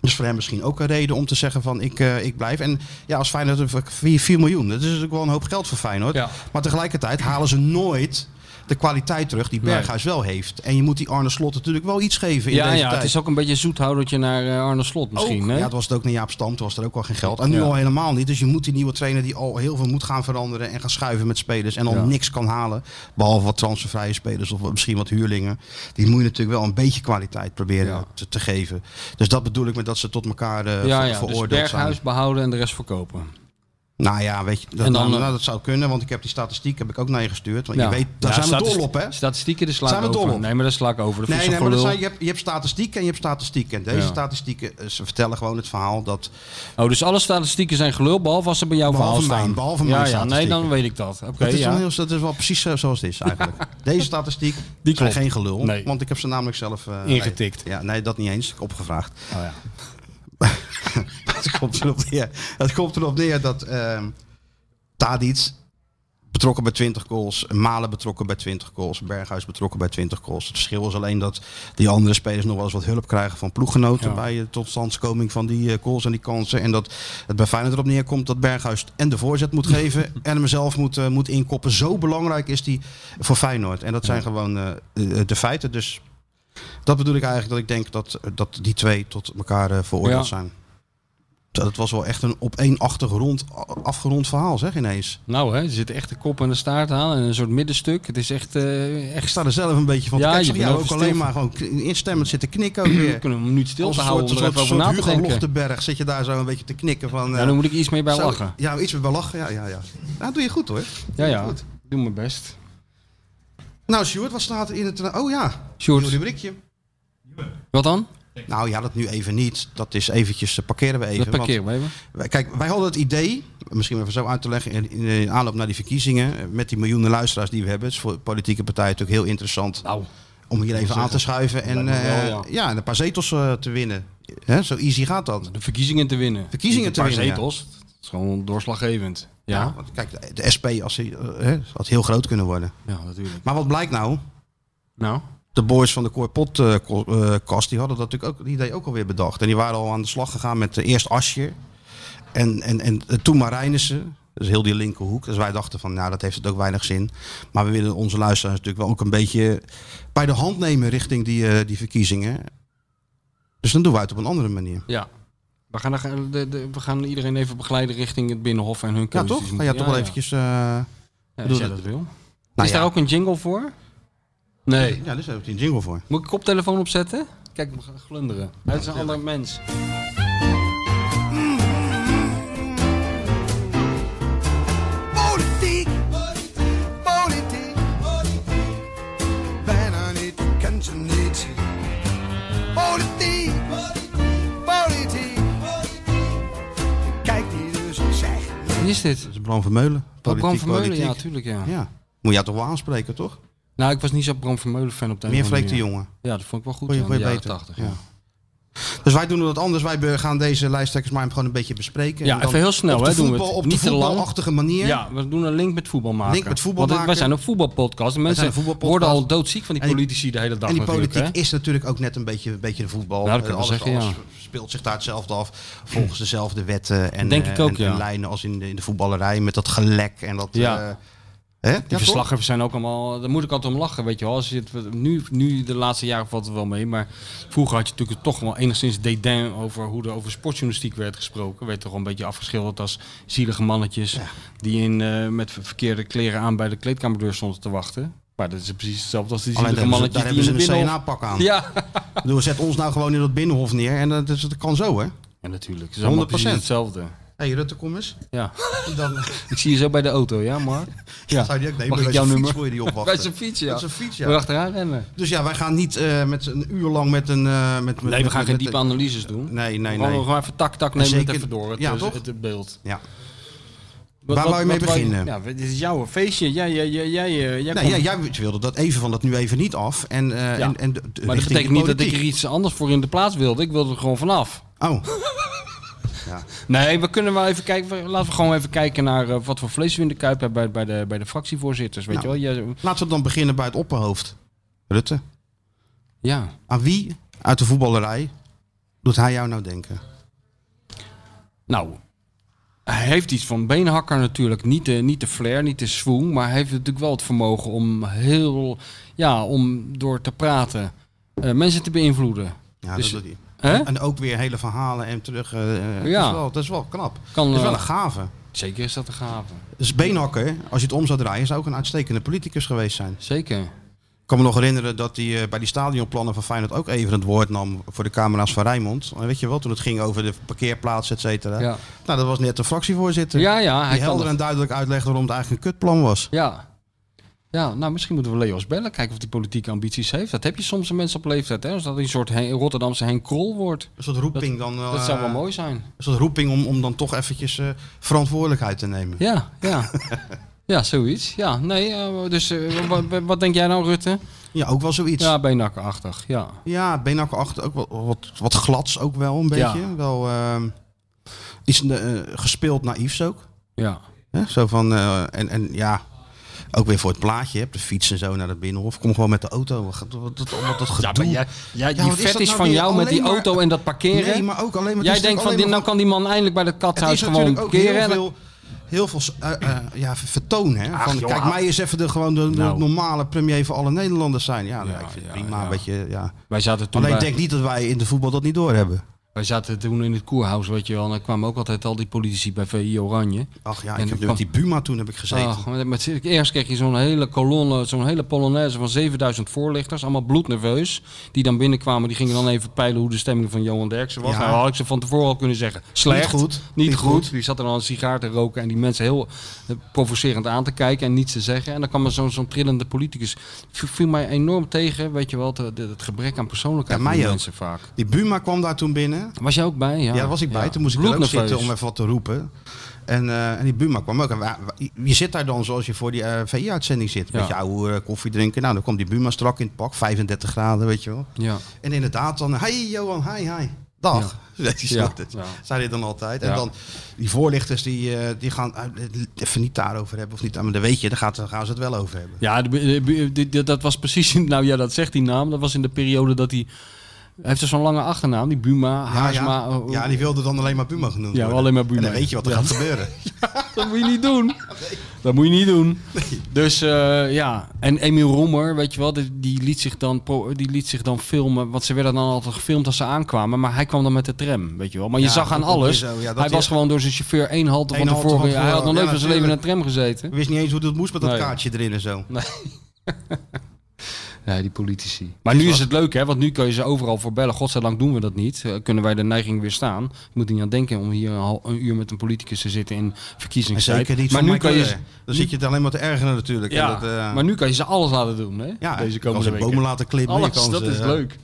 Speaker 6: Dus voor hem misschien ook een reden om te zeggen van ik, eh, ik blijf. En ja, als Feyenoord 4, 4 miljoen, dat is natuurlijk wel een hoop geld voor Feyenoord.
Speaker 5: Ja.
Speaker 6: Maar tegelijkertijd halen ze nooit de kwaliteit terug die Berghuis wel heeft. En je moet die Arne Slot natuurlijk wel iets geven in
Speaker 5: Ja,
Speaker 6: deze
Speaker 5: ja,
Speaker 6: tijd.
Speaker 5: het is ook een beetje een zoethoudertje naar eh, Arne Slot misschien.
Speaker 6: Ook.
Speaker 5: hè?
Speaker 6: Ja, het was het ook naar Jaap Stam, toen was er ook al geen geld. En nu
Speaker 5: Ja.
Speaker 6: al helemaal niet. Dus je moet die nieuwe trainer die al heel veel moet gaan veranderen en gaan schuiven met spelers en al
Speaker 5: Ja.
Speaker 6: niks kan halen. Behalve wat transfervrije spelers of wat- misschien wat huurlingen. Die moet je natuurlijk wel een beetje kwaliteit proberen
Speaker 5: Ja.
Speaker 6: te, te geven. Dus dat bedoel ik met dat ze tot elkaar eh,
Speaker 5: ja,
Speaker 6: ver-
Speaker 5: ja. Dus
Speaker 6: veroordeeld
Speaker 5: Berghuis
Speaker 6: zijn.
Speaker 5: behouden en de rest verkopen.
Speaker 6: Nou ja, weet je, dat,
Speaker 5: En dan,
Speaker 6: nou,
Speaker 5: eh,
Speaker 6: nou, dat zou kunnen, want ik heb die statistiek heb ik ook naar je gestuurd. Want
Speaker 5: Ja.
Speaker 6: je weet, daar
Speaker 5: Ja,
Speaker 6: zijn we
Speaker 5: statist-
Speaker 6: dol op, hè?
Speaker 5: Statistieken, daar sla
Speaker 6: Zijn
Speaker 5: ik
Speaker 6: we dol
Speaker 5: over.
Speaker 6: op?
Speaker 5: Nee, maar daar sla ik over. Dat
Speaker 6: Nee,
Speaker 5: vind
Speaker 6: nee
Speaker 5: ik
Speaker 6: maar dat
Speaker 5: zo'n
Speaker 6: zijn,
Speaker 5: gelul.
Speaker 6: je, hebt, je hebt statistiek en je hebt statistiek. En deze
Speaker 5: Ja.
Speaker 6: statistieken, eh, ze vertellen gewoon het verhaal dat
Speaker 5: Oh, dus alle statistieken zijn gelul, behalve als ze bij jou
Speaker 6: Behalve
Speaker 5: verhaal
Speaker 6: mijn-
Speaker 5: staan.
Speaker 6: behalve
Speaker 5: ja,
Speaker 6: mijn
Speaker 5: ja, nee,
Speaker 6: statistieken.
Speaker 5: dan weet ik dat. Oké,
Speaker 6: Dat, is
Speaker 5: ja.
Speaker 6: wel heel, dat is wel precies zo- zoals het is
Speaker 5: <laughs>
Speaker 6: eigenlijk. Deze statistiek
Speaker 5: Die
Speaker 6: zijn
Speaker 5: klopt.
Speaker 6: geen gelul,
Speaker 5: Nee.
Speaker 6: want ik heb ze namelijk zelf... eh,
Speaker 5: Ingetikt.
Speaker 6: nee. Ja, nee, dat niet eens. Opgevraagd. <laughs>
Speaker 5: Oh, ja.
Speaker 6: het, komt erop neer, het komt erop neer dat ehm Tadic betrokken bij 20 goals, Malen betrokken bij 20 goals, Berghuis betrokken bij 20 goals. Het verschil is alleen dat die andere spelers nog wel eens wat hulp krijgen van ploeggenoten
Speaker 5: Ja.
Speaker 6: bij de totstandskoming van die eh, goals en die kansen. En dat het bij Feyenoord erop neerkomt dat Berghuis en de voorzet moet
Speaker 5: <laughs>
Speaker 6: geven en hem zelf moet, eh, moet inkoppen. Zo belangrijk is die voor Feyenoord. En dat zijn gewoon eh, eh, de feiten. Dus dat bedoel ik eigenlijk dat ik denk dat, dat die twee tot elkaar eh, veroordeeld
Speaker 5: Ja.
Speaker 6: zijn. Zo, Dat was wel echt een op één achtergrond, afgerond verhaal, zeg ineens.
Speaker 5: Nou, hè, er zit echt de kop en de staart aan en een soort middenstuk. Het is echt. eh
Speaker 6: Ik
Speaker 5: echt
Speaker 6: sta er zelf een beetje van te
Speaker 5: Ja,
Speaker 6: kijken.
Speaker 5: je
Speaker 6: Ik zag
Speaker 5: bent
Speaker 6: jou
Speaker 5: ook
Speaker 6: ook
Speaker 5: stil
Speaker 6: alleen
Speaker 5: van-
Speaker 6: maar gewoon k- instemmend zitten knikken ook weer.
Speaker 5: we <clears throat> kunnen hem minuut stil
Speaker 6: Als
Speaker 5: te
Speaker 6: een
Speaker 5: houden
Speaker 6: soort,
Speaker 5: om er
Speaker 6: soort,
Speaker 5: even over
Speaker 6: soort
Speaker 5: na te
Speaker 6: Hugo
Speaker 5: denken.
Speaker 6: Lochtenberg zit je daar zo een beetje te knikken van...
Speaker 5: Ja,
Speaker 6: eh,
Speaker 5: dan moet ik iets mee bij
Speaker 6: zo-
Speaker 5: lachen.
Speaker 6: Ja, iets meer bij lachen. Ja, ja, ja. Nou, doe je goed hoor.
Speaker 5: Ja, ja.
Speaker 6: Goed.
Speaker 5: Ik doe mijn best.
Speaker 6: Nou, Sjoerd, wat staat er in het... Oh ja,
Speaker 5: Sjoerd.
Speaker 6: nieuw rubriekje.
Speaker 5: Wat dan?
Speaker 6: Nou ja, dat nu even niet. Dat is eventjes, eh, parkeren we even.
Speaker 5: Dat
Speaker 6: want-
Speaker 5: parkeer we even.
Speaker 6: Wij- Kijk, wij hadden het idee, misschien even zo uit te leggen, in, in, in aanloop naar die verkiezingen, eh, met die miljoenen luisteraars die we hebben, het is voor de politieke partijen natuurlijk heel interessant
Speaker 5: Nou,
Speaker 6: om hier even aan te schuiven en,
Speaker 5: Lijkt me wel,
Speaker 6: eh,
Speaker 5: ja.
Speaker 6: ja. en een paar zetels eh, te winnen. Hè, zo easy gaat dat.
Speaker 5: de verkiezingen te winnen.
Speaker 6: Verkiezingen
Speaker 5: Niet
Speaker 6: te
Speaker 5: een paar
Speaker 6: winnen, ja.
Speaker 5: zetels. Dat is gewoon doorslaggevend. Ja,
Speaker 6: Want kijk, de- de SP als, hij, eh, hè, had heel groot kunnen worden.
Speaker 5: ja natuurlijk.
Speaker 6: Maar wat blijkt nou?
Speaker 5: Nou,
Speaker 6: De boys van de Korpot eh, ko- eh, kast, die hadden dat natuurlijk ook, die idee ook alweer bedacht. En die waren al aan de slag gegaan met eh, eerst Asje en, en, en eh, toen Marijnissen. Dus heel die linkerhoek. Dus wij dachten van, nou dat heeft het ook weinig zin. Maar we willen onze luisteraars natuurlijk wel ook een beetje bij de hand nemen richting die, eh, die verkiezingen. Dus dan doen we het op een andere manier.
Speaker 5: ja. We gaan, er- de, de- we gaan iedereen even begeleiden richting het Binnenhof en hun
Speaker 6: Ja,
Speaker 5: keuzes.
Speaker 6: toch?
Speaker 5: die ze
Speaker 6: Ga jij
Speaker 5: moeten-
Speaker 6: toch
Speaker 5: Ja,
Speaker 6: wel
Speaker 5: ja.
Speaker 6: eventjes... eh, nou
Speaker 5: Ja,
Speaker 6: bedoel
Speaker 5: als jij
Speaker 6: dat-
Speaker 5: dat wil. is
Speaker 6: Ah, ja.
Speaker 5: daar ook een jingle voor? Nee.
Speaker 6: Ja, dus daar heb ik die jingle voor.
Speaker 5: Moet ik koptelefoon opzetten? Kijk, we gaan glunderen. Hij is een ander mens.
Speaker 8: Politiek, politiek, politiek. Bijna niet, ken ze niet. Politiek, politiek, Kijk die dus, zeg.
Speaker 5: Wie is dit?
Speaker 6: Dat is Bram Vermeulen.
Speaker 5: Oh, Bram
Speaker 6: Politiek,
Speaker 5: Vermeulen, ja,
Speaker 6: politiek.
Speaker 5: tuurlijk, ja.
Speaker 6: Ja. Moet jij toch wel aanspreken, toch?
Speaker 5: Nou, ik was niet zo'n Bram Vermeulen fan op de
Speaker 6: Meer
Speaker 5: een of andere
Speaker 6: Freek de
Speaker 5: manier.
Speaker 6: Jongen.
Speaker 5: Ja, dat vond ik wel goed.
Speaker 6: Voor je,
Speaker 5: ja,
Speaker 6: voor je
Speaker 5: in de
Speaker 6: beter.
Speaker 5: jaren 80,
Speaker 6: ja.
Speaker 5: ja.
Speaker 6: Dus wij doen het anders. Wij be- gaan deze lijsttrekkers maar gewoon een beetje bespreken.
Speaker 5: Ja,
Speaker 6: En dan
Speaker 5: even heel snel,
Speaker 6: op de
Speaker 5: hè, doen we
Speaker 6: voetbal,
Speaker 5: het.
Speaker 6: Op de
Speaker 5: Niet te lang.
Speaker 6: voetbalachtige manier.
Speaker 5: Ja, we doen een link met voetbal maken.
Speaker 6: Link met voetbal
Speaker 5: Want het-
Speaker 6: maken.
Speaker 5: Wij zijn een voetbalpodcast. De Mensen
Speaker 6: zijn een voetbalpodcast.
Speaker 5: worden al doodziek van die
Speaker 6: En die-
Speaker 5: politici de hele dag
Speaker 6: En die
Speaker 5: natuurlijk,
Speaker 6: politiek
Speaker 5: hè?
Speaker 6: is natuurlijk ook net een beetje, een beetje de voetbal.
Speaker 5: Ja, dat kan ik
Speaker 6: Eh,
Speaker 5: wel
Speaker 6: alles
Speaker 5: zeggen,
Speaker 6: alles speelt zich daar hetzelfde af. Volgens dezelfde wetten en,
Speaker 5: Denk
Speaker 6: eh,
Speaker 5: ik ook,
Speaker 6: en-
Speaker 5: ja.
Speaker 6: en lijnen als in de, in de voetballerij. Met dat gelek en dat...
Speaker 5: Ja.
Speaker 6: eh, hè? Ja,
Speaker 5: Die
Speaker 6: toch?
Speaker 5: verslaggevers zijn ook allemaal... Daar moet ik altijd om lachen, weet je wel. Als je het, nu, nu, de laatste jaren valt het wel mee. Maar vroeger had je natuurlijk toch wel enigszins dédain... over hoe er over sportjournalistiek werd gesproken. Werd toch wel een beetje afgeschilderd als zielige mannetjes... die in, eh, met ver- verkeerde kleren aan bij de kleedkamerdeur stonden te wachten. Maar dat is precies hetzelfde als die
Speaker 6: Alleen
Speaker 5: zielige
Speaker 6: daar hebben ze,
Speaker 5: mannetjes
Speaker 6: daar hebben ze
Speaker 5: die in de
Speaker 6: een
Speaker 5: binnenhof-
Speaker 6: CNA-pak aan.
Speaker 5: Ja, <laughs>
Speaker 6: Ik bedoel, zet ons nou gewoon in dat binnenhof neer. En dat, is- dat kan zo, hè?
Speaker 5: ja natuurlijk. Het is allemaal precies
Speaker 6: 100%.
Speaker 5: hetzelfde.
Speaker 6: hey, Rutte, kom eens.
Speaker 5: Ja.
Speaker 6: En Dan
Speaker 5: Ik zie je zo bij de auto, ja, Mark? Ja.
Speaker 6: zou die ook nemen.
Speaker 5: Mag
Speaker 6: bij zijn
Speaker 5: ik jouw
Speaker 6: fiets
Speaker 5: nummer?
Speaker 6: Voor je die opwachten.
Speaker 5: <laughs> Bij zijn fiets, ja.
Speaker 6: Met zijn fiets, <laughs> ja.
Speaker 5: We achteraan rennen.
Speaker 6: Dus ja, wij gaan niet eh, met een uur lang met een... eh, met, met,
Speaker 5: Nee, we
Speaker 6: met-
Speaker 5: gaan geen
Speaker 6: met-
Speaker 5: diepe analyses doen.
Speaker 6: Nee, nee,
Speaker 5: we gaan
Speaker 6: nee.
Speaker 5: gewoon even tak, tak, nemen we het
Speaker 6: Zeker-
Speaker 5: even door. Het,
Speaker 6: ja,
Speaker 5: eh,
Speaker 6: toch?
Speaker 5: het, het beeld.
Speaker 6: Ja.
Speaker 5: Wat-
Speaker 6: Waar
Speaker 5: wat-
Speaker 6: wou je mee
Speaker 5: wat wou
Speaker 6: beginnen?
Speaker 5: Ja, dit is jouw feestje. Jij, jij, jij, jij, eh, jij
Speaker 6: Nee,
Speaker 5: komt-
Speaker 6: ja, jij wilde dat even van dat nu even niet af. En, eh, en, en de- de-
Speaker 5: maar dat
Speaker 6: richting
Speaker 5: betekent
Speaker 6: de
Speaker 5: niet dat ik er
Speaker 6: politiek.
Speaker 5: iets anders voor in de plaats wilde. Ik wilde er gewoon vanaf.
Speaker 6: Oh,
Speaker 5: Nee, we kunnen wel even kijken. we- Laten we gewoon even kijken naar eh, wat voor vlees we in de kuip hebben bij, bij, de, bij de fractievoorzitters. Weet
Speaker 6: Nou.
Speaker 5: je wel? Jij-
Speaker 6: laten we dan beginnen bij het opperhoofd. Rutte,
Speaker 5: ja.
Speaker 6: aan wie uit de voetballerij doet hij jou nou denken?
Speaker 5: Nou, hij heeft iets van beenhakker natuurlijk. Niet de, niet de flair, niet de swoon. Maar hij heeft natuurlijk wel het vermogen om heel... Ja, om door te praten eh, mensen te beïnvloeden.
Speaker 6: Ja,
Speaker 5: Dus-
Speaker 6: dat doet hij.
Speaker 5: Hè?
Speaker 6: En ook weer hele verhalen en terug. eh, eh,
Speaker 5: Ja.
Speaker 6: dat, is wel, dat is wel knap.
Speaker 5: Kan,
Speaker 6: dat is wel
Speaker 5: eh,
Speaker 6: een gave.
Speaker 5: Zeker is dat een gave.
Speaker 6: Dus Beenhakker, als je het om zou draaien, zou ook een uitstekende politicus geweest zijn.
Speaker 5: Zeker.
Speaker 6: Ik kan me nog herinneren dat hij eh, bij die stadionplannen van Feyenoord ook even het woord nam voor de camera's van Rijnmond. En weet je wel, toen het ging over de parkeerplaats, et cetera.
Speaker 5: Ja.
Speaker 6: Nou, dat was net de fractievoorzitter.
Speaker 5: Ja, ja. Hij
Speaker 6: die
Speaker 5: kan
Speaker 6: helder
Speaker 5: dat.
Speaker 6: en duidelijk uitlegde waarom het eigenlijk een kutplan was.
Speaker 5: Ja. Ja, nou misschien moeten we Leo's bellen. Kijken of hij politieke ambities heeft. Dat heb je soms een mensen op leeftijd. Hè? Als dat hij een soort Hen- Rotterdamse Henk Krol wordt.
Speaker 6: Een soort roeping dan. wel,
Speaker 5: Dat zou wel
Speaker 6: eh,
Speaker 5: mooi zijn.
Speaker 6: Een soort roeping om, om dan toch eventjes eh, verantwoordelijkheid te nemen.
Speaker 5: Ja, ja. Ja, zoiets. Ja, nee. eh, dus eh, wa- wa- wat denk jij nou, Rutte?
Speaker 6: Ja, ook wel zoiets. Ja,
Speaker 5: Ja, beenakkerachtig. Ja.
Speaker 6: Beenhakker achter ook wel wat, wat glads ook wel een beetje.
Speaker 5: Ja.
Speaker 6: Wel ehm, iets eh, gespeeld naïefs ook.
Speaker 5: Ja.
Speaker 6: Hè? Zo van, eh, en, en ja, ook weer voor het plaatje, hè, op de fiets en zo naar het binnenhof. Kom gewoon met de auto. Wat, wat, wat, wat dat gedoe.
Speaker 5: ja,
Speaker 6: wat is
Speaker 5: die
Speaker 6: dat
Speaker 5: vet is
Speaker 6: nou
Speaker 5: van
Speaker 6: weer?
Speaker 5: jou met die
Speaker 6: Alleen maar-
Speaker 5: auto en dat parkeren.
Speaker 6: nee, maar ook alleen maar... het
Speaker 5: Jij
Speaker 6: is
Speaker 5: denkt van, dit,
Speaker 6: natuurlijk
Speaker 5: nou
Speaker 6: alleen
Speaker 5: kan die man eindelijk bij dat
Speaker 6: maar-
Speaker 5: kathuis
Speaker 6: Het is natuurlijk
Speaker 5: gewoon
Speaker 6: ook heel
Speaker 5: parkeren.
Speaker 6: veel, heel veel eh, eh, ja, vertoon, hè.
Speaker 5: Ach,
Speaker 6: van,
Speaker 5: joh,
Speaker 6: kijk,
Speaker 5: ah.
Speaker 6: mij is even de, gewoon de
Speaker 5: Nou.
Speaker 6: normale premier van alle Nederlanders zijn. Ja, nou,
Speaker 5: Ja,
Speaker 6: ik vind het
Speaker 5: ja,
Speaker 6: prima,
Speaker 5: ja.
Speaker 6: weet je, ja.
Speaker 5: Wij zaten toen
Speaker 6: Alleen ik
Speaker 5: bij-
Speaker 6: denk niet dat wij in de voetbal dat niet doorhebben.
Speaker 5: Wij Wij zaten toen in het koerhuis, weet je wel. En dan kwamen ook altijd al die politici bij VI Oranje.
Speaker 6: Ach ja,
Speaker 5: En
Speaker 6: ik heb
Speaker 5: die
Speaker 6: met
Speaker 5: kwam-
Speaker 6: die Buma toen heb ik gezeten.
Speaker 5: Ach, met, met, eerst kreeg je zo'n hele kolonne, zo'n hele polonaise van 7000 voorlichters. Allemaal bloednerveus. Die dan binnenkwamen, die gingen dan even peilen hoe de stemming van Johan Derksen was.
Speaker 6: Ja.
Speaker 5: Nou had ik ze van tevoren al kunnen zeggen. Slecht.
Speaker 6: Niet goed.
Speaker 5: Niet,
Speaker 6: Niet
Speaker 5: goed.
Speaker 6: goed.
Speaker 5: Die zat er dan een sigaar te roken en die mensen heel eh, provocerend aan te kijken en niets te zeggen. En dan kwam er zo'n zo'n trillende politicus. V- viel mij enorm tegen, weet je wel, het, het- het gebrek aan persoonlijkheid
Speaker 6: Ja,
Speaker 5: van
Speaker 6: mij
Speaker 5: die
Speaker 6: ook.
Speaker 5: mensen vaak.
Speaker 6: Die Buma kwam daar toen binnen.
Speaker 5: Was jij ook bij? Ja,
Speaker 6: Ja, daar was ik bij.
Speaker 5: Ja.
Speaker 6: Toen moest ik er ook
Speaker 5: Bloednerveus.
Speaker 6: zitten om even wat te roepen. En, eh, en die Buma kwam ook. En wa- wa- je zit daar dan zoals je voor die eh VI-uitzending zit. Met
Speaker 5: Ja.
Speaker 6: je oude eh, koffie drinken. Nou, dan kwam die Buma strak in het pak. 35 graden, weet je wel.
Speaker 5: Ja.
Speaker 6: En inderdaad dan, hey Johan, hi, hi. Dag. <laughs> Ja.
Speaker 5: Ja,
Speaker 6: Ja,
Speaker 5: ja.
Speaker 6: Zei hij dan altijd.
Speaker 5: Ja.
Speaker 6: En dan die voorlichters die, eh, die gaan eh, even niet daarover hebben of niet. Maar dan weet je, dan gaan, ze- dan gaan ze het wel over hebben.
Speaker 5: Ja, de- de- de- de- de- dat was precies. in- Nou ja, dat zegt die naam. Dat was in de periode dat hij. Hij heeft dus zo'n lange achternaam, die Buma, Haarsma.
Speaker 6: ja.
Speaker 5: oh,
Speaker 6: ja, die wilde dan alleen maar Buma genoemd
Speaker 5: Ja,
Speaker 6: worden.
Speaker 5: alleen maar Buma.
Speaker 6: En dan weet je wat er
Speaker 5: Ja.
Speaker 6: gaat gebeuren.
Speaker 5: Dat moet je niet
Speaker 6: <laughs>
Speaker 5: doen. Dat moet je niet doen. Dus eh, ja, en Emiel Roemer, weet je wel, die, die, liet zich dan, pro- die liet zich dan filmen. Want ze werden dan altijd gefilmd als ze aankwamen. Maar hij kwam dan met de tram, weet je wel. Maar je
Speaker 6: Ja,
Speaker 5: zag aan
Speaker 6: dat komt weer
Speaker 5: alles.
Speaker 6: zo, ja, dat
Speaker 5: hij
Speaker 6: hij-
Speaker 5: was gewoon door zijn chauffeur één halte van
Speaker 6: Eén halte
Speaker 5: tevoren.
Speaker 6: van
Speaker 5: Hij had
Speaker 6: tevoren,
Speaker 5: nog nooit
Speaker 6: ja,
Speaker 5: van zijn leven in een
Speaker 6: natuurlijk.
Speaker 5: tram gezeten.
Speaker 6: Ik wist niet eens hoe dat moest met dat
Speaker 5: Nee.
Speaker 6: kaartje erin en zo.
Speaker 5: Ja, die politici. Maar nu is het leuk, hè? Want nu kun je ze overal voor bellen. Godzijdank doen we dat niet. Eh, kunnen wij de neiging weer staan. Ik moet er niet aan denken om hier een, hal- een uur met een politicus te zitten in
Speaker 6: En
Speaker 5: verkiezingstijd.
Speaker 6: zeker niet
Speaker 5: maar
Speaker 6: van
Speaker 5: nu kan je
Speaker 6: Mike
Speaker 5: ze,
Speaker 6: Keur. Dan zit je het alleen maar te ergeren natuurlijk.
Speaker 5: ja,
Speaker 6: en dat, eh,
Speaker 5: maar nu kan je ze alles laten doen, hè?
Speaker 6: ja,
Speaker 5: Deze
Speaker 6: je kan
Speaker 5: komende
Speaker 6: ze bomen
Speaker 5: weken.
Speaker 6: laten klimmen. je
Speaker 5: Alles,
Speaker 6: kan
Speaker 5: dat
Speaker 6: ze,
Speaker 5: is
Speaker 6: eh,
Speaker 5: leuk.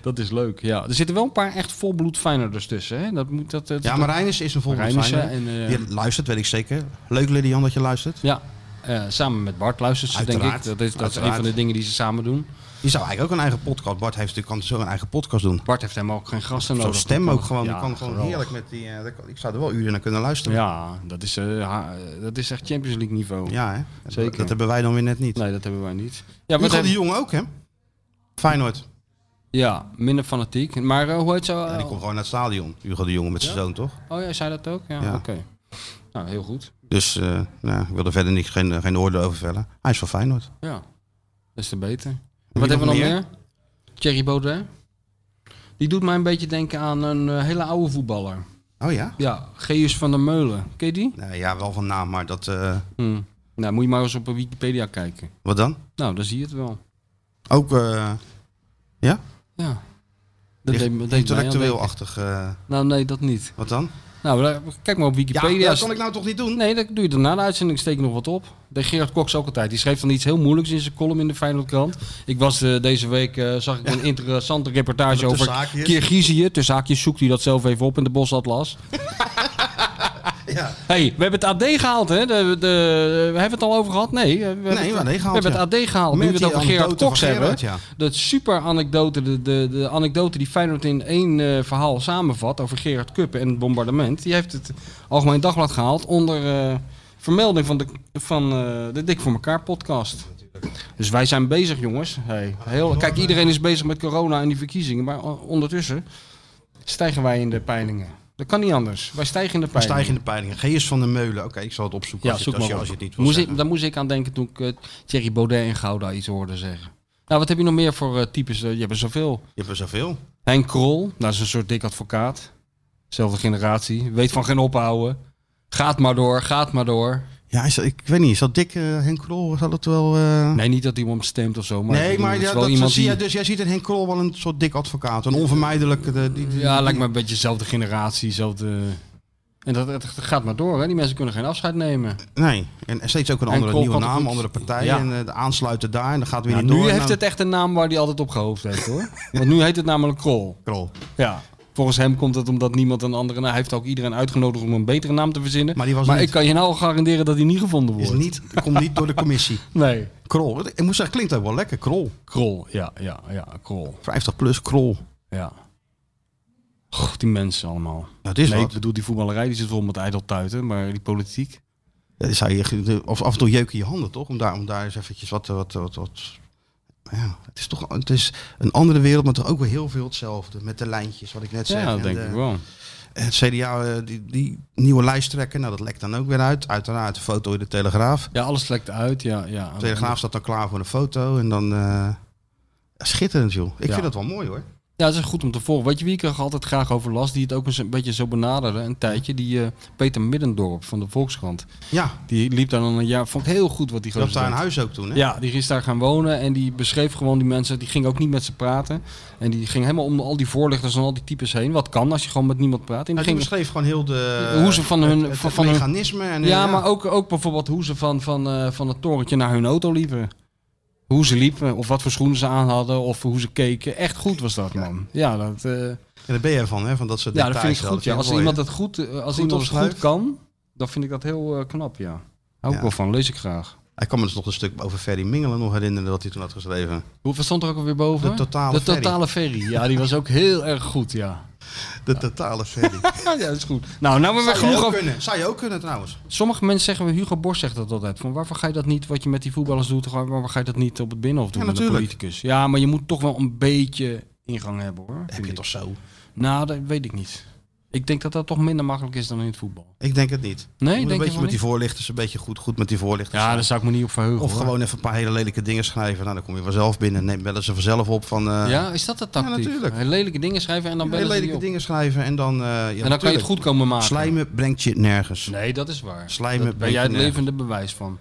Speaker 5: Dat is leuk, ja. Er zitten wel een paar echt volbloed Feyenoorders tussen, hè? Dat moet dat. dat
Speaker 6: Ja, maar Reines is een volgende
Speaker 5: Reinissen
Speaker 6: fijne.
Speaker 5: en, eh,
Speaker 6: Je luistert, weet ik zeker. Leuk, Lilian, dat je luistert.
Speaker 5: ja. Eh, samen met Bart luistert ze, denk ik.
Speaker 6: Uiteraard.
Speaker 5: Dat is, dat is een
Speaker 6: Uiteraard.
Speaker 5: van de dingen die ze samen doen.
Speaker 6: Je zou eigenlijk ook een eigen podcast. Bart heeft natuurlijk kan zo een eigen podcast doen.
Speaker 5: Bart heeft helemaal ook geen gasten
Speaker 6: Zo'n
Speaker 5: nodig.
Speaker 6: stem
Speaker 5: Die
Speaker 6: ook gewoon. die
Speaker 5: Ja,
Speaker 6: kan gewoon
Speaker 5: geweldig.
Speaker 6: heerlijk met die. eh, dat kan- ik zou er wel uren naar kunnen luisteren.
Speaker 5: Ja, dat is, eh, ha- dat is echt Champions League niveau.
Speaker 6: Ja, hè? Dat-
Speaker 5: Zeker.
Speaker 6: Dat hebben wij dan weer net niet.
Speaker 5: Nee, dat hebben wij niet. Ja,
Speaker 6: Hugo
Speaker 5: hebben-
Speaker 6: de Jong ook, hè? Feyenoord.
Speaker 5: ja minder fanatiek. Maar eh, hoe heet ze?
Speaker 6: Ja, die komt gewoon naar het stadion. Hugo de Jong met zijn zoon, toch?
Speaker 5: oh, jij zei dat ook? Ja,
Speaker 6: Ja.
Speaker 5: oké. Nou, heel goed.
Speaker 6: Dus eh, nou, ik wil er verder niks, geen, geen oordeel over vellen. Hij is van Feyenoord.
Speaker 5: Ja, dat is te beter.
Speaker 6: nog
Speaker 5: Wat hebben we nog
Speaker 6: meer?
Speaker 5: meer? Thierry Baudet. Die doet mij een beetje denken aan een eh, hele oude voetballer.
Speaker 6: Oh ja?
Speaker 5: Ja, Geus van der Meulen. Ken je die?
Speaker 6: Nou ja, wel van naam, maar dat... eh,
Speaker 5: Hm. Nou, moet je maar eens op Wikipedia kijken.
Speaker 6: wat dan?
Speaker 5: Nou, dan zie je het wel.
Speaker 6: Ook eh,
Speaker 5: Ja. Dat deed- dat deed mij aan
Speaker 6: licht-
Speaker 5: denken.
Speaker 6: intellectueel-achtig. eh,
Speaker 5: Nou, nee, dat niet.
Speaker 6: wat dan?
Speaker 5: Nou, daar- kijk maar op
Speaker 6: Ja,
Speaker 5: Wikipedia.
Speaker 6: dat kan ik nou toch niet doen?
Speaker 5: Nee, dat doe je daarna de uitzending. Steek nog wat op. De Gerard Cox ook altijd. Die schreef dan iets heel moeilijks in zijn column in de Feyenoordkrant. Ik was eh, deze week, eh, zag ik een interessante reportage
Speaker 6: Tussen
Speaker 5: over
Speaker 6: haakjes.
Speaker 5: Kirgizië. Tussen haakjes zoekt hij dat zelf even op in de Bosatlas.
Speaker 6: <laughs> Ja.
Speaker 5: hey, we hebben het AD gehaald, hè? De, de, we hebben het al over gehad? Nee, eh, we hebben,
Speaker 6: we hebben
Speaker 5: het,
Speaker 6: het AD gehaald,
Speaker 5: We hebben het AD gehaald.
Speaker 6: Met
Speaker 5: nu we
Speaker 6: die
Speaker 5: het over Gerard
Speaker 6: anekdote
Speaker 5: Cox
Speaker 6: van
Speaker 5: hebben.
Speaker 6: Gerard, ja.
Speaker 5: Dat super anekdote, de, de, de anekdote die Feyenoord in één eh, verhaal samenvat over Gerard Kuppen en het bombardement. Die heeft het Algemeen Dagblad gehaald onder eh, vermelding van, de, van eh, de Dik voor elkaar podcast. Dus wij zijn bezig, jongens. Hey, heel, kijk, iedereen is bezig met corona en die verkiezingen. Maar on- ondertussen stijgen wij in de peilingen. Dat kan niet anders. Wij stijgen in de
Speaker 6: We
Speaker 5: peilingen.
Speaker 6: stijgen in de peilingen. Geers van de Meulen. Oké, ik zal het opzoeken
Speaker 5: Ja,
Speaker 6: als, je,
Speaker 5: zoek
Speaker 6: het- als,
Speaker 5: maar
Speaker 6: je, als
Speaker 5: op.
Speaker 6: je het niet wil
Speaker 5: moest ik,
Speaker 6: zeggen.
Speaker 5: Daar moest ik aan denken toen ik eh, Thierry Baudet en Gouda iets hoorde zeggen. Nou, wat heb je nog meer voor eh, types? Eh, je hebt er zoveel.
Speaker 6: Je hebt er zoveel.
Speaker 5: Henk Krol, dat is een soort dik advocaat. Zelfde generatie. Weet van geen ophouden. Gaat maar door, gaat maar door.
Speaker 6: Ja, is dat- ik weet niet. Is dat dik eh, Henk Krol? Zal dat wel... eh,
Speaker 5: Nee, niet dat iemand stemt of zo. Maar ik
Speaker 6: nee,
Speaker 5: bedoel,
Speaker 6: maar
Speaker 5: het is
Speaker 6: ja,
Speaker 5: wel
Speaker 6: dat
Speaker 5: iemand
Speaker 6: zie
Speaker 5: die...
Speaker 6: jij dus. Jij ziet in Henk Krol wel een soort dik advocaat. Een onvermijdelijk... eh, die, die-
Speaker 5: Ja, lijkt me een beetje dezelfde generatie, dezelfde... En dat, dat gaat maar door, hè. Die mensen kunnen geen afscheid nemen.
Speaker 6: Nee, en steeds ook een
Speaker 5: En
Speaker 6: andere
Speaker 5: Krol
Speaker 6: nieuwe
Speaker 5: kan het
Speaker 6: naam,
Speaker 5: goed.
Speaker 6: andere partij.
Speaker 5: Ja.
Speaker 6: En eh, de aansluiten daar en dan gaat weer
Speaker 5: Ja,
Speaker 6: niet
Speaker 5: nu
Speaker 6: door.
Speaker 5: heeft
Speaker 6: Nou,
Speaker 5: het echt een naam waar die altijd op gehoofd heeft, hoor. Want nu heet het namelijk Krol.
Speaker 6: Krol.
Speaker 5: Ja. Volgens hem komt het omdat niemand een andere... Hij heeft ook iedereen uitgenodigd om een betere naam te verzinnen.
Speaker 6: Maar die was niet-
Speaker 5: ik kan je nou al garanderen dat hij niet gevonden
Speaker 6: Is
Speaker 5: wordt.
Speaker 6: niet, komt niet door de commissie.
Speaker 5: Nee.
Speaker 6: Krol. Ik moet zeggen, klinkt ook wel lekker. Krol.
Speaker 5: Krol, ja, ja, ja, Krol.
Speaker 6: 50 plus Krol.
Speaker 5: Ja. Goh, die mensen allemaal.
Speaker 6: Dat is
Speaker 5: nee, ik
Speaker 6: wat.
Speaker 5: bedoel, die voetballerij die zit vol met ijdeltuiten, maar die politiek.
Speaker 6: Ja, zou je, of af en toe jeuken je handen, toch? Om daar, om daar eens eventjes wat... wat, wat, wat ja, het is toch het is een andere wereld, maar toch ook wel heel veel hetzelfde. Met de lijntjes, wat ik net zei.
Speaker 5: ja, dat
Speaker 6: En
Speaker 5: denk
Speaker 6: de-
Speaker 5: ik wel.
Speaker 6: en Het CDA, eh, die, die nieuwe lijsttrekker, nou dat lekt dan ook weer uit. Uiteraard, de foto in de Telegraaf.
Speaker 5: Ja, alles lekt uit, ja. ja.
Speaker 6: De Telegraaf staat dan klaar voor een foto en dan... eh, ja, schitterend, joh. Ik
Speaker 5: Ja.
Speaker 6: vind dat wel mooi, hoor.
Speaker 5: Ja, het is goed om te volgen. Weet je wie ik er altijd graag over las? Die het ook eens een beetje zo benaderde, een tijdje. Die eh, Peter Middendorp van de Volkskrant.
Speaker 6: Ja,
Speaker 5: Die liep daar dan een jaar. Vond ik heel goed wat die
Speaker 6: je had
Speaker 5: gozer
Speaker 6: daar een
Speaker 5: deed.
Speaker 6: huis ook toen, hè?
Speaker 5: Ja, die is daar gaan wonen en die beschreef gewoon die mensen. Die ging ook niet met ze praten. En die ging helemaal om al die voorlichters en al die types heen. Wat kan als je gewoon met niemand praat? En
Speaker 6: Hij
Speaker 5: die
Speaker 6: ging
Speaker 5: ging
Speaker 6: beschreef gewoon heel de...
Speaker 5: Hoe ze van
Speaker 6: het-
Speaker 5: hun-
Speaker 6: het-
Speaker 5: van-
Speaker 6: het
Speaker 5: van hun-
Speaker 6: mechanisme en... eh,
Speaker 5: ja, maar ook, ook bijvoorbeeld hoe ze van, van, eh, van het torentje naar hun auto liepen. Hoe ze liepen, of wat voor schoenen ze aan hadden, of hoe ze keken. Echt goed was dat, man. Ja, dat, eh,
Speaker 6: En daar ben je van, hè? Van dat soort
Speaker 5: ja, dat
Speaker 6: details
Speaker 5: vind ik
Speaker 6: wel.
Speaker 5: goed. Ja. Als
Speaker 6: mooi,
Speaker 5: iemand
Speaker 6: hè?
Speaker 5: het goed, eh, als
Speaker 6: Goed
Speaker 5: iemand het goed
Speaker 6: omschrijft.
Speaker 5: kan, dan vind ik dat heel eh, knap, ja. Hou ik
Speaker 6: Ja.
Speaker 5: wel van, lees ik graag.
Speaker 6: Hij kan me dus nog een stuk over Ferry Mingelen nog herinneren dat hij toen had geschreven.
Speaker 5: Hoeveel stond er ook alweer boven?
Speaker 6: De totale
Speaker 5: De totale ferry. Ja, die was ook heel erg goed, ja.
Speaker 6: De <laughs> totale Ferry.
Speaker 5: Ja, dat is goed. Nou, nou hebben
Speaker 6: Zou
Speaker 5: we
Speaker 6: je ook
Speaker 5: genoeg over...
Speaker 6: kunnen. Zou je ook kunnen trouwens.
Speaker 5: Sommige mensen zeggen, Hugo Borst zegt dat altijd. Van waarvoor ga je dat niet, wat je met die voetballers doet, waar- waarom ga je dat niet op het binnenhof doen
Speaker 6: Ja,
Speaker 5: met een
Speaker 6: natuurlijk.
Speaker 5: politicus? Ja, maar je moet toch wel een beetje ingang hebben hoor.
Speaker 6: Heb
Speaker 5: vind
Speaker 6: je
Speaker 5: ik.
Speaker 6: toch zo?
Speaker 5: Nou, dat weet ik niet. Ik denk dat dat toch minder makkelijk is dan in het voetbal.
Speaker 6: Ik denk het niet.
Speaker 5: Nee,
Speaker 6: je moet
Speaker 5: denk je
Speaker 6: een beetje
Speaker 5: van
Speaker 6: met
Speaker 5: niet?
Speaker 6: die voorlichters, een beetje goed, goed met die voorlichters.
Speaker 5: Ja,
Speaker 6: zijn.
Speaker 5: daar zou ik me niet op verheugen
Speaker 6: Of
Speaker 5: hoor.
Speaker 6: gewoon even een paar hele lelijke dingen schrijven. Nou, dan kom je vanzelf binnen. Neem bellen ze vanzelf op van... eh,
Speaker 5: Ja, is dat de
Speaker 6: Ja,
Speaker 5: tactiek?
Speaker 6: natuurlijk.
Speaker 5: Lelijke dingen schrijven en dan
Speaker 6: hele
Speaker 5: bellen ze
Speaker 6: lelijke
Speaker 5: niet op.
Speaker 6: dingen schrijven en dan... eh, ja,
Speaker 5: en dan kan je
Speaker 6: natuurlijk.
Speaker 5: het goed komen maken.
Speaker 6: Slijmen brengt je nergens.
Speaker 5: Nee, dat is waar.
Speaker 6: Slijmen
Speaker 5: Daar ben
Speaker 6: brengt
Speaker 5: jij
Speaker 6: je
Speaker 5: het
Speaker 6: nergens.
Speaker 5: levende bewijs van.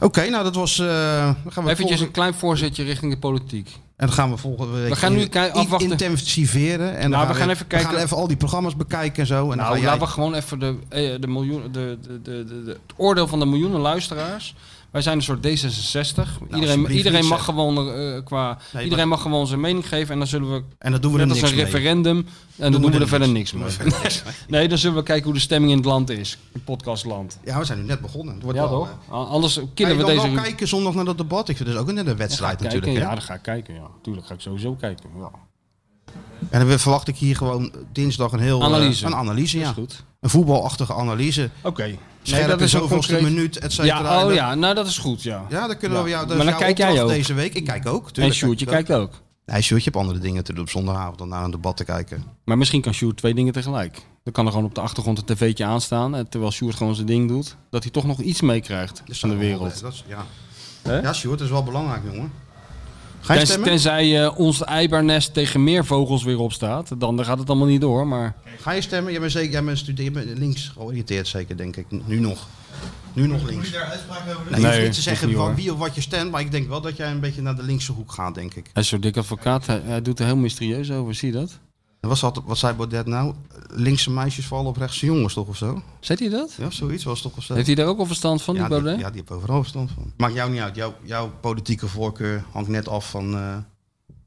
Speaker 6: Oké, nou dat was... eh, dan gaan we
Speaker 5: Eventjes
Speaker 6: volgende-
Speaker 5: een klein voorzetje richting de politiek.
Speaker 6: En dat gaan we volgende week
Speaker 5: We gaan nu
Speaker 6: in-
Speaker 5: kei-
Speaker 6: in-
Speaker 5: afwachten.
Speaker 6: intensiveren. En dan
Speaker 5: Nou, we gaan even kijken-
Speaker 6: We gaan even al die programma's bekijken en zo. En dan
Speaker 5: nou,
Speaker 6: ga jij-
Speaker 5: laten we gewoon even de, eh, de miljoen, de, de, de, de- de- het oordeel van de miljoenen luisteraars. Wij zijn een soort D66. iedereen
Speaker 6: Nou, alsjeblieft
Speaker 5: iedereen,
Speaker 6: niet,
Speaker 5: mag
Speaker 6: zeg.
Speaker 5: gewoon, eh, qua,
Speaker 6: maar-
Speaker 5: iedereen mag gewoon zijn mening geven. En dan zullen we,
Speaker 6: En dat doen we
Speaker 5: net
Speaker 6: er
Speaker 5: als
Speaker 6: niks
Speaker 5: een
Speaker 6: mee.
Speaker 5: referendum, en dan doen we er verder niks
Speaker 6: Doen we
Speaker 5: mee.
Speaker 6: verder niks mee.
Speaker 5: Nee, dan zullen we kijken hoe de stemming in het land is. In podcastland.
Speaker 6: Ja, we zijn nu net begonnen. Het wordt
Speaker 5: Ja,
Speaker 6: wel,
Speaker 5: toch?
Speaker 6: eh,
Speaker 5: A- Anders
Speaker 6: Ga je
Speaker 5: killen we
Speaker 6: dan
Speaker 5: deze...
Speaker 6: wel kijken zondag naar dat debat? Ik vind het dus ook net een wedstrijd
Speaker 5: kijken,
Speaker 6: natuurlijk. hè?
Speaker 5: ja, dan ga ik kijken. Ja. Tuurlijk ga ik sowieso kijken. Ja.
Speaker 6: En dan verwacht ik hier gewoon dinsdag een heel... eh,
Speaker 5: Analyse.
Speaker 6: een analyse, ja.
Speaker 5: Is goed.
Speaker 6: Een voetbalachtige analyse.
Speaker 5: Oké.
Speaker 6: Scherp dat is
Speaker 5: ook
Speaker 6: zoveelste
Speaker 5: concreet.
Speaker 6: minuut, et cetera. En
Speaker 5: Ja, oh
Speaker 6: dat-
Speaker 5: ja, nou dat is goed, ja.
Speaker 6: Ja, dan kunnen we
Speaker 5: Ja.
Speaker 6: jou... dat
Speaker 5: Maar
Speaker 6: is
Speaker 5: dan
Speaker 6: jouw
Speaker 5: kijk jij
Speaker 6: opdracht
Speaker 5: ook.
Speaker 6: deze week. Ik kijk ook. tuurlijk
Speaker 5: en
Speaker 6: kijk
Speaker 5: Sjoerd, je
Speaker 6: ik ook.
Speaker 5: kijkt ook.
Speaker 6: Nee, Sjoerd, je hebt andere dingen te doen op zondagavond dan naar een debat te kijken.
Speaker 5: Maar misschien kan Sjoerd twee dingen tegelijk. Dan kan er gewoon op de achtergrond een tv'tje aanstaan. en Terwijl Sjoerd gewoon zijn ding doet. Dat hij toch nog iets meekrijgt van de wereld.
Speaker 6: Dat is, ja.
Speaker 5: Hè?
Speaker 6: ja, Sjoerd, dat is wel belangrijk, jongen. Ga je
Speaker 5: Tens-
Speaker 6: stemmen?
Speaker 5: tenzij eh, ons eibernest tegen meer vogels weer opstaat. Dan, dan gaat het allemaal niet door. Maar
Speaker 6: Ga je stemmen? Jij bent, zeker, jij bent, stude- jij bent links georiënteerd zeker, denk ik. Nu nog. Nu nog links. Nee, je hoeft
Speaker 5: Nee,
Speaker 6: niet te zeggen
Speaker 5: hoeft niet,
Speaker 6: van
Speaker 5: hoor.
Speaker 6: wie of wat je stemt, maar ik denk wel dat jij een beetje naar de linkse hoek gaat, denk ik.
Speaker 5: hij is zo'n dik advocaat. Hij, hij doet er heel mysterieus over. Zie je dat?
Speaker 6: En Was dat, wat zei Baudet nou? Linkse meisjes vallen op rechtse jongens, toch of zo?
Speaker 5: Zet hij dat?
Speaker 6: Ja, zoiets was toch of zo?
Speaker 5: Heeft hij daar ook al verstand van,
Speaker 6: ja,
Speaker 5: die Baudet?
Speaker 6: ja, die heeft overal verstand van. Maakt jou niet uit. Jouw, jouw politieke voorkeur hangt net af van eh,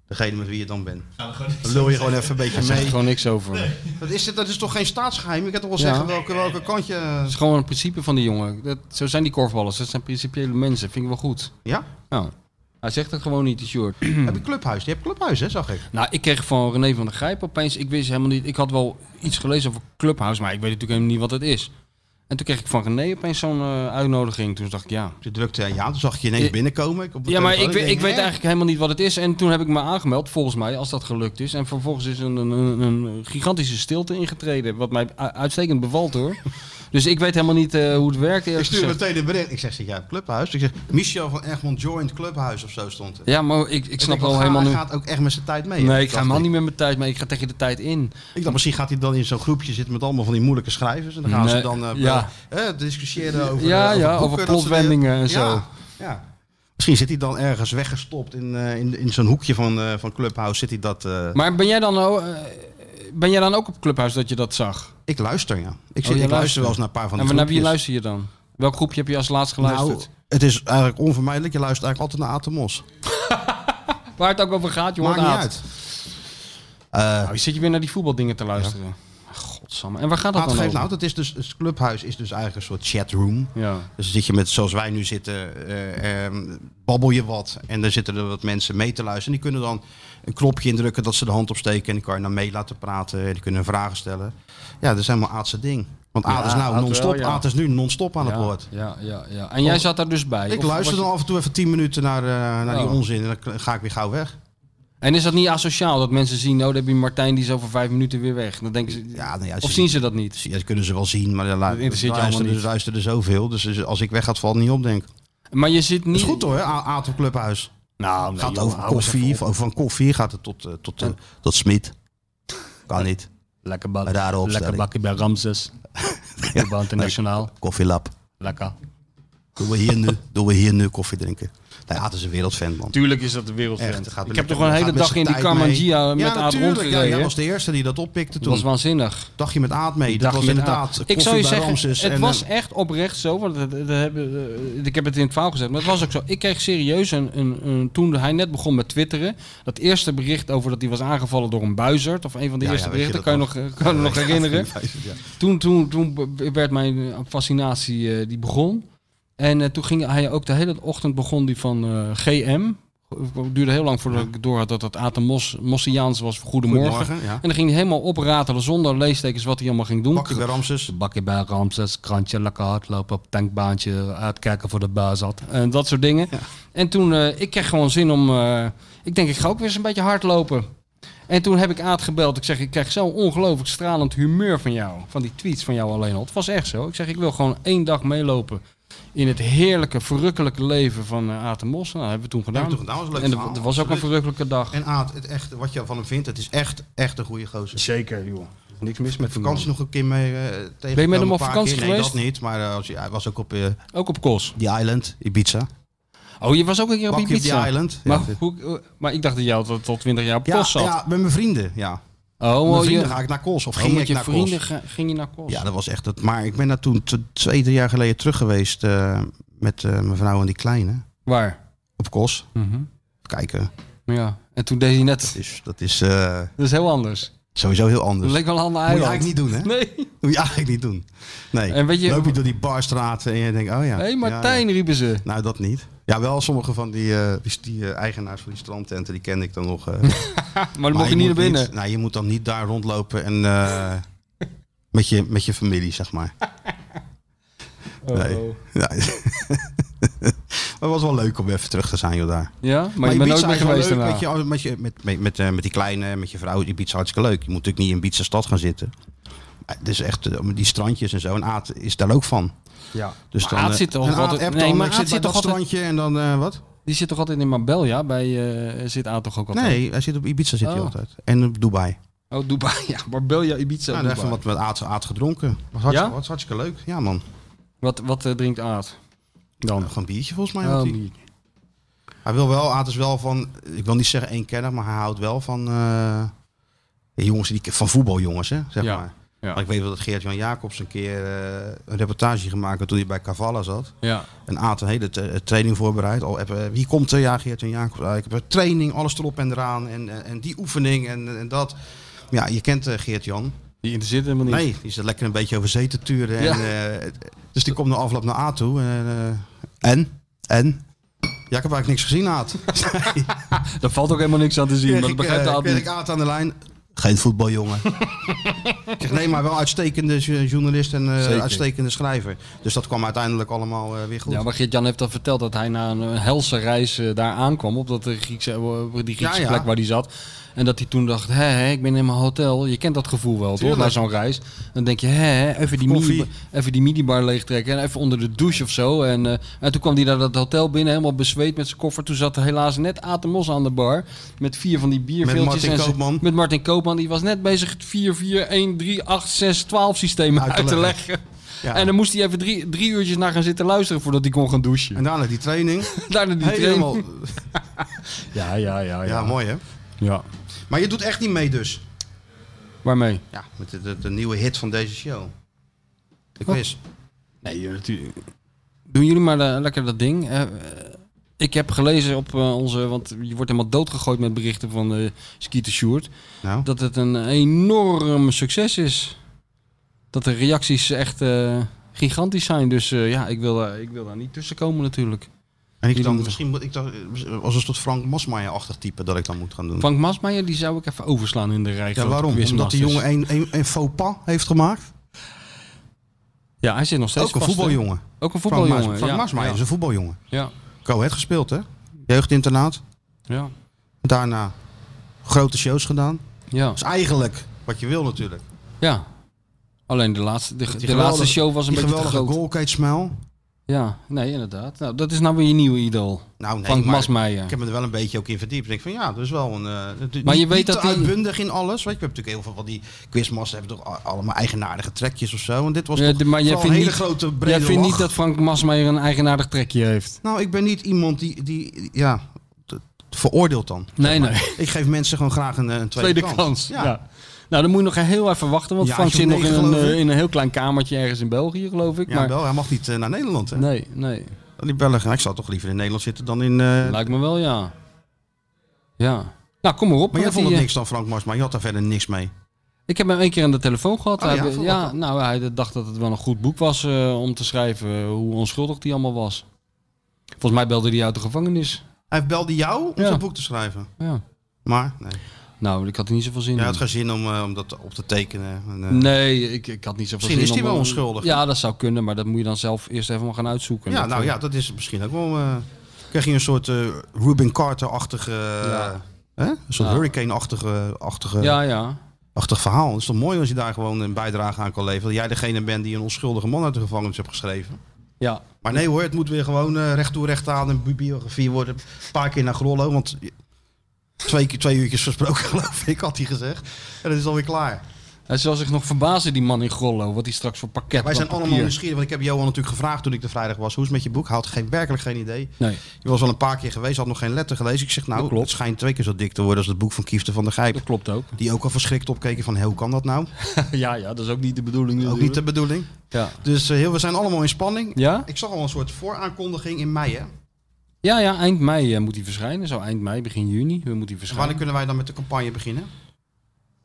Speaker 6: degene met wie je dan bent. Dan lul je gewoon even een beetje
Speaker 5: Hij zegt er
Speaker 6: mee.
Speaker 5: gewoon niks over. Het
Speaker 6: Dat is, dit- dat is toch geen staatsgeheim? Ik kan toch wel
Speaker 5: Ja.
Speaker 6: zeggen welke, welke kant je...
Speaker 5: is gewoon een principe van die jongen. Dat, zo zijn die korfballers. Dat zijn principiële mensen. Vind ik wel goed.
Speaker 6: Ja?
Speaker 5: Nou, hij zegt het gewoon niet, die Sjoerd.
Speaker 6: Heb je clubhuis? Je hebt clubhuis, hè, zag ik.
Speaker 5: Nou, ik kreeg van René van der Grijp opeens, ik wist helemaal niet, ik had wel iets gelezen over Clubhouse, maar ik weet natuurlijk helemaal niet wat het is. En toen kreeg ik van René opeens zo'n eh, uitnodiging, toen dacht ik ja.
Speaker 6: Je drukte eh, ja, toen zag ik je ineens
Speaker 5: Ja.
Speaker 6: binnenkomen. Ik op de
Speaker 5: Ja, maar ik,
Speaker 6: telefoon.
Speaker 5: weet- ik
Speaker 6: denk,
Speaker 5: weet
Speaker 6: hè?
Speaker 5: eigenlijk helemaal niet wat het is. En toen heb ik me aangemeld, volgens mij, als dat gelukt is. En vervolgens is een, een, een- een gigantische stilte ingetreden, wat mij u- uitstekend bevalt <laughs> hoor. dus ik weet helemaal niet eh, hoe het werkt
Speaker 6: Ik
Speaker 5: eerlijk
Speaker 6: stuurde
Speaker 5: gezegd.
Speaker 6: meteen een bericht. Ik zeg, zit jij op clubhuis? Ik zeg, Michel van Egmond joined clubhuis of zo stond het.
Speaker 5: Ja, maar ik, ik snap
Speaker 6: denk,
Speaker 5: wel
Speaker 6: wat
Speaker 5: helemaal
Speaker 6: ga-
Speaker 5: nu.
Speaker 6: Hij gaat ook echt met zijn tijd mee.
Speaker 5: Nee,
Speaker 6: hè?
Speaker 5: ik ga
Speaker 6: dacht
Speaker 5: helemaal niet met mijn tijd mee, ik ga tegen de tijd in.
Speaker 6: Ik dacht, misschien gaat hij dan in zo'n groepje zitten met allemaal van die moeilijke schrijvers. En dan gaan
Speaker 5: Nee,
Speaker 6: ze dan eh,
Speaker 5: ja.
Speaker 6: eh, discussiëren over,
Speaker 5: Ja,
Speaker 6: eh, over,
Speaker 5: ja,
Speaker 6: boeken,
Speaker 5: over
Speaker 6: dat soort
Speaker 5: plotwendingen
Speaker 6: dingen.
Speaker 5: en zo.
Speaker 6: Ja, ja. Misschien zit hij dan ergens weggestopt in, eh, in, in zo'n hoekje van, eh, van Clubhouse. Zit hij dat... eh,
Speaker 5: Maar ben jij dan, nou, eh, ben jij dan ook op Clubhouse dat je dat zag?
Speaker 6: ik luister, ja. Ik,
Speaker 5: Oh, jij
Speaker 6: zit, Oh, ik
Speaker 5: luistert.
Speaker 6: luister wel eens naar een paar van die
Speaker 5: En naar wie
Speaker 6: groepjes.
Speaker 5: luister je dan? Welk groepje heb je als laatst geluisterd?
Speaker 6: Nou, het is eigenlijk onvermijdelijk. Je luistert eigenlijk altijd naar Atemos.
Speaker 5: Waar het ook over gaat, jongen.
Speaker 6: Maakt niet uit. Eh,
Speaker 5: Nou, zit je weer naar die voetbaldingen te luisteren? Ah, Godsamme. En waar gaat dat
Speaker 6: maar het
Speaker 5: dan
Speaker 6: geeft nou,
Speaker 5: over?
Speaker 6: dat is dus, het clubhuis is dus eigenlijk een soort chatroom.
Speaker 5: Ja.
Speaker 6: Dus dan zit je met, zoals wij nu zitten, eh, ehm, babbel je wat. En dan zitten er wat mensen mee te luisteren. En die kunnen dan een knopje indrukken dat ze de hand opsteken. En die kan je dan mee laten praten. Die kunnen vragen stellen. Ja, dat is helemaal aardse ding. Want Aad is
Speaker 5: Aad
Speaker 6: nou
Speaker 5: wel,
Speaker 6: non-stop.
Speaker 5: ja.
Speaker 6: Aad is nu non-stop aan het
Speaker 5: Ja,
Speaker 6: woord.
Speaker 5: ja, ja, ja. En jij zat daar dus bij?
Speaker 6: Ik
Speaker 5: Of
Speaker 6: luister
Speaker 5: was
Speaker 6: dan af en toe even 10 minuten naar, eh, naar die
Speaker 5: Oh.
Speaker 6: onzin. En dan ga ik weer gauw weg.
Speaker 5: je- En is dat niet asociaal dat mensen zien, nou, daar heb je Martijn, die is over vijf minuten weer weg. Dan denken ze,
Speaker 6: Ja, nou ja,
Speaker 5: of
Speaker 6: ze-
Speaker 5: zien ze dat niet?
Speaker 6: Ja, dat kunnen ze wel zien, maar er lu-
Speaker 5: interesseert je
Speaker 6: luisteren,
Speaker 5: allemaal
Speaker 6: er
Speaker 5: niet.
Speaker 6: luisteren er zoveel. Dus als ik weg ga, het valt niet op, denk ik.
Speaker 5: Maar je zit niet...
Speaker 6: is goed hoor, A- Aad op Clubhuis. Nou,
Speaker 5: nee,
Speaker 6: gaat
Speaker 5: joh,
Speaker 6: over
Speaker 5: hou eens
Speaker 6: koffie.
Speaker 5: even
Speaker 6: Van, van koffie gaat het tot, eh, tot, eh, tot smid. Kan niet.
Speaker 5: Lekker
Speaker 6: Een rare
Speaker 5: bak. Lekker
Speaker 6: opstelling.
Speaker 5: bakje bij
Speaker 6: <laughs>
Speaker 5: Ramses. Voetbal internationaal.
Speaker 6: Koffielab.
Speaker 5: Lekker.
Speaker 6: Doen we hier nu, doen we hier nu koffie drinken. Nou ja, het is een wereldfan, man.
Speaker 5: Tuurlijk is dat de wereld.
Speaker 6: Echt, het gaat
Speaker 5: Ik
Speaker 6: met-
Speaker 5: heb toch gewoon een
Speaker 6: gaat
Speaker 5: hele
Speaker 6: met
Speaker 5: dag
Speaker 6: zijn
Speaker 5: in die
Speaker 6: tijd mee.
Speaker 5: Kamangia met
Speaker 6: ja,
Speaker 5: Aad
Speaker 6: natuurlijk. Ja,
Speaker 5: rondgereden.
Speaker 6: jij
Speaker 5: hè?
Speaker 6: was de eerste die dat oppikte
Speaker 5: Dat
Speaker 6: toen.
Speaker 5: was waanzinnig.
Speaker 6: Dagje met Aad mee. Dat
Speaker 5: Dag
Speaker 6: was
Speaker 5: met haar.
Speaker 6: inderdaad
Speaker 5: Ik zou je zeggen,
Speaker 6: Ramses
Speaker 5: het
Speaker 6: en,
Speaker 5: was
Speaker 6: eh,
Speaker 5: echt oprecht zo. Want het, het- het hebben, eh, ik heb het in het verhaal gezet, maar het was ook zo. Ik kreeg serieus een, een, een- toen hij net begon met twitteren, dat eerste bericht over dat hij was aangevallen door een buizerd of een van de
Speaker 6: Ja,
Speaker 5: eerste
Speaker 6: ja, weet je
Speaker 5: berichten,
Speaker 6: dat
Speaker 5: kan je nog,
Speaker 6: nog?
Speaker 5: kan je nog herinneren.
Speaker 6: Ja.
Speaker 5: Toen, toen, toen be- werd mijn eh, fascinatie eh, die begon. En eh, toen ging hij ook de hele ochtend begon die van eh, GM. Het duurde heel lang voordat ik door had dat dat Aten Mos, Mossiaans was voor Goedemorgen.
Speaker 6: Goedemorgen, ja.
Speaker 5: En dan ging hij helemaal opratelen zonder leestekens wat hij allemaal ging doen.
Speaker 6: Bakje bij Ramses.
Speaker 5: Bakje bij Ramses, krantje, lekker hardlopen op tankbaantje, uitkijken voor de baas had. En dat soort dingen. En toen, eh, ik kreeg gewoon zin om, eh, ik denk ik ga ook weer eens een beetje hardlopen. En toen heb ik Aad gebeld. Ik zeg, ik krijg zo'n ongelooflijk stralend humeur van jou. Van die tweets van jou alleen al. Het was echt zo. Ik zeg, ik wil gewoon één dag meelopen in het heerlijke, verrukkelijke leven van eh, Aad en Mos. Nou, dat hebben we toen gedaan.
Speaker 6: we toen gedaan. Dat was een leuk
Speaker 5: en dat-
Speaker 6: verhaal,
Speaker 5: dat was ook een
Speaker 6: absoluut.
Speaker 5: verrukkelijke dag.
Speaker 6: En Aad, het echt, wat je van hem vindt, het is echt, echt een goede gozer.
Speaker 5: Zeker, joh. Niks mis met die man.
Speaker 6: vakantie nog een keer mee eh, tegen.
Speaker 5: hem op vakantie
Speaker 6: Nee,
Speaker 5: geweest?
Speaker 6: dat niet. Maar eh, als je- hij was ook op eh,
Speaker 5: Ook op Kos.
Speaker 6: die island, Ibiza.
Speaker 5: Oh, je was ook een keer op
Speaker 6: Bakje op
Speaker 5: Ibiza.
Speaker 6: die island.
Speaker 5: Maar,
Speaker 6: Ja.
Speaker 5: hoe, maar ik dacht dat jij al tot 20 jaar op
Speaker 6: Ja,
Speaker 5: Kos zat.
Speaker 6: ja, met mijn vrienden. Ja.
Speaker 5: Oh,
Speaker 6: Met
Speaker 5: oh,
Speaker 6: mijn vrienden
Speaker 5: je,
Speaker 6: ga ik naar Kos. Of
Speaker 5: oh,
Speaker 6: ging
Speaker 5: met
Speaker 6: ik
Speaker 5: je
Speaker 6: naar
Speaker 5: vrienden
Speaker 6: Kos.
Speaker 5: ga- ging je naar Kos.
Speaker 6: Ja, dat was echt het. Maar ik ben daar toen t- twee, drie jaar geleden terug geweest eh, met eh, mijn vrouw en die kleine.
Speaker 5: Waar?
Speaker 6: Op Kos.
Speaker 5: Mhm.
Speaker 6: Kijken.
Speaker 5: Ja. En toen deed hij net...
Speaker 6: Dat is, dat is eh,
Speaker 5: Dat is heel anders.
Speaker 6: sowieso heel anders.
Speaker 5: Dat leek wel een ander
Speaker 6: Moet je
Speaker 5: eiland.
Speaker 6: eigenlijk niet doen, hè?
Speaker 5: Nee.
Speaker 6: Moet je eigenlijk niet doen. Nee.
Speaker 5: En weet je-
Speaker 6: Loop je door die barstraten en je denkt, oh ja.
Speaker 5: Hé,
Speaker 6: ja,
Speaker 5: Martijn,
Speaker 6: ja.
Speaker 5: riepen ze.
Speaker 6: Nou, dat niet. Ja, wel sommige van die, eh, die, die eh, eigenaars van die strandtenten, die ken ik dan
Speaker 5: <laughs>
Speaker 6: nog. eh. maar
Speaker 5: Maar dan mocht je niet naar
Speaker 6: moet
Speaker 5: binnen.
Speaker 6: nou, je moet dan niet daar rondlopen en eh, met, je, met je familie, zeg maar.
Speaker 5: <laughs>
Speaker 6: Nee. Ja. <laughs> maar het was wel leuk om even terug te zijn, joh, daar.
Speaker 5: Ja? Maar, je bent
Speaker 6: Ibiza
Speaker 5: nooit meer
Speaker 6: is wel
Speaker 5: geweest
Speaker 6: leuk, Met, je,
Speaker 5: daarna.
Speaker 6: met, je, met, met, met, eh, met die kleine, met je vrouw, Ibiza hartstikke leuk. Je moet natuurlijk niet in Ibiza stad gaan zitten. Maar Het is echt, eh, die strandjes en zo. En Aad is daar ook van.
Speaker 5: Ja.
Speaker 6: Dus
Speaker 5: Maar
Speaker 6: dan,
Speaker 5: Aad
Speaker 6: eh,
Speaker 5: zit toch
Speaker 6: en Aad
Speaker 5: altijd-
Speaker 6: appt
Speaker 5: nee,
Speaker 6: dan,
Speaker 5: maar
Speaker 6: ik
Speaker 5: Aad
Speaker 6: zit
Speaker 5: zit
Speaker 6: bij dat
Speaker 5: toch altijd-
Speaker 6: strandje en dan eh, wat?
Speaker 5: Die zit toch altijd in Marbella? Bij, eh, zit Aad toch ook altijd?
Speaker 6: Nee, hij zit op Ibiza zit hij
Speaker 5: Oh.
Speaker 6: altijd. En op Dubai.
Speaker 5: Oh, Dubai. <laughs> Ja, Marbella, Ibiza,
Speaker 6: Nou,
Speaker 5: Dubai.
Speaker 6: even wat
Speaker 5: Wat,
Speaker 6: met Aad, Aad gedronken. Was
Speaker 5: Ja?
Speaker 6: hartstikke, was hartstikke leuk. Ja, man.
Speaker 5: wat, eh, drinkt Aad?
Speaker 6: Dan. Gewoon een biertje volgens mij.
Speaker 5: Oh,
Speaker 6: had hij.
Speaker 5: die-
Speaker 6: Hij wil wel, Aad is wel van, ik wil niet zeggen één kenner, maar hij houdt wel van, eh, die jongens die, van voetbaljongens, hè, zeg
Speaker 5: Ja,
Speaker 6: maar.
Speaker 5: ja.
Speaker 6: Maar ik weet wel dat Geert-Jan Jacobs een keer eh, een reportage gemaakt had toen hij bij Cavalla zat.
Speaker 5: ja.
Speaker 6: En Aad een hele eh, training voorbereid. Al, heb, eh, wie komt er? Ja, Geert-Jan Jacobs. Ah, ik heb een training, alles erop en eraan. En, en, en die oefening en, en dat. Ja, je kent eh, Geert-Jan.
Speaker 5: Die interesseert helemaal niet.
Speaker 6: Nee, die zit lekker een beetje over zee te turen. En,
Speaker 5: Ja.
Speaker 6: eh, dus die komt na afloop naar A toe. En, eh, en? En? Ja, ik heb eigenlijk niks gezien,
Speaker 5: <laughs>
Speaker 6: Aad.
Speaker 5: Daar valt ook helemaal niks aan te zien.
Speaker 6: Kreeg
Speaker 5: maar dat
Speaker 6: ik,
Speaker 5: begrijpt
Speaker 6: eh,
Speaker 5: Aad
Speaker 6: kreeg
Speaker 5: niet.
Speaker 6: ik Aad aan de lijn. Geen voetbaljongen. Ik zeg, nee, maar wel uitstekende jo- journalist en eh,
Speaker 5: Zeker.
Speaker 6: uitstekende schrijver. Dus dat kwam uiteindelijk allemaal eh, weer goed.
Speaker 5: Ja, maar Geert-Jan heeft al verteld dat hij na een eh, helse reis eh, daar aankwam op dat de Griekse, eh, die Griekse
Speaker 6: Ja, ja.
Speaker 5: plek waar hij zat. En dat hij toen dacht, hé, hé, ik ben in mijn hotel. Je kent dat gevoel wel, toch?
Speaker 6: Tuurlijk.
Speaker 5: Na zo'n reis. Dan denk je, hé, hé, even die,
Speaker 6: Koffie.
Speaker 5: mini, even die minibar leegtrekken en even onder de douche of zo. En, eh, en toen kwam hij naar dat hotel binnen, helemaal bezweet met zijn koffer. Toen zat helaas net Atemos aan de bar met vier van die bierveeltjes.
Speaker 6: Martin
Speaker 5: en ze-
Speaker 6: Koopman.
Speaker 5: Met Martin Koopman. Die was net bezig het 4, 4, 1, 3, 8, 6, 12 systeem uit te, leggen. <laughs>
Speaker 6: Ja.
Speaker 5: En dan moest hij even drie, drie uurtjes naar gaan zitten luisteren voordat hij kon gaan douchen.
Speaker 6: En daarna die training.
Speaker 5: <laughs> Daarna die
Speaker 6: Helemaal.
Speaker 5: <laughs> train. Ja, ja, ja.
Speaker 6: Ja, mooi hè.
Speaker 5: Ja.
Speaker 6: Maar je doet echt niet mee dus.
Speaker 5: Waarmee?
Speaker 6: Ja, met de, de, de nieuwe hit van deze show. De
Speaker 5: Oh.
Speaker 6: quiz.
Speaker 5: Nee, natuurlijk. Doen jullie maar eh, lekker dat ding. Eh, eh, ik heb gelezen op eh, onze... Want je wordt helemaal doodgegooid met berichten van eh Skeeter Sjoerd.
Speaker 6: Nou,
Speaker 5: Dat het een enorm succes is. Dat de reacties echt eh, gigantisch zijn. Dus eh, ja, ik wil, daar- ik wil daar niet tussen komen natuurlijk.
Speaker 6: en ik dan,
Speaker 5: jullie moeten-
Speaker 6: misschien moet ik dan eh, als een soort Frank Masmaier-achtig type dat ik dan moet gaan doen.
Speaker 5: Frank Masmaier, die zou ik even overslaan in de rij.
Speaker 6: ja,
Speaker 5: grote
Speaker 6: waarom? Omdat die
Speaker 5: quizmasters.
Speaker 6: jongen een, een, een faux pas heeft gemaakt.
Speaker 5: Ja, hij zit nog steeds
Speaker 6: Ook een
Speaker 5: vast, hè?
Speaker 6: voetbaljongen.
Speaker 5: Ook een
Speaker 6: Frank
Speaker 5: voetbaljongen.
Speaker 6: Mas- Frank
Speaker 5: ja.
Speaker 6: Masmaier is een voetbaljongen.
Speaker 5: Ja,
Speaker 6: Coët gespeeld hè? Jeugdinternaat.
Speaker 5: ja,
Speaker 6: Daarna grote shows gedaan.
Speaker 5: ja.
Speaker 6: Dat is eigenlijk wat je wil natuurlijk.
Speaker 5: ja. Alleen de laatste, de, de
Speaker 6: geweldige-
Speaker 5: laatste show was een
Speaker 6: Die
Speaker 5: beetje te
Speaker 6: geweldige
Speaker 5: groot.
Speaker 6: goalkate smile.
Speaker 5: Ja, nee, inderdaad. Nou, dat is nou weer je nieuwe idool.
Speaker 6: Nou, nee,
Speaker 5: Frank
Speaker 6: maar
Speaker 5: Masmeijer.
Speaker 6: Ik heb me er wel een beetje ook in verdiept. Ik denk van ja, dat is wel een. eh, dat-
Speaker 5: Maar je
Speaker 6: niet-
Speaker 5: weet
Speaker 6: niet
Speaker 5: dat
Speaker 6: te
Speaker 5: die-
Speaker 6: uitbundig in alles. Weet je, we hebben natuurlijk heel veel van die quizmassen hebben toch a- allemaal eigenaardige trekjes of zo. En dit was
Speaker 5: Ja,
Speaker 6: toch
Speaker 5: de- maar jij
Speaker 6: vooral
Speaker 5: vindt,
Speaker 6: een hele
Speaker 5: niet,
Speaker 6: grote brede
Speaker 5: jij vindt
Speaker 6: lach.
Speaker 5: niet dat Frank Masmeijer een eigenaardig trekje heeft?
Speaker 6: Nou, ik ben niet iemand die, die ja, t- veroordeelt dan.
Speaker 5: Nee, nee.
Speaker 6: Ik geef mensen gewoon graag een, eh, een tweede, kans.
Speaker 5: Tweede kans.
Speaker 6: Ja.
Speaker 5: Ja. Nou, dan moet je nog heel even wachten, want
Speaker 6: Ja,
Speaker 5: Frank
Speaker 6: als je
Speaker 5: zit nog in
Speaker 6: negen,
Speaker 5: een,
Speaker 6: geloof
Speaker 5: eh,
Speaker 6: ik.
Speaker 5: in een heel klein kamertje ergens in België, geloof ik.
Speaker 6: Ja,
Speaker 5: maar,
Speaker 6: wel. Hij mag niet eh, naar Nederland. Hè?
Speaker 5: Nee, nee.
Speaker 6: Die Belgen. Nou, Ik zou toch liever in Nederland zitten dan in. eh,
Speaker 5: Lijkt me wel, ja. Ja. Nou, kom maar op.
Speaker 6: maar jij
Speaker 5: met
Speaker 6: vond het
Speaker 5: die, eh,
Speaker 6: niks dan, Frank Mars. Maar je had daar verder niks mee.
Speaker 5: Ik heb hem één keer aan de telefoon gehad.
Speaker 6: Oh,
Speaker 5: hij,
Speaker 6: ja,
Speaker 5: be-
Speaker 6: voor wat
Speaker 5: ja, nou, hij dacht dat het wel een goed boek was eh, om te schrijven eh, hoe onschuldig die allemaal was. Volgens mij belde hij uit de gevangenis.
Speaker 6: Hij belde jou om
Speaker 5: Ja.
Speaker 6: zijn boek te schrijven.
Speaker 5: Ja.
Speaker 6: Maar nee.
Speaker 5: Nou, ik had er niet zoveel zin
Speaker 6: Jij
Speaker 5: in.
Speaker 6: had geen zin om, eh, om dat op te tekenen. En, eh,
Speaker 5: Nee, ik, ik had niet zoveel
Speaker 6: Misschien is
Speaker 5: zin
Speaker 6: die
Speaker 5: om-
Speaker 6: wel onschuldig.
Speaker 5: Ja, dat zou kunnen, maar dat moet je dan zelf eerst even gaan uitzoeken.
Speaker 6: Ja,
Speaker 5: Dat,
Speaker 6: nou
Speaker 5: eh,
Speaker 6: ja, dat is misschien ook wel. eh krijg je een soort eh Ruben Carter-achtige. eh,
Speaker 5: Ja.
Speaker 6: hè? Een soort
Speaker 5: Ja.
Speaker 6: hurricane-achtige achtige,
Speaker 5: Ja, ja.
Speaker 6: achtig verhaal. Het is toch mooi als je daar gewoon een bijdrage aan kan leveren. Dat jij degene bent die een onschuldige man uit de gevangenis hebt geschreven.
Speaker 5: Ja,
Speaker 6: Maar nee hoor, het moet weer gewoon eh recht toe recht aan. Een bi- biografie worden. Een paar keer naar Grollo. Want je- twee, keer- twee uurtjes gesproken, <laughs> geloof ik, had hij gezegd. En dat is alweer klaar.
Speaker 5: Hij zal zich nog verbazen, die man in Grollo, wat hij straks voor pakket
Speaker 6: Wij
Speaker 5: van
Speaker 6: zijn allemaal
Speaker 5: papier-
Speaker 6: nieuwsgierig. Want ik heb Johan natuurlijk gevraagd toen ik de vrijdag was. Hoe is het met je boek? Hij had geen, werkelijk geen idee.
Speaker 5: Nee,
Speaker 6: Je was al een paar keer geweest, had nog geen letter gelezen. Ik zeg,
Speaker 5: Dat
Speaker 6: nou,
Speaker 5: klopt.
Speaker 6: het schijnt twee keer zo dik te worden als het boek van Kieften van der Gijp.
Speaker 5: dat
Speaker 6: <laughs>
Speaker 5: klopt ook.
Speaker 6: Die ook al verschrikt opkeken van, hé, hoe kan dat nou?
Speaker 5: ja, ja, dat is ook niet de bedoeling
Speaker 6: Ook niet
Speaker 5: natuurlijk.
Speaker 6: de bedoeling.
Speaker 5: Ja.
Speaker 6: Dus eh, heel, we zijn allemaal in spanning.
Speaker 5: Ja?
Speaker 6: Ik zag al een soort vooraankondiging in mei, hè?
Speaker 5: ja, ja, eind mei eh, moet hij verschijnen. Zo eind mei, begin juni eh, moet hij
Speaker 6: Wanneer
Speaker 5: verschijnen.
Speaker 6: kunnen wij dan met de campagne beginnen?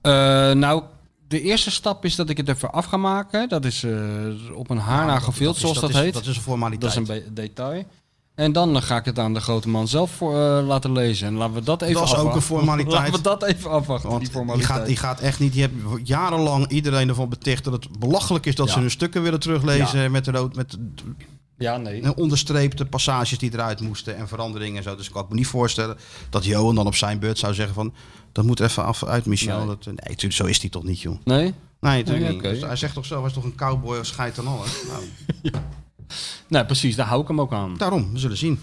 Speaker 5: Eh, nou, de eerste stap is dat ik het even af ga maken. Dat is eh, op een haar na gevild,
Speaker 6: is-
Speaker 5: zoals dat,
Speaker 6: is-
Speaker 5: heet.
Speaker 6: Dat is een formaliteit.
Speaker 5: Dat is een be- detail. En dan eh, ga ik het aan de grote man zelf voor, eh, laten lezen. En laten we dat even
Speaker 6: Dat is ook
Speaker 5: afwachten.
Speaker 6: een formaliteit.
Speaker 5: <laughs> Laten we dat even afwachten,
Speaker 6: Want
Speaker 5: die
Speaker 6: die,
Speaker 5: formaliteit.
Speaker 6: gaat, die gaat echt niet. Je hebt jarenlang iedereen ervan beticht dat het belachelijk is dat
Speaker 5: Ja.
Speaker 6: ze hun stukken willen teruglezen met, de rood, met
Speaker 5: Ja, nee.
Speaker 6: En onderstreepte passages die eruit moesten en veranderingen en zo. Dus ik kan me niet voorstellen dat Johan dan op zijn beurt zou zeggen van... Dat moet even af uit, Michel.
Speaker 5: Nee.
Speaker 6: Dat, eh, nee, natuurlijk, zo is hij toch niet, joh.
Speaker 5: Nee?
Speaker 6: Nee, natuurlijk
Speaker 5: Nee,
Speaker 6: niet.
Speaker 5: oké.
Speaker 6: Dus hij zegt toch zo, hij is toch een cowboy of scheidt aan alles. Nou,
Speaker 5: Nee, precies. Daar hou ik hem ook aan.
Speaker 6: daarom, we zullen zien.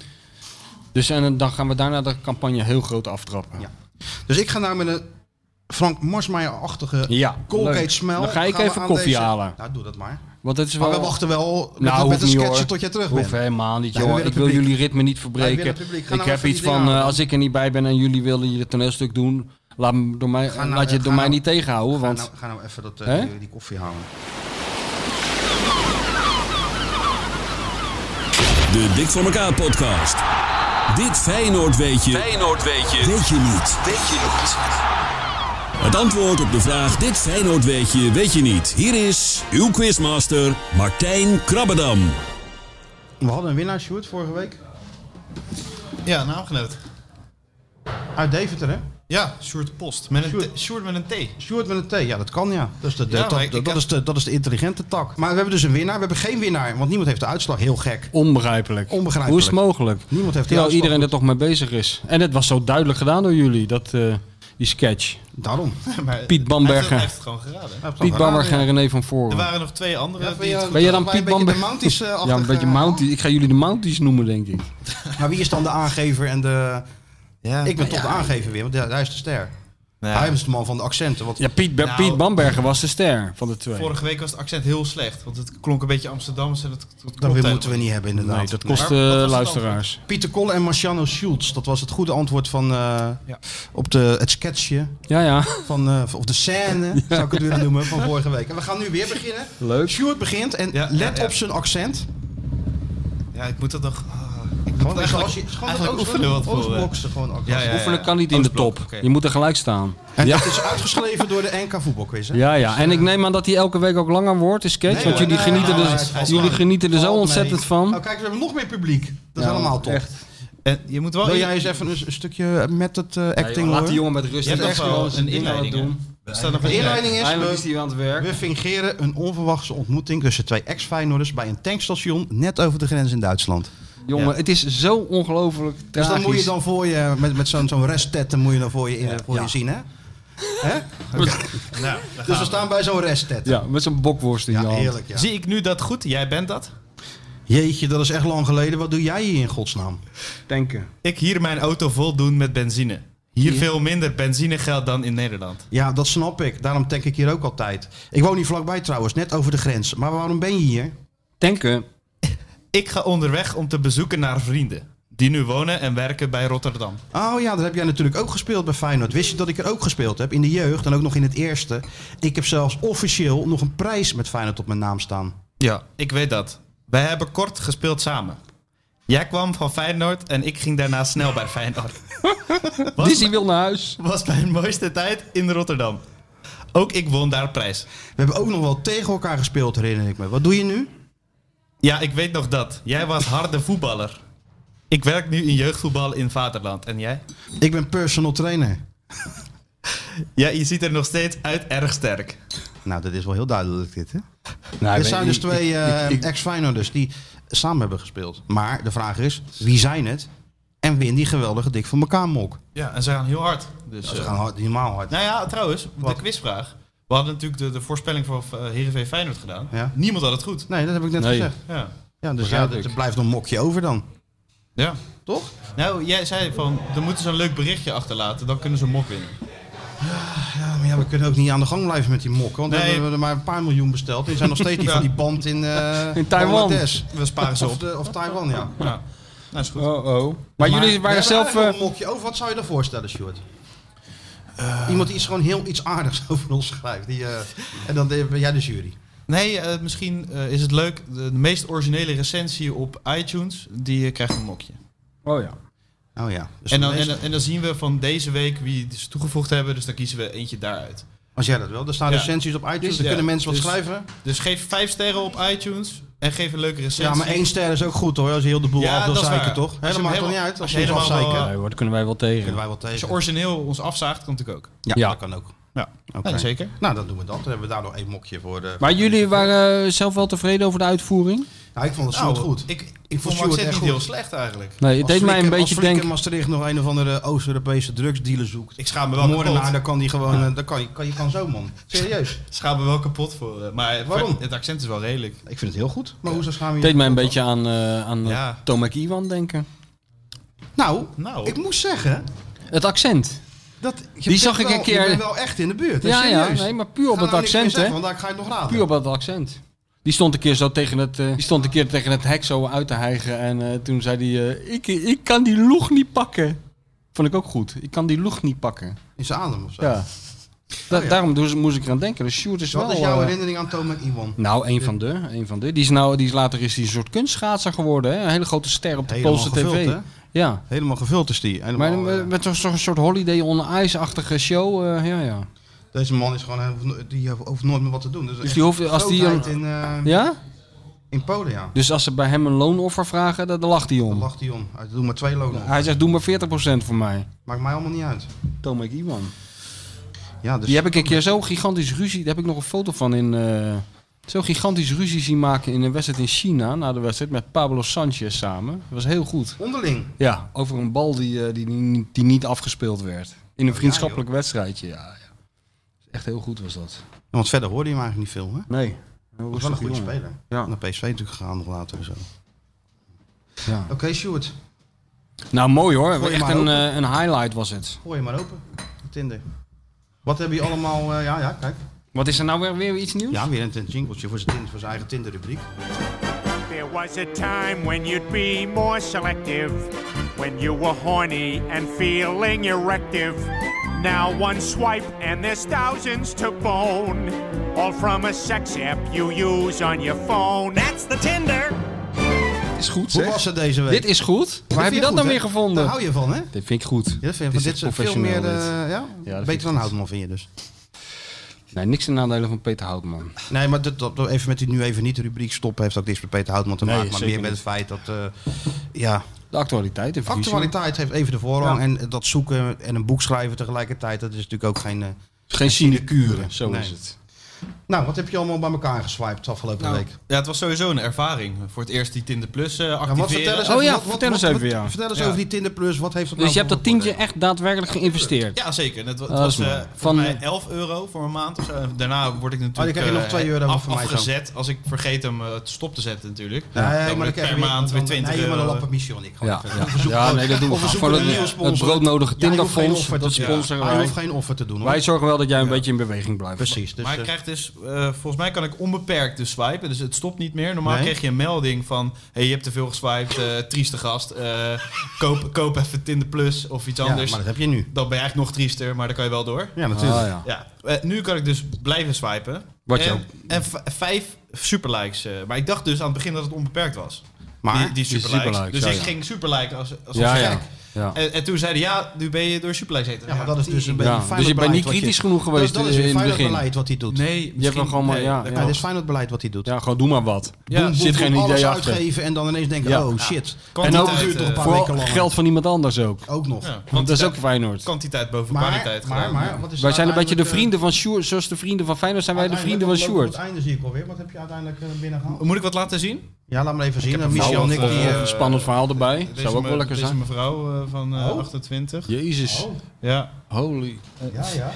Speaker 5: Dus en dan gaan we daarna de campagne heel groot aftrappen.
Speaker 6: Ja. Dus ik ga nou met een Frank Marsmeijer-achtige
Speaker 5: Ja, leuk.
Speaker 6: Colgate smel.
Speaker 5: Dan ga ik
Speaker 6: gaan we
Speaker 5: even
Speaker 6: aan
Speaker 5: koffie
Speaker 6: deze-
Speaker 5: halen.
Speaker 6: Nou, doe dat maar.
Speaker 5: Want het is wel...
Speaker 6: Maar we wachten wel met,
Speaker 5: Nou,
Speaker 6: met
Speaker 5: hoeft
Speaker 6: een
Speaker 5: niet,
Speaker 6: sketchje
Speaker 5: hoor.
Speaker 6: tot jij terug
Speaker 5: Hoeft
Speaker 6: bent.
Speaker 5: helemaal niet,
Speaker 6: Nee, we
Speaker 5: joh.
Speaker 6: willen
Speaker 5: Ik wil
Speaker 6: publiek.
Speaker 5: jullie ritme niet
Speaker 6: Wij
Speaker 5: verbreken.
Speaker 6: willen publiek. Ga
Speaker 5: ik
Speaker 6: nou
Speaker 5: heb
Speaker 6: even
Speaker 5: iets
Speaker 6: die dingen
Speaker 5: van, eh,
Speaker 6: aan doen.
Speaker 5: als ik er niet bij ben en jullie willen hier het toneelstuk doen, laat, me door mij,
Speaker 6: Ga nou,
Speaker 5: laat je
Speaker 6: eh,
Speaker 5: het door
Speaker 6: ga
Speaker 5: mij
Speaker 6: nou-
Speaker 5: niet tegenhouden.
Speaker 6: Ga
Speaker 5: Want
Speaker 6: nou, ga nou even dat, eh,
Speaker 5: Hè?
Speaker 6: die, die koffie halen.
Speaker 1: De Dik voor elkaar podcast. Dit Feyenoord weet je. Feyenoord weet je. Weet je niet. Weet je niet. Het antwoord op de vraag Dit Feyenoord weet je, weet je niet. Hier is uw quizmaster Martijn Krabbedam.
Speaker 6: We hadden een winnaar, Sjoerd, vorige week.
Speaker 9: Ja, naamgenoot.
Speaker 6: Uit Deventer, hè?
Speaker 9: Ja, Sjoerd de Post. Met een
Speaker 6: Sjoerd.
Speaker 9: T- Sjoerd met een T.
Speaker 6: Stuart met een T, ja, dat kan ja. Dat is de, de-
Speaker 9: Ja,
Speaker 6: dat,
Speaker 9: maar ik-
Speaker 6: dat-
Speaker 9: ik-
Speaker 6: dat is de, dat is de intelligente tak. Maar we hebben dus een winnaar. We hebben geen winnaar, want niemand heeft de uitslag. Heel gek.
Speaker 5: onbegrijpelijk.
Speaker 6: Onbegrijpelijk.
Speaker 5: Hoe is het mogelijk?
Speaker 6: Niemand heeft die
Speaker 5: Terwijl
Speaker 6: uitslag.
Speaker 5: iedereen er toch mee bezig is. En het was zo duidelijk gedaan door jullie, dat, eh, die sketch.
Speaker 9: <laughs>
Speaker 6: Daarom.
Speaker 9: Maar
Speaker 5: Piet Bamberger.
Speaker 9: Hij heeft het gewoon geraden.
Speaker 5: Piet Bammer en René van
Speaker 9: Er
Speaker 5: Voren.
Speaker 9: waren nog twee anderen die het goed
Speaker 5: Ben jij dan
Speaker 6: Wij eh,
Speaker 5: Piet
Speaker 6: een beetje
Speaker 5: Bamber-
Speaker 6: de Mounties, eh,
Speaker 5: Ja,
Speaker 6: achtige-
Speaker 5: een beetje Mounties. Ik ga jullie de Mounties noemen, denk ik.
Speaker 6: <laughs> Maar wie is dan de aangever en de...
Speaker 9: Ja.
Speaker 6: Ik ben toch de aangever weer, want hij hij is de ster.
Speaker 9: Nou ja,
Speaker 6: Hij is de man van de accenten. Want
Speaker 5: Ja, Piet, Ba-
Speaker 9: Nou.
Speaker 5: Piet Bamberger was de ster van de twee.
Speaker 9: Vorige week was het accent heel slecht, want het klonk een beetje Amsterdams en dat, dat klopt
Speaker 6: dat weer
Speaker 9: helemaal
Speaker 6: moeten we niet hebben, inderdaad.
Speaker 5: Nee, dat kost
Speaker 9: Maar wat was
Speaker 5: eh,
Speaker 9: het
Speaker 5: luisteraars.
Speaker 6: Pieter Kolle en Marciano Schulz. Dat was het goede antwoord van, eh,
Speaker 9: Ja.
Speaker 6: op de, het sketchje.
Speaker 5: Ja, ja.
Speaker 6: Van, eh, of de scène, zou ik het willen noemen, van vorige week. En we gaan nu weer beginnen.
Speaker 5: Leuk.
Speaker 6: Stuart begint en
Speaker 9: Ja,
Speaker 6: let
Speaker 9: ja, ja.
Speaker 6: op zijn accent.
Speaker 9: Ja, ik moet dat nog... ah, ik moet
Speaker 6: Gewoon eigenlijk,
Speaker 9: het eigenlijk,
Speaker 6: als je, gewoon
Speaker 9: eigenlijk
Speaker 6: het
Speaker 9: oefenen wat
Speaker 6: Oostblok-
Speaker 9: voor... eh,
Speaker 6: Oostblokse gewoon ook.
Speaker 9: Ja, ja,
Speaker 5: Oefenen
Speaker 9: ja.
Speaker 5: kan niet in de
Speaker 9: Oostblok,
Speaker 5: top.
Speaker 9: oké.
Speaker 5: Je moet er gelijk staan.
Speaker 6: En
Speaker 5: Ja.
Speaker 6: dat is uitgeschreven door de NK voetbalquiz. hè?
Speaker 5: Ja, ja. En ik neem aan dat hij elke week ook langer wordt, de sketch.
Speaker 6: Nee,
Speaker 5: want
Speaker 6: hoor.
Speaker 5: jullie,
Speaker 6: Nee,
Speaker 5: genieten
Speaker 6: nee,
Speaker 5: er,
Speaker 6: nee, hij is
Speaker 5: jullie
Speaker 6: gewoon-
Speaker 5: genieten er zo
Speaker 6: Valt mee.
Speaker 5: ontzettend van.
Speaker 6: Oh, kijk, we hebben nog meer publiek. Dat is
Speaker 5: Ja,
Speaker 6: helemaal top.
Speaker 5: echt.
Speaker 9: En je moet wel...
Speaker 6: Wil jij eens even een, een stukje met het eh, acting
Speaker 5: Laat
Speaker 6: horen?
Speaker 5: die jongen met rust.
Speaker 9: Je hebt
Speaker 5: Hij
Speaker 9: echt
Speaker 5: is
Speaker 9: wel
Speaker 5: gewoon zijn
Speaker 9: een
Speaker 5: ding aan het
Speaker 9: inleiding,
Speaker 5: doen.
Speaker 9: Er staat nog
Speaker 6: De
Speaker 9: een
Speaker 6: inleiding is,
Speaker 5: Eindelijk is
Speaker 6: we,
Speaker 5: hij aan het werk.
Speaker 6: we fingeren een onverwachte ontmoeting tussen twee ex-Feyenoorders bij een tankstation net over de grens in Duitsland.
Speaker 5: Jongen, het is zo ongelooflijk
Speaker 6: Dus
Speaker 5: tragisch.
Speaker 6: dan moet je dan voor je, met, met zo'n zo'n restet, dan moet je dan voor je, in, voor je zien, hè?
Speaker 9: <laughs> Nou, daar
Speaker 6: Dus
Speaker 9: gaan
Speaker 6: we
Speaker 9: we.
Speaker 6: staan bij zo'n restet.
Speaker 5: Ja, met zo'n bokworst in
Speaker 6: Ja,
Speaker 5: je hand.
Speaker 6: heerlijk, ja.
Speaker 9: Zie ik nu dat goed? Jij bent dat?
Speaker 6: Jeetje, dat is echt lang geleden. Wat doe jij hier in godsnaam?
Speaker 5: Denken.
Speaker 4: Ik hier mijn auto vol doen met benzine. Hier
Speaker 6: Ja.
Speaker 4: veel minder benzinegeld dan in Nederland.
Speaker 6: Ja, dat snap ik. Daarom tank ik hier ook altijd. Ik woon hier vlakbij trouwens, net over de grens. Maar waarom ben je hier?
Speaker 5: Tanken.
Speaker 4: Ik ga onderweg om te bezoeken naar vrienden. Die nu wonen en werken bij Rotterdam.
Speaker 6: Oh ja, dat heb jij natuurlijk ook gespeeld bij Feyenoord. Wist je dat ik er ook gespeeld heb? In de jeugd en ook nog in het eerste. Ik heb zelfs officieel nog een prijs met Feyenoord op mijn naam staan.
Speaker 4: Ja, ik weet dat. Wij hebben kort gespeeld samen. Jij kwam van Feyenoord en ik ging daarna snel bij
Speaker 9: <laughs>
Speaker 4: Feyenoord. Was-
Speaker 5: Dizzy wil naar huis.
Speaker 4: was mijn mooiste tijd in Rotterdam. Ook ik won daar prijs.
Speaker 6: We hebben ook nog wel tegen elkaar gespeeld, herinner ik me. Wat doe je nu?
Speaker 4: Ja, ik weet nog dat. Jij was harde voetballer. Ik werk nu in jeugdvoetbal in Vaderland. En jij?
Speaker 6: Ik ben personal trainer.
Speaker 4: Ja, je ziet er nog steeds uit erg sterk.
Speaker 6: Nou, dat is wel heel duidelijk dit, hè?
Speaker 5: Nou,
Speaker 6: Dit zijn dus twee eh, ex-Feyenoorders die samen hebben gespeeld. Maar de vraag is, wie zijn het? En win die geweldige dik van elkaar mok.
Speaker 4: Ja, en ze gaan heel hard. Dus,
Speaker 6: Ze
Speaker 4: eh,
Speaker 6: gaan hard, helemaal hard.
Speaker 4: Nou ja, trouwens, de quizvraag. We hadden natuurlijk de, de voorspelling voor eh, Heerenveen Feyenoord gedaan.
Speaker 6: Ja.
Speaker 4: Niemand had het goed.
Speaker 6: Nee, dat heb ik net
Speaker 5: Nee.
Speaker 6: gezegd.
Speaker 4: Ja.
Speaker 6: Ja, dus ja,
Speaker 5: Begrijp
Speaker 6: er
Speaker 5: ik.
Speaker 6: er blijft nog een mokje over dan.
Speaker 4: ja.
Speaker 6: Toch?
Speaker 4: Nou, jij zei van, dan moeten ze een leuk berichtje achterlaten. Dan kunnen ze een mok winnen.
Speaker 6: Ja, maar ja, we kunnen ook niet aan de gang blijven met die mokken. Want
Speaker 4: Nee.
Speaker 6: we hebben er maar een paar miljoen besteld. En die zijn nog steeds die
Speaker 4: <laughs> Ja.
Speaker 6: van die band in, eh,
Speaker 5: In Taiwan.
Speaker 6: Bangladesh.
Speaker 4: We sparen ze
Speaker 6: Of,
Speaker 4: op.
Speaker 6: de- of Taiwan, ja.
Speaker 4: Ja. Nou, is goed.
Speaker 5: Oh, oh. Maar, jullie
Speaker 6: we
Speaker 5: waren
Speaker 6: hebben
Speaker 5: zelf...
Speaker 6: eigenlijk nog
Speaker 5: eh,
Speaker 6: een mokje over. Wat zou je daarvoor stellen, Stuart? Iemand die iets, gewoon heel iets aardigs <laughs> over ons schrijft. Die, eh, en dan de- ben jij de jury.
Speaker 4: Nee, eh, misschien eh, is het leuk. De, de meest originele recensie op iTunes, die eh, krijgt een mokje.
Speaker 5: Oh ja.
Speaker 6: Oh ja. Dus
Speaker 4: En dan,
Speaker 6: meest-
Speaker 4: en, dan- en dan zien we van deze week wie ze toegevoegd hebben. Dus dan kiezen we eentje daaruit.
Speaker 6: als jij dat wil. Er staan
Speaker 4: Ja.
Speaker 6: recensies op iTunes.
Speaker 4: Dus-
Speaker 6: dan
Speaker 4: ja.
Speaker 6: kunnen mensen wat
Speaker 4: Dus-
Speaker 6: schrijven.
Speaker 4: Dus geef vijf sterren op iTunes en geef een leuke recensie.
Speaker 6: Ja, maar één ster is ook goed hoor. Als je heel de boel
Speaker 4: Dus- Ja,
Speaker 6: af wil
Speaker 4: dat is
Speaker 6: zeiken,
Speaker 4: waar.
Speaker 6: toch?
Speaker 4: Als je
Speaker 6: Helemaal
Speaker 4: hem
Speaker 6: maakt toch niet
Speaker 4: helemaal-
Speaker 6: uit. Als
Speaker 4: als
Speaker 6: je
Speaker 4: je
Speaker 6: ons
Speaker 4: helemaal
Speaker 6: afzeiken.
Speaker 4: wel,
Speaker 5: Nee, hoor, dat kunnen wij wel tegen.
Speaker 6: kunnen wij wel
Speaker 4: Als je
Speaker 6: tegen.
Speaker 4: origineel ons afzaagt, komt natuurlijk ook.
Speaker 6: Ja,
Speaker 5: Ja.
Speaker 6: dat kan ook.
Speaker 4: Ja,
Speaker 6: Oké.
Speaker 4: Nee, zeker.
Speaker 6: Nou, dan doen we dat. Dan hebben we daar nog één mokje voor. eh.
Speaker 5: Maar jullie waren eh, zelf wel tevreden over de uitvoering?
Speaker 6: Ja, ik vond het
Speaker 4: Nou,
Speaker 6: zo goed.
Speaker 4: Ik, ik,
Speaker 6: vond
Speaker 4: vond
Speaker 6: Stuart
Speaker 4: Max
Speaker 6: echt
Speaker 4: niet
Speaker 6: goed.
Speaker 4: heel slecht eigenlijk.
Speaker 5: Nee, het
Speaker 6: Als
Speaker 5: deed mij een
Speaker 6: Flikker-
Speaker 5: beetje
Speaker 6: als Flikker
Speaker 5: denken...
Speaker 6: Maastricht nog een of andere Oost-Europese drugsdealer zoekt.
Speaker 4: Ik schaam me wel
Speaker 6: Moordenaar,
Speaker 4: kapot.
Speaker 6: dan kan die gewoon... eh, Dan kan, je- kan, je kan zo, man. Serieus.
Speaker 4: Ik schaam me wel kapot voor. eh, Maar
Speaker 6: Waarom?
Speaker 4: het accent is wel redelijk.
Speaker 6: Ik vind het heel goed. Maar hoezo schaam je
Speaker 5: Het
Speaker 6: je?
Speaker 5: deed mij een
Speaker 6: kapot
Speaker 5: beetje aan, eh aan eh,
Speaker 4: Ja.
Speaker 5: Tomek Iwan denken.
Speaker 6: dan? Nou,
Speaker 4: Nou.
Speaker 6: ik moest zeggen...
Speaker 5: Het accent.
Speaker 6: Dat, je
Speaker 5: Die zag
Speaker 6: bent
Speaker 5: ik een
Speaker 6: wel-
Speaker 5: keer-
Speaker 6: Je bent wel echt in de buurt. hè?
Speaker 5: Ja, ja,
Speaker 6: Serieus.
Speaker 5: nee, maar puur op
Speaker 6: Ga
Speaker 5: het
Speaker 6: nou niks meer
Speaker 5: accent,
Speaker 6: zeggen,
Speaker 5: hè?
Speaker 6: Want daar ga ik nog raden.
Speaker 5: Puur op dat accent. Die stond een keer zo tegen het, eh, die stond een keer tegen het hek zo uit te hijgen. En eh, toen zei hij, eh, ik, ik kan die loeg niet pakken. Vond ik ook goed. Ik kan die loeg niet pakken.
Speaker 6: In zijn adem of zo.
Speaker 5: Ja. Da-
Speaker 6: Oh, ja.
Speaker 5: Daarom dus moest ik eraan denken. De shoot is
Speaker 6: Wat
Speaker 5: wel...
Speaker 6: is jouw
Speaker 5: eh,
Speaker 6: herinnering aan Tom McEwan?
Speaker 5: nou, een van de. Een van de. Die is nou, die is later is die een soort kunstschaatser geworden. Hè? Een hele grote ster op de
Speaker 6: Helemaal
Speaker 5: Poolse
Speaker 6: gevuld,
Speaker 5: tv.
Speaker 6: hè?
Speaker 5: Ja.
Speaker 6: Helemaal gevuld is die. Helemaal,
Speaker 5: Maar eh,
Speaker 6: eh,
Speaker 5: met zo'n zo'n soort holiday on ice-achtige show. eh, ja, ja.
Speaker 6: deze man is gewoon, eh, die hoeft nooit meer wat te doen. Dus,
Speaker 5: Dus die hoeft- als die-
Speaker 6: grootheid in, eh,
Speaker 5: Ja?
Speaker 6: in Polen, ja.
Speaker 5: Dus als ze bij hem een loonoffer vragen, dan, dan lacht hij
Speaker 6: Dan
Speaker 5: om.
Speaker 6: lacht hij om. Hij doet maar twee lonen. op.
Speaker 5: Hij zegt, doe maar 40% voor mij.
Speaker 6: Maakt mij allemaal niet uit.
Speaker 5: Tomek Iwan.
Speaker 6: Ja, dus
Speaker 5: Die heb ik een keer zo gigantisch ruzie. Daar heb ik nog een foto van in. eh, zo gigantisch ruzie zien maken in een wedstrijd in China. Na de wedstrijd met Pablo Sanchez samen. Dat was heel goed.
Speaker 6: onderling.
Speaker 5: Ja, over een bal die, eh, die, die, die niet afgespeeld werd. In een vriendschappelijk wedstrijdje. Ja, ja. Echt heel goed was dat.
Speaker 6: Ja, Want verder hoorde je hem eigenlijk niet veel, hè?
Speaker 5: Nee.
Speaker 6: Dat is wel een goede speler.
Speaker 5: Ja.
Speaker 6: Naar PSV natuurlijk gegaan nog later en zo.
Speaker 5: Ja.
Speaker 6: Oké, Stuart.
Speaker 5: Nou, mooi hoor.
Speaker 6: Gooi je
Speaker 5: Echt
Speaker 6: maar
Speaker 5: een,
Speaker 6: open.
Speaker 5: eh, een highlight was het.
Speaker 6: Gooi je maar open. Tinder. Wat hebben je allemaal... eh, ja, ja, kijk.
Speaker 5: Wat is er nou weer, weer iets nieuws?
Speaker 6: Ja, weer een jingletje voor zijn, Tinder- voor zijn eigen Tinder-rubriek.
Speaker 10: There was a time when you'd be more selective, when you were horny and feeling erective. Now one swipe and there's thousands to bone, all from a sex app you use on your phone. That's the Tinder.
Speaker 5: Dit is goed
Speaker 6: Hoe was het deze week? Nou,
Speaker 5: Dit is goed. Waar heb je
Speaker 6: vind
Speaker 5: dat
Speaker 6: goed,
Speaker 5: dan
Speaker 6: hè?
Speaker 5: weer gevonden?
Speaker 6: Daar hou je van, hè?
Speaker 5: Dit vind ik goed.
Speaker 6: Ja, dat vind
Speaker 5: Dit
Speaker 6: je,
Speaker 5: is
Speaker 6: dit is
Speaker 5: echt
Speaker 6: veel meer...
Speaker 5: professioneel,
Speaker 6: eh, ja?
Speaker 5: vind ik
Speaker 6: Beter dan
Speaker 5: goed.
Speaker 6: Houtman vind je dus.
Speaker 5: Nee, niks ten nadele van Peter Houtman.
Speaker 6: Nee, maar dat, dat even met die nu even niet de rubriek stoppen... heeft ook niks met Peter Houtman te
Speaker 5: Nee,
Speaker 6: maken. Maar meer
Speaker 5: zeker
Speaker 6: met het feit dat... eh, ja,
Speaker 5: De actualiteit. De verkiezingen.
Speaker 6: actualiteit heeft even de voorrang.
Speaker 5: Ja.
Speaker 6: En dat zoeken en een boek schrijven tegelijkertijd... dat is natuurlijk ook geen... eh,
Speaker 5: Geen sinecure, zo
Speaker 6: Nee.
Speaker 5: is het. Nou,
Speaker 6: Nou, wat heb je allemaal bij elkaar geswiped afgelopen week?
Speaker 9: Ja, het was sowieso een ervaring. Voor het eerst die Tinder Plus eh
Speaker 6: Nou,
Speaker 9: activeren.
Speaker 6: wat vertel eens
Speaker 5: Oh
Speaker 6: over,
Speaker 5: ja,
Speaker 6: wat- wat-
Speaker 5: vertel eens
Speaker 6: wat-
Speaker 5: even, ja.
Speaker 6: wat- Vertel eens
Speaker 9: Ja.
Speaker 6: over die Tinder Plus. Wat heeft dat nou
Speaker 5: Dus je hebt
Speaker 6: voor
Speaker 5: dat tientje
Speaker 6: voordelen?
Speaker 5: echt daadwerkelijk geïnvesteerd.
Speaker 9: Ja, zeker. Het, wa- het
Speaker 5: Ah,
Speaker 9: was
Speaker 5: dat is
Speaker 9: eh,
Speaker 5: mooi.
Speaker 9: volgens
Speaker 5: Van-
Speaker 9: mij 11 euro voor een maand of zo. En Daarna word ik natuurlijk
Speaker 6: Oh, dan krijg je nog
Speaker 9: eh,
Speaker 6: 2 euro
Speaker 9: af-
Speaker 6: van mij zo.
Speaker 9: afgezet als ik vergeet hem eh, stop te zetten natuurlijk.
Speaker 6: Nee,
Speaker 9: dan
Speaker 6: maar
Speaker 9: word
Speaker 6: dan
Speaker 9: ik
Speaker 6: krijg
Speaker 9: per
Speaker 6: je weer-
Speaker 9: maand weer
Speaker 6: dan-
Speaker 9: 20
Speaker 6: nee, maar
Speaker 9: euro.
Speaker 6: dan lappen mission ik gewoon.
Speaker 5: Ja,
Speaker 6: even.
Speaker 5: ja.
Speaker 6: We zoeken-
Speaker 5: Ja, nee, dat doen we
Speaker 6: of
Speaker 5: graag.
Speaker 6: zoeken
Speaker 5: Voor
Speaker 6: een
Speaker 5: het-
Speaker 6: nieuwe
Speaker 5: het
Speaker 6: sponsor.
Speaker 5: broodnodige
Speaker 6: Ja, je hoeft geen
Speaker 5: Tinderfonds,
Speaker 6: offer te
Speaker 5: dat
Speaker 6: doen.
Speaker 5: sponsoren
Speaker 6: Ja, Je
Speaker 5: wij.
Speaker 6: hoeft geen offer te doen. hoor.
Speaker 5: Wij zorgen wel dat jij een beetje in beweging blijft.
Speaker 6: Precies. Dus,
Speaker 9: maar ik
Speaker 6: eh,
Speaker 9: krijg dus, eh, volgens mij kan ik onbeperkt dus swipen, dus het stopt niet meer. Normaal
Speaker 6: Nee.
Speaker 9: kreeg je een melding van, hey, je hebt te veel geswiped, eh, trieste gast, eh, koop, koop even Tinder Plus of iets
Speaker 6: ja,
Speaker 9: anders.
Speaker 6: maar dat heb je nu.
Speaker 9: Dan ben je eigenlijk nog triester, maar dan kan je wel door.
Speaker 6: Ja,
Speaker 5: dus- Ah,
Speaker 6: natuurlijk.
Speaker 5: ja.
Speaker 9: Ja, eh, nu kan ik dus blijven swipen.
Speaker 5: Wat
Speaker 9: en,
Speaker 5: jou-
Speaker 9: en v- vijf superlikes. eh, maar ik dacht dus aan het begin dat het onbeperkt was.
Speaker 6: Maar-
Speaker 9: die, die superlikes.
Speaker 5: superlikes,
Speaker 9: dus
Speaker 5: ja,
Speaker 9: ik
Speaker 5: ja.
Speaker 9: ging superliken als, als
Speaker 5: Ja,
Speaker 9: een
Speaker 5: ja.
Speaker 9: gek.
Speaker 5: ja.
Speaker 9: En, en toen zeiden ja, nu ben je door superlikes heen.
Speaker 6: Ja, maar dat is dus een beetje
Speaker 5: Ja,
Speaker 6: Feyenoord
Speaker 5: dus je bent niet
Speaker 6: beleid wat je-
Speaker 5: kritisch genoeg geweest eh,
Speaker 6: dat, dat is weer
Speaker 5: in het
Speaker 6: Feyenoord
Speaker 5: begin.
Speaker 6: beleid wat hij doet.
Speaker 9: Nee,
Speaker 5: Je hebt hem gewoon maar... Ja,
Speaker 6: Ja,
Speaker 5: ja.
Speaker 6: dit is Feyenoord beleid wat hij doet.
Speaker 5: Ja, gewoon doe maar wat.
Speaker 9: Ja.
Speaker 5: Er
Speaker 9: Boem,
Speaker 5: zit geen
Speaker 6: alles
Speaker 5: idee achter.
Speaker 6: uitgeven en dan ineens denken,
Speaker 5: Ja.
Speaker 6: oh shit.
Speaker 5: En
Speaker 9: Kwantiteit,
Speaker 5: ook
Speaker 9: eh,
Speaker 6: duurt toch een paar
Speaker 5: Vooral
Speaker 6: weken langer.
Speaker 5: geld van iemand anders ook.
Speaker 6: Ook nog.
Speaker 9: Ja,
Speaker 5: Want dat is ook
Speaker 9: kwantiteit-
Speaker 5: Feyenoord.
Speaker 9: kwantiteit boven
Speaker 6: Maar,
Speaker 9: kwaliteit.
Speaker 6: maar,
Speaker 9: gedaan.
Speaker 6: maar, wat is
Speaker 5: Wij zijn een beetje
Speaker 6: uiteindelijk,
Speaker 5: de
Speaker 6: eh,
Speaker 5: vrienden van Sjoerd. Zoals de vrienden van Feyenoord zijn wij de vrienden van
Speaker 6: Uiteindelijk
Speaker 5: Sjoerd.
Speaker 6: loopt het op Het einde zie ik alweer. Wat heb je uiteindelijk eh, binnengehaald?
Speaker 9: Moet ik wat laten zien?
Speaker 6: Ja, laat maar even zien.
Speaker 9: heb
Speaker 6: Eh, Michel
Speaker 9: een
Speaker 6: en ik
Speaker 9: fout,
Speaker 6: die...
Speaker 9: eh,
Speaker 6: eh,
Speaker 5: Een spannend verhaal erbij.
Speaker 9: Deze
Speaker 5: Zou ook
Speaker 9: me-
Speaker 5: wel lekker
Speaker 9: deze
Speaker 5: zijn.
Speaker 9: mevrouw eh, van eh,
Speaker 6: Oh.
Speaker 9: 28.
Speaker 5: Jezus.
Speaker 9: Ja.
Speaker 5: Holy.
Speaker 6: ja, ja.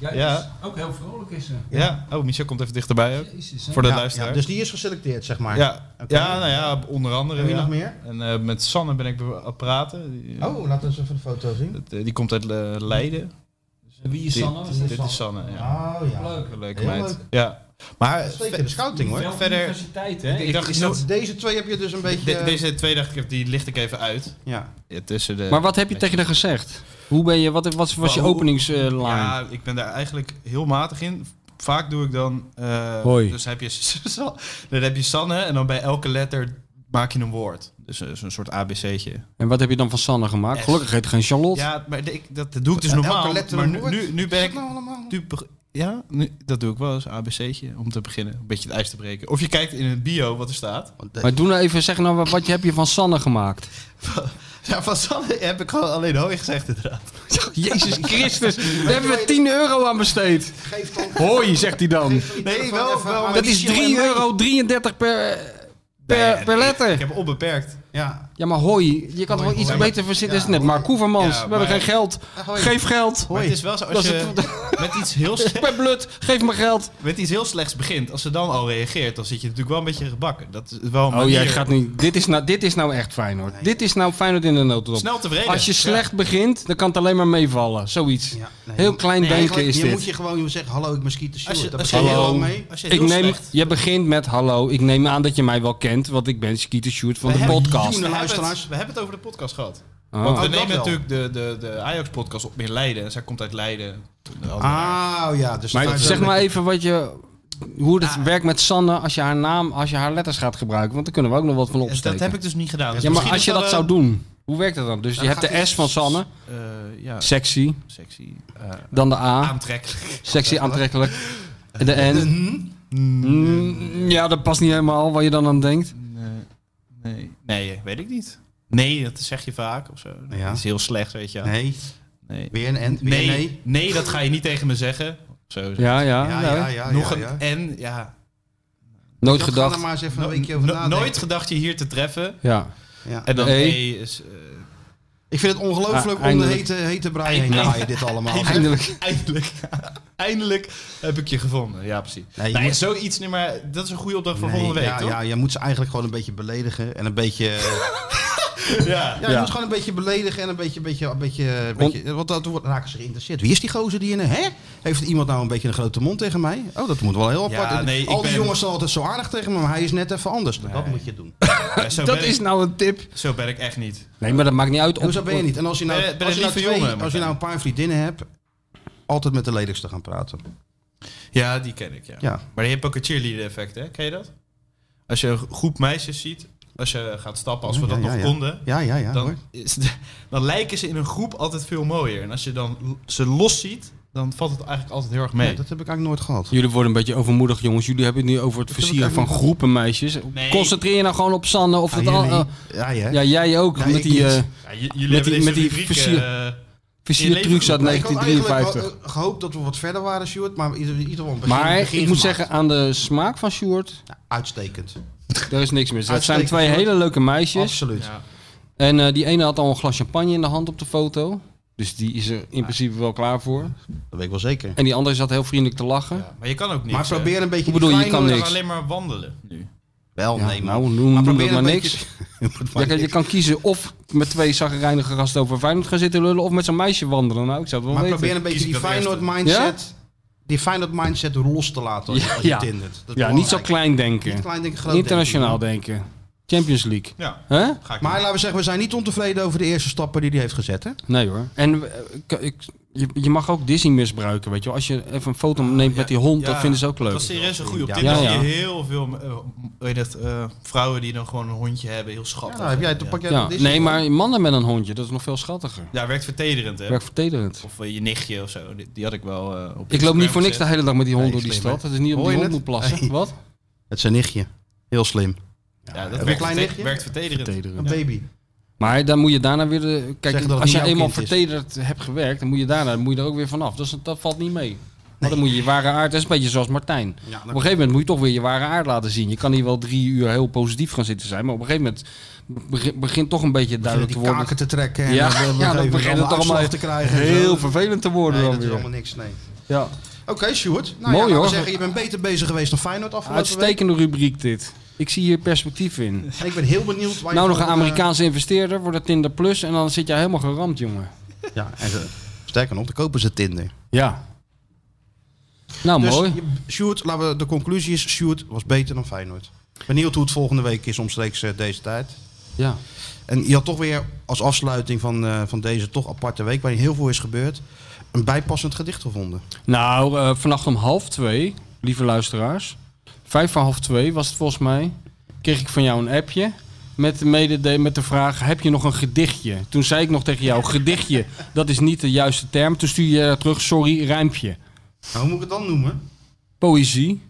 Speaker 9: Ja, ja.
Speaker 5: Ook heel vrolijk is ze.
Speaker 9: Oh, Michel komt even dichterbij ook. Voor de
Speaker 6: Ja,
Speaker 9: luisteraar.
Speaker 6: ja, Dus die is geselecteerd, zeg maar.
Speaker 9: Ja,
Speaker 6: Oké.
Speaker 9: ja, nou ja, onder andere.
Speaker 6: Heb je
Speaker 9: ja.
Speaker 6: nog meer?
Speaker 9: En eh, met Sanne ben ik be- aan het praten. Die,
Speaker 6: Oh, laten we eens even de foto zien.
Speaker 9: dat, eh, die komt uit eh, Leiden.
Speaker 3: Wie is
Speaker 9: Dit-
Speaker 3: Sanne?
Speaker 9: Dit, dit is Sanne, ja.
Speaker 6: Oh ja.
Speaker 9: Een leuke
Speaker 6: Heel
Speaker 9: meid.
Speaker 6: leuk.
Speaker 9: Ja. Maar
Speaker 6: Zeker
Speaker 9: ve-
Speaker 6: de scouting hoor.
Speaker 9: Wel verder...
Speaker 3: Universiteit, hè?
Speaker 9: Ik dacht,
Speaker 6: Is dat, deze twee heb je dus een beetje...
Speaker 9: de- deze twee dacht ik, die licht ik even uit.
Speaker 6: ja.
Speaker 9: Ja, tussen de...
Speaker 5: Maar wat heb je tegen haar gezegd? Hoe ben je, wat was, was je openingslijn?
Speaker 9: Ja, ik ben daar eigenlijk heel matig in. Vaak doe ik dan... eh,
Speaker 5: Hoi.
Speaker 9: Dus heb je, <laughs> San- dan heb je Sanne en dan bij elke letter maak je een woord. Dus eh, zo'n soort ABC'tje.
Speaker 5: En wat heb je dan van Sanne gemaakt?
Speaker 9: Echt.
Speaker 5: Gelukkig heet het geen Charlotte.
Speaker 9: Ja, maar de- ik, dat doe ik dus
Speaker 6: Elke
Speaker 9: normaal.
Speaker 6: letter
Speaker 9: Maar
Speaker 6: een
Speaker 9: nu,
Speaker 6: woord.
Speaker 9: nu, nu
Speaker 6: Wat is
Speaker 9: ben
Speaker 6: dat
Speaker 9: ik...
Speaker 6: nou allemaal?
Speaker 9: Nu beg- ja, nu, dat doe ik wel eens. ABC'tje om te beginnen. Een beetje het ijs te breken. Of je kijkt in het bio wat er staat.
Speaker 6: Want de-
Speaker 5: Maar doe nou even, zeg nou wat, wat heb je van Sanne
Speaker 9: <laughs>
Speaker 5: gemaakt?
Speaker 9: Ja, van Sanne heb ik gewoon alleen hooi gezegd inderdaad.
Speaker 5: Jezus Christus, daar hebben we 10 euro aan besteed.
Speaker 6: Geef dan...
Speaker 5: Hoi, zegt hij dan.
Speaker 9: Nee, wel, wel.
Speaker 5: Dat is 3,33 euro per, per, per
Speaker 9: Ik
Speaker 5: letter.
Speaker 9: heb onbeperkt.
Speaker 6: Ja.
Speaker 5: Ja, maar hoi, je kan toch wel iets
Speaker 6: hoi.
Speaker 5: beter verzinnen. Dat is net
Speaker 6: Ja,
Speaker 5: Mark Koevermans.
Speaker 9: Ja,
Speaker 5: we hebben
Speaker 9: maar-
Speaker 5: geen geld.
Speaker 6: hoi.
Speaker 5: Geef geld.
Speaker 9: Maar het is wel zo, als
Speaker 5: Dat is
Speaker 9: je met iets, <laughs> heel
Speaker 5: Ik
Speaker 9: sle-
Speaker 5: ben blut, geef me geld.
Speaker 9: met iets heel slechts begint, als ze dan al reageert, dan zit je natuurlijk wel een beetje gebakken. Dat is wel een
Speaker 5: Oh,
Speaker 9: manier.
Speaker 5: jij gaat nu. Dit is nou, dit is nou echt Feyenoord. Dit is nou Feyenoord in de notendop.
Speaker 9: Snel tevreden.
Speaker 5: Als je
Speaker 9: Ja.
Speaker 5: slecht begint, dan kan het alleen maar meevallen. Zoiets.
Speaker 6: Ja, nee.
Speaker 5: Heel klein denken
Speaker 6: Eigenlijk,
Speaker 5: is
Speaker 6: je
Speaker 5: dit.
Speaker 6: moet je gewoon zeggen, hallo, ik ben Skeeter Stewart.
Speaker 9: Als je-
Speaker 6: Daar
Speaker 9: als
Speaker 6: begin
Speaker 9: je-
Speaker 6: al
Speaker 5: Hallo.
Speaker 6: mee.
Speaker 9: Als je
Speaker 5: Ik
Speaker 9: heel
Speaker 5: neem,
Speaker 9: slecht...
Speaker 5: je begint met hallo. Ik neem aan dat je mij wel kent, want ik ben Skeeter Sjoerd van
Speaker 9: We
Speaker 5: de
Speaker 9: hebben
Speaker 5: podcast.
Speaker 9: We
Speaker 6: Miljoenen
Speaker 9: hebben, het,
Speaker 6: luisteraars.
Speaker 9: we hebben het over de podcast gehad.
Speaker 5: Oh.
Speaker 9: Want we
Speaker 6: Oh, dat
Speaker 9: nemen
Speaker 6: wel.
Speaker 9: natuurlijk de, de, de Ajax-podcast op in Leiden. En zij komt uit Leiden.
Speaker 6: Ah, ja. Dus
Speaker 5: Maar
Speaker 6: dat-
Speaker 5: zeg
Speaker 6: dat-
Speaker 5: maar even wat je, hoe het werkt met Sanne als je haar naam, als je haar letters gaat gebruiken. Want daar kunnen we ook nog wat van opsteken.
Speaker 9: dat heb ik dus niet gedaan.
Speaker 5: ja, maar als je dat zou doen, hoe werkt dat dan? Dus je hebt
Speaker 6: gaat
Speaker 5: de
Speaker 6: hij-
Speaker 5: S van Sanne,
Speaker 9: Eh, ja,
Speaker 5: sexy.
Speaker 9: sexy. eh,
Speaker 5: Dan de A,
Speaker 9: aantrekkelijk.
Speaker 5: sexy, aantrekkelijk. En De N. Mm,
Speaker 6: Mm-hmm.
Speaker 5: Ja, dat past niet helemaal wat je dan aan denkt.
Speaker 9: Nee, nee. Nee, weet ik niet. Nee, dat zeg je vaak of zo.
Speaker 6: Ja.
Speaker 9: Dat is heel slecht, weet je. wel.
Speaker 6: Nee,
Speaker 9: Nee.
Speaker 6: weer een en, weer
Speaker 9: Nee,
Speaker 6: een
Speaker 9: nee. dat ga je niet tegen me zeggen. Zo, zeg.
Speaker 5: Ja, ja.
Speaker 6: Ja,
Speaker 5: ja.
Speaker 6: ja, ja.
Speaker 9: Nog
Speaker 6: ja,
Speaker 9: een
Speaker 6: ja.
Speaker 9: en, ja.
Speaker 5: Nooit
Speaker 6: Dat Ga
Speaker 5: gedacht.
Speaker 6: er maar eens even een weekje over
Speaker 9: No-
Speaker 6: nadenken.
Speaker 9: nooit gedacht je hier te treffen.
Speaker 5: Ja.
Speaker 6: Ja.
Speaker 9: En dan
Speaker 5: E.
Speaker 9: E is... eh,
Speaker 6: Ik vind het ongelooflijk
Speaker 5: Ah,
Speaker 6: om de
Speaker 5: eindelijk.
Speaker 6: hete, hete brei heen
Speaker 9: Eindelijk.
Speaker 6: te draaien, dit allemaal. <laughs>
Speaker 5: Eindelijk.
Speaker 9: eindelijk. <laughs> eindelijk heb ik je gevonden. Ja, precies.
Speaker 6: Nee, je
Speaker 9: Nee,
Speaker 6: moet-
Speaker 9: zoiets niet maar... Dat is een goede opdracht voor
Speaker 6: Nee,
Speaker 9: volgende week,
Speaker 6: ja,
Speaker 9: toch?
Speaker 6: ja, je moet ze eigenlijk gewoon een beetje beledigen en een beetje... eh,
Speaker 9: <laughs> Ja.
Speaker 6: Ja, je moet gewoon een beetje beledigen en een beetje... Beetje, een beetje, een beetje want dat wordt- raken ze geïnteresseerd. Wie is die gozer die in een... Hè? Heeft iemand nou een beetje een grote mond tegen mij? Oh, dat moet wel heel
Speaker 9: Ja,
Speaker 6: apart. En
Speaker 9: nee, ik
Speaker 6: Al die
Speaker 9: ben-
Speaker 6: jongens zijn altijd zo aardig tegen me, maar hij is net even anders. Dat moet je
Speaker 9: <laughs>
Speaker 6: doen.
Speaker 9: Ja, zo,
Speaker 5: Dat
Speaker 9: ben
Speaker 5: is
Speaker 9: ik,
Speaker 5: nou een tip.
Speaker 9: zo ben ik echt niet.
Speaker 5: Nee, maar dat maakt niet uit.
Speaker 6: En Hoezo ben je niet? En als je nou,
Speaker 9: Ben je- ben je
Speaker 6: als je nou,
Speaker 9: lieve
Speaker 6: twee-
Speaker 9: jongen,
Speaker 6: als je nou een paar vriendinnen hebt, altijd met de ledigste gaan praten.
Speaker 9: Ja, die ken ik, ja.
Speaker 6: Ja.
Speaker 9: Maar je hebt ook een cheerleader effect, hè? Ken je dat? Als je een groep meisjes ziet, als je gaat stappen, als we
Speaker 6: Ja,
Speaker 9: dat
Speaker 6: ja,
Speaker 9: nog
Speaker 6: ja.
Speaker 9: konden...
Speaker 6: Ja, ja, ja. hoor.
Speaker 9: dan, is de- dan lijken ze in een groep altijd veel mooier. En als je dan l- ze los ziet, dan valt het eigenlijk altijd heel erg mee.
Speaker 6: Nee, dat heb ik eigenlijk nooit gehad.
Speaker 5: Jullie worden een beetje overmoedig, jongens. Jullie hebben het nu over het
Speaker 6: heb ik
Speaker 5: versieren van
Speaker 6: eigenlijk
Speaker 5: groepen meisjes.
Speaker 9: Nee.
Speaker 5: Concentreer je nou gewoon op Sanne of het
Speaker 6: Ah,
Speaker 5: al.
Speaker 6: jullie?
Speaker 5: eh,
Speaker 6: ja, ja.
Speaker 5: ja, jij ook.
Speaker 6: Ja,
Speaker 5: met
Speaker 6: ik
Speaker 5: die
Speaker 6: niet.
Speaker 5: eh,
Speaker 9: Ja, j- jullie
Speaker 5: Met die-
Speaker 9: hebben deze
Speaker 5: met die
Speaker 9: rubriek,
Speaker 5: versier-
Speaker 9: eh,
Speaker 5: versiertrucs uit
Speaker 6: Ik had
Speaker 5: 1953.
Speaker 6: eigenlijk eh, gehoopt dat we wat verder waren, Stuart. Maar ieder, ieder geval een begin,
Speaker 5: Maar
Speaker 6: begin
Speaker 5: ik moet
Speaker 6: gemaakt.
Speaker 5: zeggen, aan de smaak van Sjoerd,
Speaker 6: Uitstekend.
Speaker 5: daar is niks mis. Het zijn
Speaker 6: Uitstekend,
Speaker 5: twee
Speaker 6: hoor.
Speaker 5: hele leuke meisjes.
Speaker 6: Absoluut.
Speaker 5: En eh, die ene had al een glas champagne in de hand op de foto. Dus die is er in principe wel klaar voor.
Speaker 6: Dat weet ik wel zeker.
Speaker 5: En die andere zat heel vriendelijk te lachen.
Speaker 9: Maar je kan ook niet.
Speaker 6: Maar probeer een beetje
Speaker 5: eh, Hoe bedoel je,
Speaker 6: die
Speaker 5: je kan
Speaker 6: fijne-
Speaker 9: kan
Speaker 5: niks.
Speaker 9: alleen maar wandelen nu.
Speaker 6: Wel,
Speaker 5: Ja,
Speaker 6: nee,
Speaker 5: nou,
Speaker 6: <laughs> maar-
Speaker 5: noem- noem
Speaker 6: probeer
Speaker 5: dat
Speaker 6: een
Speaker 5: maar
Speaker 6: beetje-
Speaker 5: niks.
Speaker 6: Noem het maar
Speaker 5: Ja, kijk, je
Speaker 6: niks.
Speaker 5: kan kiezen of met twee zagrijnige gasten over Feyenoord gaan zitten lullen... of met zo'n meisje wandelen. Nou, ik zou het wel
Speaker 6: Maar
Speaker 5: weten.
Speaker 6: probeer een beetje
Speaker 9: Kies
Speaker 6: die
Speaker 9: ik dat
Speaker 6: Feyenoord
Speaker 9: eerste.
Speaker 6: mindset... Die Feyenoord mindset los te laten als je, als je
Speaker 5: Ja.
Speaker 6: het hindert. Dat is
Speaker 5: Ja, niet zo
Speaker 6: belangrijk.
Speaker 5: klein denken.
Speaker 6: Niet klein denken, groot
Speaker 5: Internationaal
Speaker 6: denken.
Speaker 5: denken. Champions League.
Speaker 9: Ja,
Speaker 5: hè?
Speaker 9: ga ik
Speaker 6: Maar laten we zeggen, we zijn niet ontevreden over de eerste stappen die hij heeft gezet. Hè?
Speaker 5: Nee hoor. En eh, ik- ik- je, je mag ook Disney misbruiken, weet je wel. Als je even een foto
Speaker 6: Ah,
Speaker 5: neemt met die hond,
Speaker 9: Ja,
Speaker 5: dat vinden ze ook leuk.
Speaker 9: Dat is serieus een goede. Op
Speaker 6: Ja,
Speaker 9: dit
Speaker 5: ja,
Speaker 9: zie je
Speaker 5: ja.
Speaker 9: heel veel eh, weet je dat, eh, vrouwen die dan gewoon een hondje hebben. Heel schattig.
Speaker 6: Nou, heb jij, dan pak jij
Speaker 5: Ja,
Speaker 6: dat Disney
Speaker 5: nee,
Speaker 6: wel.
Speaker 5: maar mannen met een hondje, dat is nog veel schattiger.
Speaker 9: Ja, werkt vertederend hè.
Speaker 5: Werkt vertederend.
Speaker 9: Of eh, je nichtje of zo. Die, die had ik wel eh, op
Speaker 5: Ik loop niet
Speaker 9: Instagram
Speaker 5: voor niks de
Speaker 9: gezet.
Speaker 5: hele dag met die hond
Speaker 6: Nee,
Speaker 5: door die
Speaker 6: slim, hè?
Speaker 5: stad. Dat is niet op
Speaker 6: Hoor
Speaker 5: die
Speaker 6: je
Speaker 5: hond
Speaker 6: het?
Speaker 5: moet plassen.
Speaker 6: Nee.
Speaker 5: Wat?
Speaker 6: Het is zijn nichtje. Heel slim.
Speaker 9: Ja, dat
Speaker 6: een
Speaker 9: werkt,
Speaker 6: klein
Speaker 9: verte-
Speaker 6: nichtje?
Speaker 9: werkt vertederend.
Speaker 6: Een
Speaker 5: Vertederend.
Speaker 6: baby.
Speaker 5: Maar dan moet je daarna weer... de-
Speaker 6: Zeggen
Speaker 5: kijk,
Speaker 6: dat het
Speaker 5: als
Speaker 6: niet
Speaker 5: je
Speaker 6: jouw
Speaker 5: eenmaal
Speaker 6: kind is.
Speaker 5: vertederd hebt gewerkt, dan moet je daarna dan moet je er ook weer vanaf. Dat, is, dat valt niet mee. Want dan moet je je ware aard... Dat is een beetje zoals Martijn. op een gegeven moment moet je toch weer je ware aard laten zien. Je kan hier wel drie uur heel positief gaan zitten zijn, maar op een gegeven moment beg- begint toch een beetje duidelijk
Speaker 6: die
Speaker 5: te worden...
Speaker 6: kaken te trekken en
Speaker 5: Ja,
Speaker 6: dan, dan,
Speaker 5: ja, dan
Speaker 6: even
Speaker 5: begint het
Speaker 6: allemaal
Speaker 5: allemaal
Speaker 6: uitslag te krijgen. en
Speaker 5: heel
Speaker 6: zo.
Speaker 5: vervelend te worden
Speaker 6: Nee,
Speaker 5: dan
Speaker 6: dat is
Speaker 5: weer.
Speaker 6: allemaal niks, nee.
Speaker 5: Ja.
Speaker 6: Oké, Sjoerd. Nou ja,
Speaker 5: Mooi,
Speaker 6: laten we
Speaker 5: hoor.
Speaker 6: zeggen, je bent beter bezig geweest dan Feyenoord afgelopen
Speaker 5: Uitstekende rubriek dit. Ik zie hier perspectief in.
Speaker 6: week. En ik ben heel benieuwd waar
Speaker 5: Nou
Speaker 6: je...
Speaker 5: nog een
Speaker 6: van, eh,
Speaker 5: Amerikaanse investeerder voor dat Tinder Plus en dan zit jij helemaal geramd, jongen.
Speaker 6: Ja, en ze- eh, sterker nog, dan kopen ze Tinder.
Speaker 5: Ja. Nou,
Speaker 6: Dus
Speaker 5: Oh, mooi.
Speaker 6: je- Sjoerd, laten we, de conclusie is, Sjoerd was beter dan Feyenoord. Benieuwd hoe het volgende week is omstreeks eh, deze tijd.
Speaker 5: Ja.
Speaker 6: En je had toch weer als afsluiting van, eh, van deze toch aparte week, waarin heel veel is gebeurd, een bijpassend gedicht gevonden.
Speaker 5: Nou, eh, vannacht om half twee, lieve luisteraars. Vijf voor half twee was het volgens mij. Kreeg ik van jou een appje met de, medede- met de vraag, heb je nog een gedichtje? Toen zei ik nog tegen jou, gedichtje, dat is niet de juiste term. Toen stuur je terug, sorry, rijmpje.
Speaker 6: Nou, hoe moet ik het dan noemen?
Speaker 5: poëzie.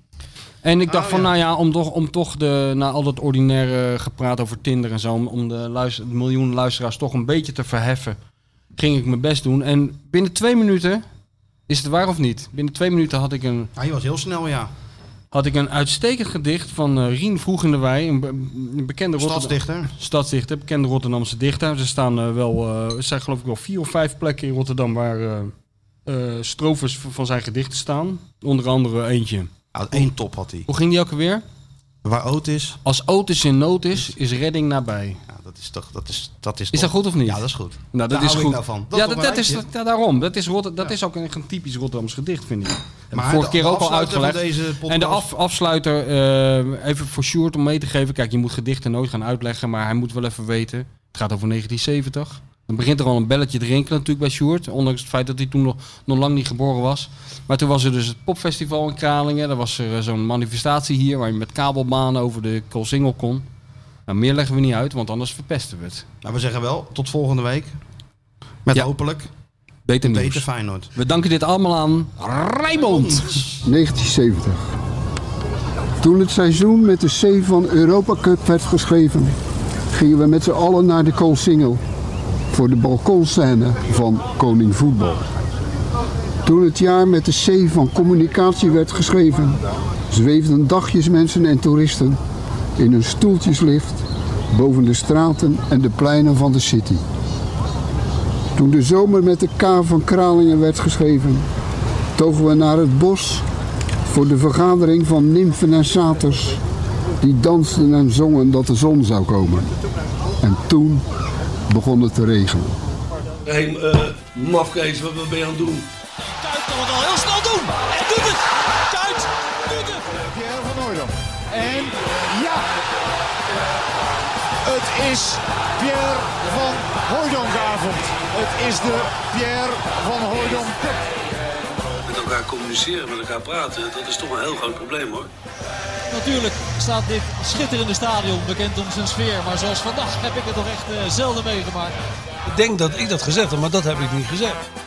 Speaker 5: En ik dacht
Speaker 6: Oh,
Speaker 5: van,
Speaker 6: ja.
Speaker 5: nou ja, om toch, om toch de, na al dat ordinaire gepraat over Tinder en zo, om, om de, luister, de miljoen luisteraars toch een beetje te verheffen, ging ik mijn best doen. En binnen twee minuten, is het waar of niet? Binnen twee minuten had ik een,
Speaker 6: Ja, je was heel snel, ja.
Speaker 5: had ik een uitstekend gedicht van eh, Rien Vroeg in de Wei, een, be- een bekende Rotterdam-
Speaker 6: Stadsdichter.
Speaker 5: stadsdichter, bekende Rotterdamse dichter. Er staan eh, wel, eh, er zijn geloof ik wel vier of vijf plekken in Rotterdam waar eh eh, strofes v- van zijn gedichten staan. Onder andere eentje.
Speaker 6: Ja, één top had hij.
Speaker 5: Hoe ging die ook alweer?
Speaker 6: Waar oud is,
Speaker 5: Als Otis in nood is, is redding nabij.
Speaker 6: ja, dat is toch, dat is, dat is,
Speaker 5: Is dat
Speaker 6: toch-
Speaker 5: goed of niet?
Speaker 6: Ja, dat is goed.
Speaker 5: Nou, dat
Speaker 6: Daar
Speaker 5: is
Speaker 6: hou
Speaker 5: goed.
Speaker 6: Ik nou van.
Speaker 5: ja,
Speaker 6: op
Speaker 5: dat,
Speaker 6: een
Speaker 5: dat is
Speaker 6: rijtje.
Speaker 5: ja, daarom. Dat is, Rotter- dat is ook een, een typisch Rotterdams gedicht, vind ik. Maar vorige
Speaker 6: de-
Speaker 5: keer
Speaker 6: de
Speaker 5: ook al
Speaker 6: afsluiter van
Speaker 5: uitgelegd.
Speaker 6: Deze podcast,
Speaker 5: En de af, afsluiter, eh, even voor Sjoerd om mee te geven. Kijk, je moet gedichten nooit gaan uitleggen, maar hij moet wel even weten. Het gaat over 1970. Dan begint er al een belletje te rinkelen natuurlijk bij Sjoerd. Ondanks het feit dat hij toen nog, nog lang niet geboren was. Maar toen was er dus het popfestival in Kralingen. Er was er eh, zo'n manifestatie hier waar je met kabelbanen over de Koolsingel kon. Nou, meer leggen we niet uit, want anders verpesten we het.
Speaker 6: Nou, we zeggen wel, tot volgende week. Met
Speaker 5: Ja.
Speaker 6: hopelijk
Speaker 5: Beter nieuws.
Speaker 6: beter Feyenoord.
Speaker 5: We danken dit allemaal aan Rijmond.
Speaker 11: 1970. Toen het seizoen met de C van Europa Cup werd geschreven, gingen we met z'n allen naar de Koolsingel voor de balkonscène van Koning Voetbal. Toen het jaar met de C van Communicatie werd geschreven, zweefden dagjes mensen en toeristen in hun stoeltjeslift boven de straten en de pleinen van de city. Toen de zomer met de K van Kralingen werd geschreven, togen we naar het bos voor de vergadering van nymfen en saters. Die dansten en zongen dat de zon zou komen. En toen begon het te regenen.
Speaker 2: Hé, hey, eh, mafkees, wat, wat ben je aan het doen?
Speaker 3: Kuit kan het al heel snel doen. En doet het. Kuit doet het.
Speaker 4: Pierre van Hooydonk. En ja! Het is Pierre van Hooydonkavond. Het is de Pierre van Hooydonk Cup.
Speaker 2: Met elkaar communiceren, met elkaar praten, dat is toch een heel groot probleem hoor.
Speaker 3: Natuurlijk staat dit schitterende stadion bekend om zijn sfeer. Maar zoals vandaag heb ik het toch echt eh, zelden meegemaakt.
Speaker 12: Ik denk dat ik dat gezegd heb, maar dat heb ik niet gezegd.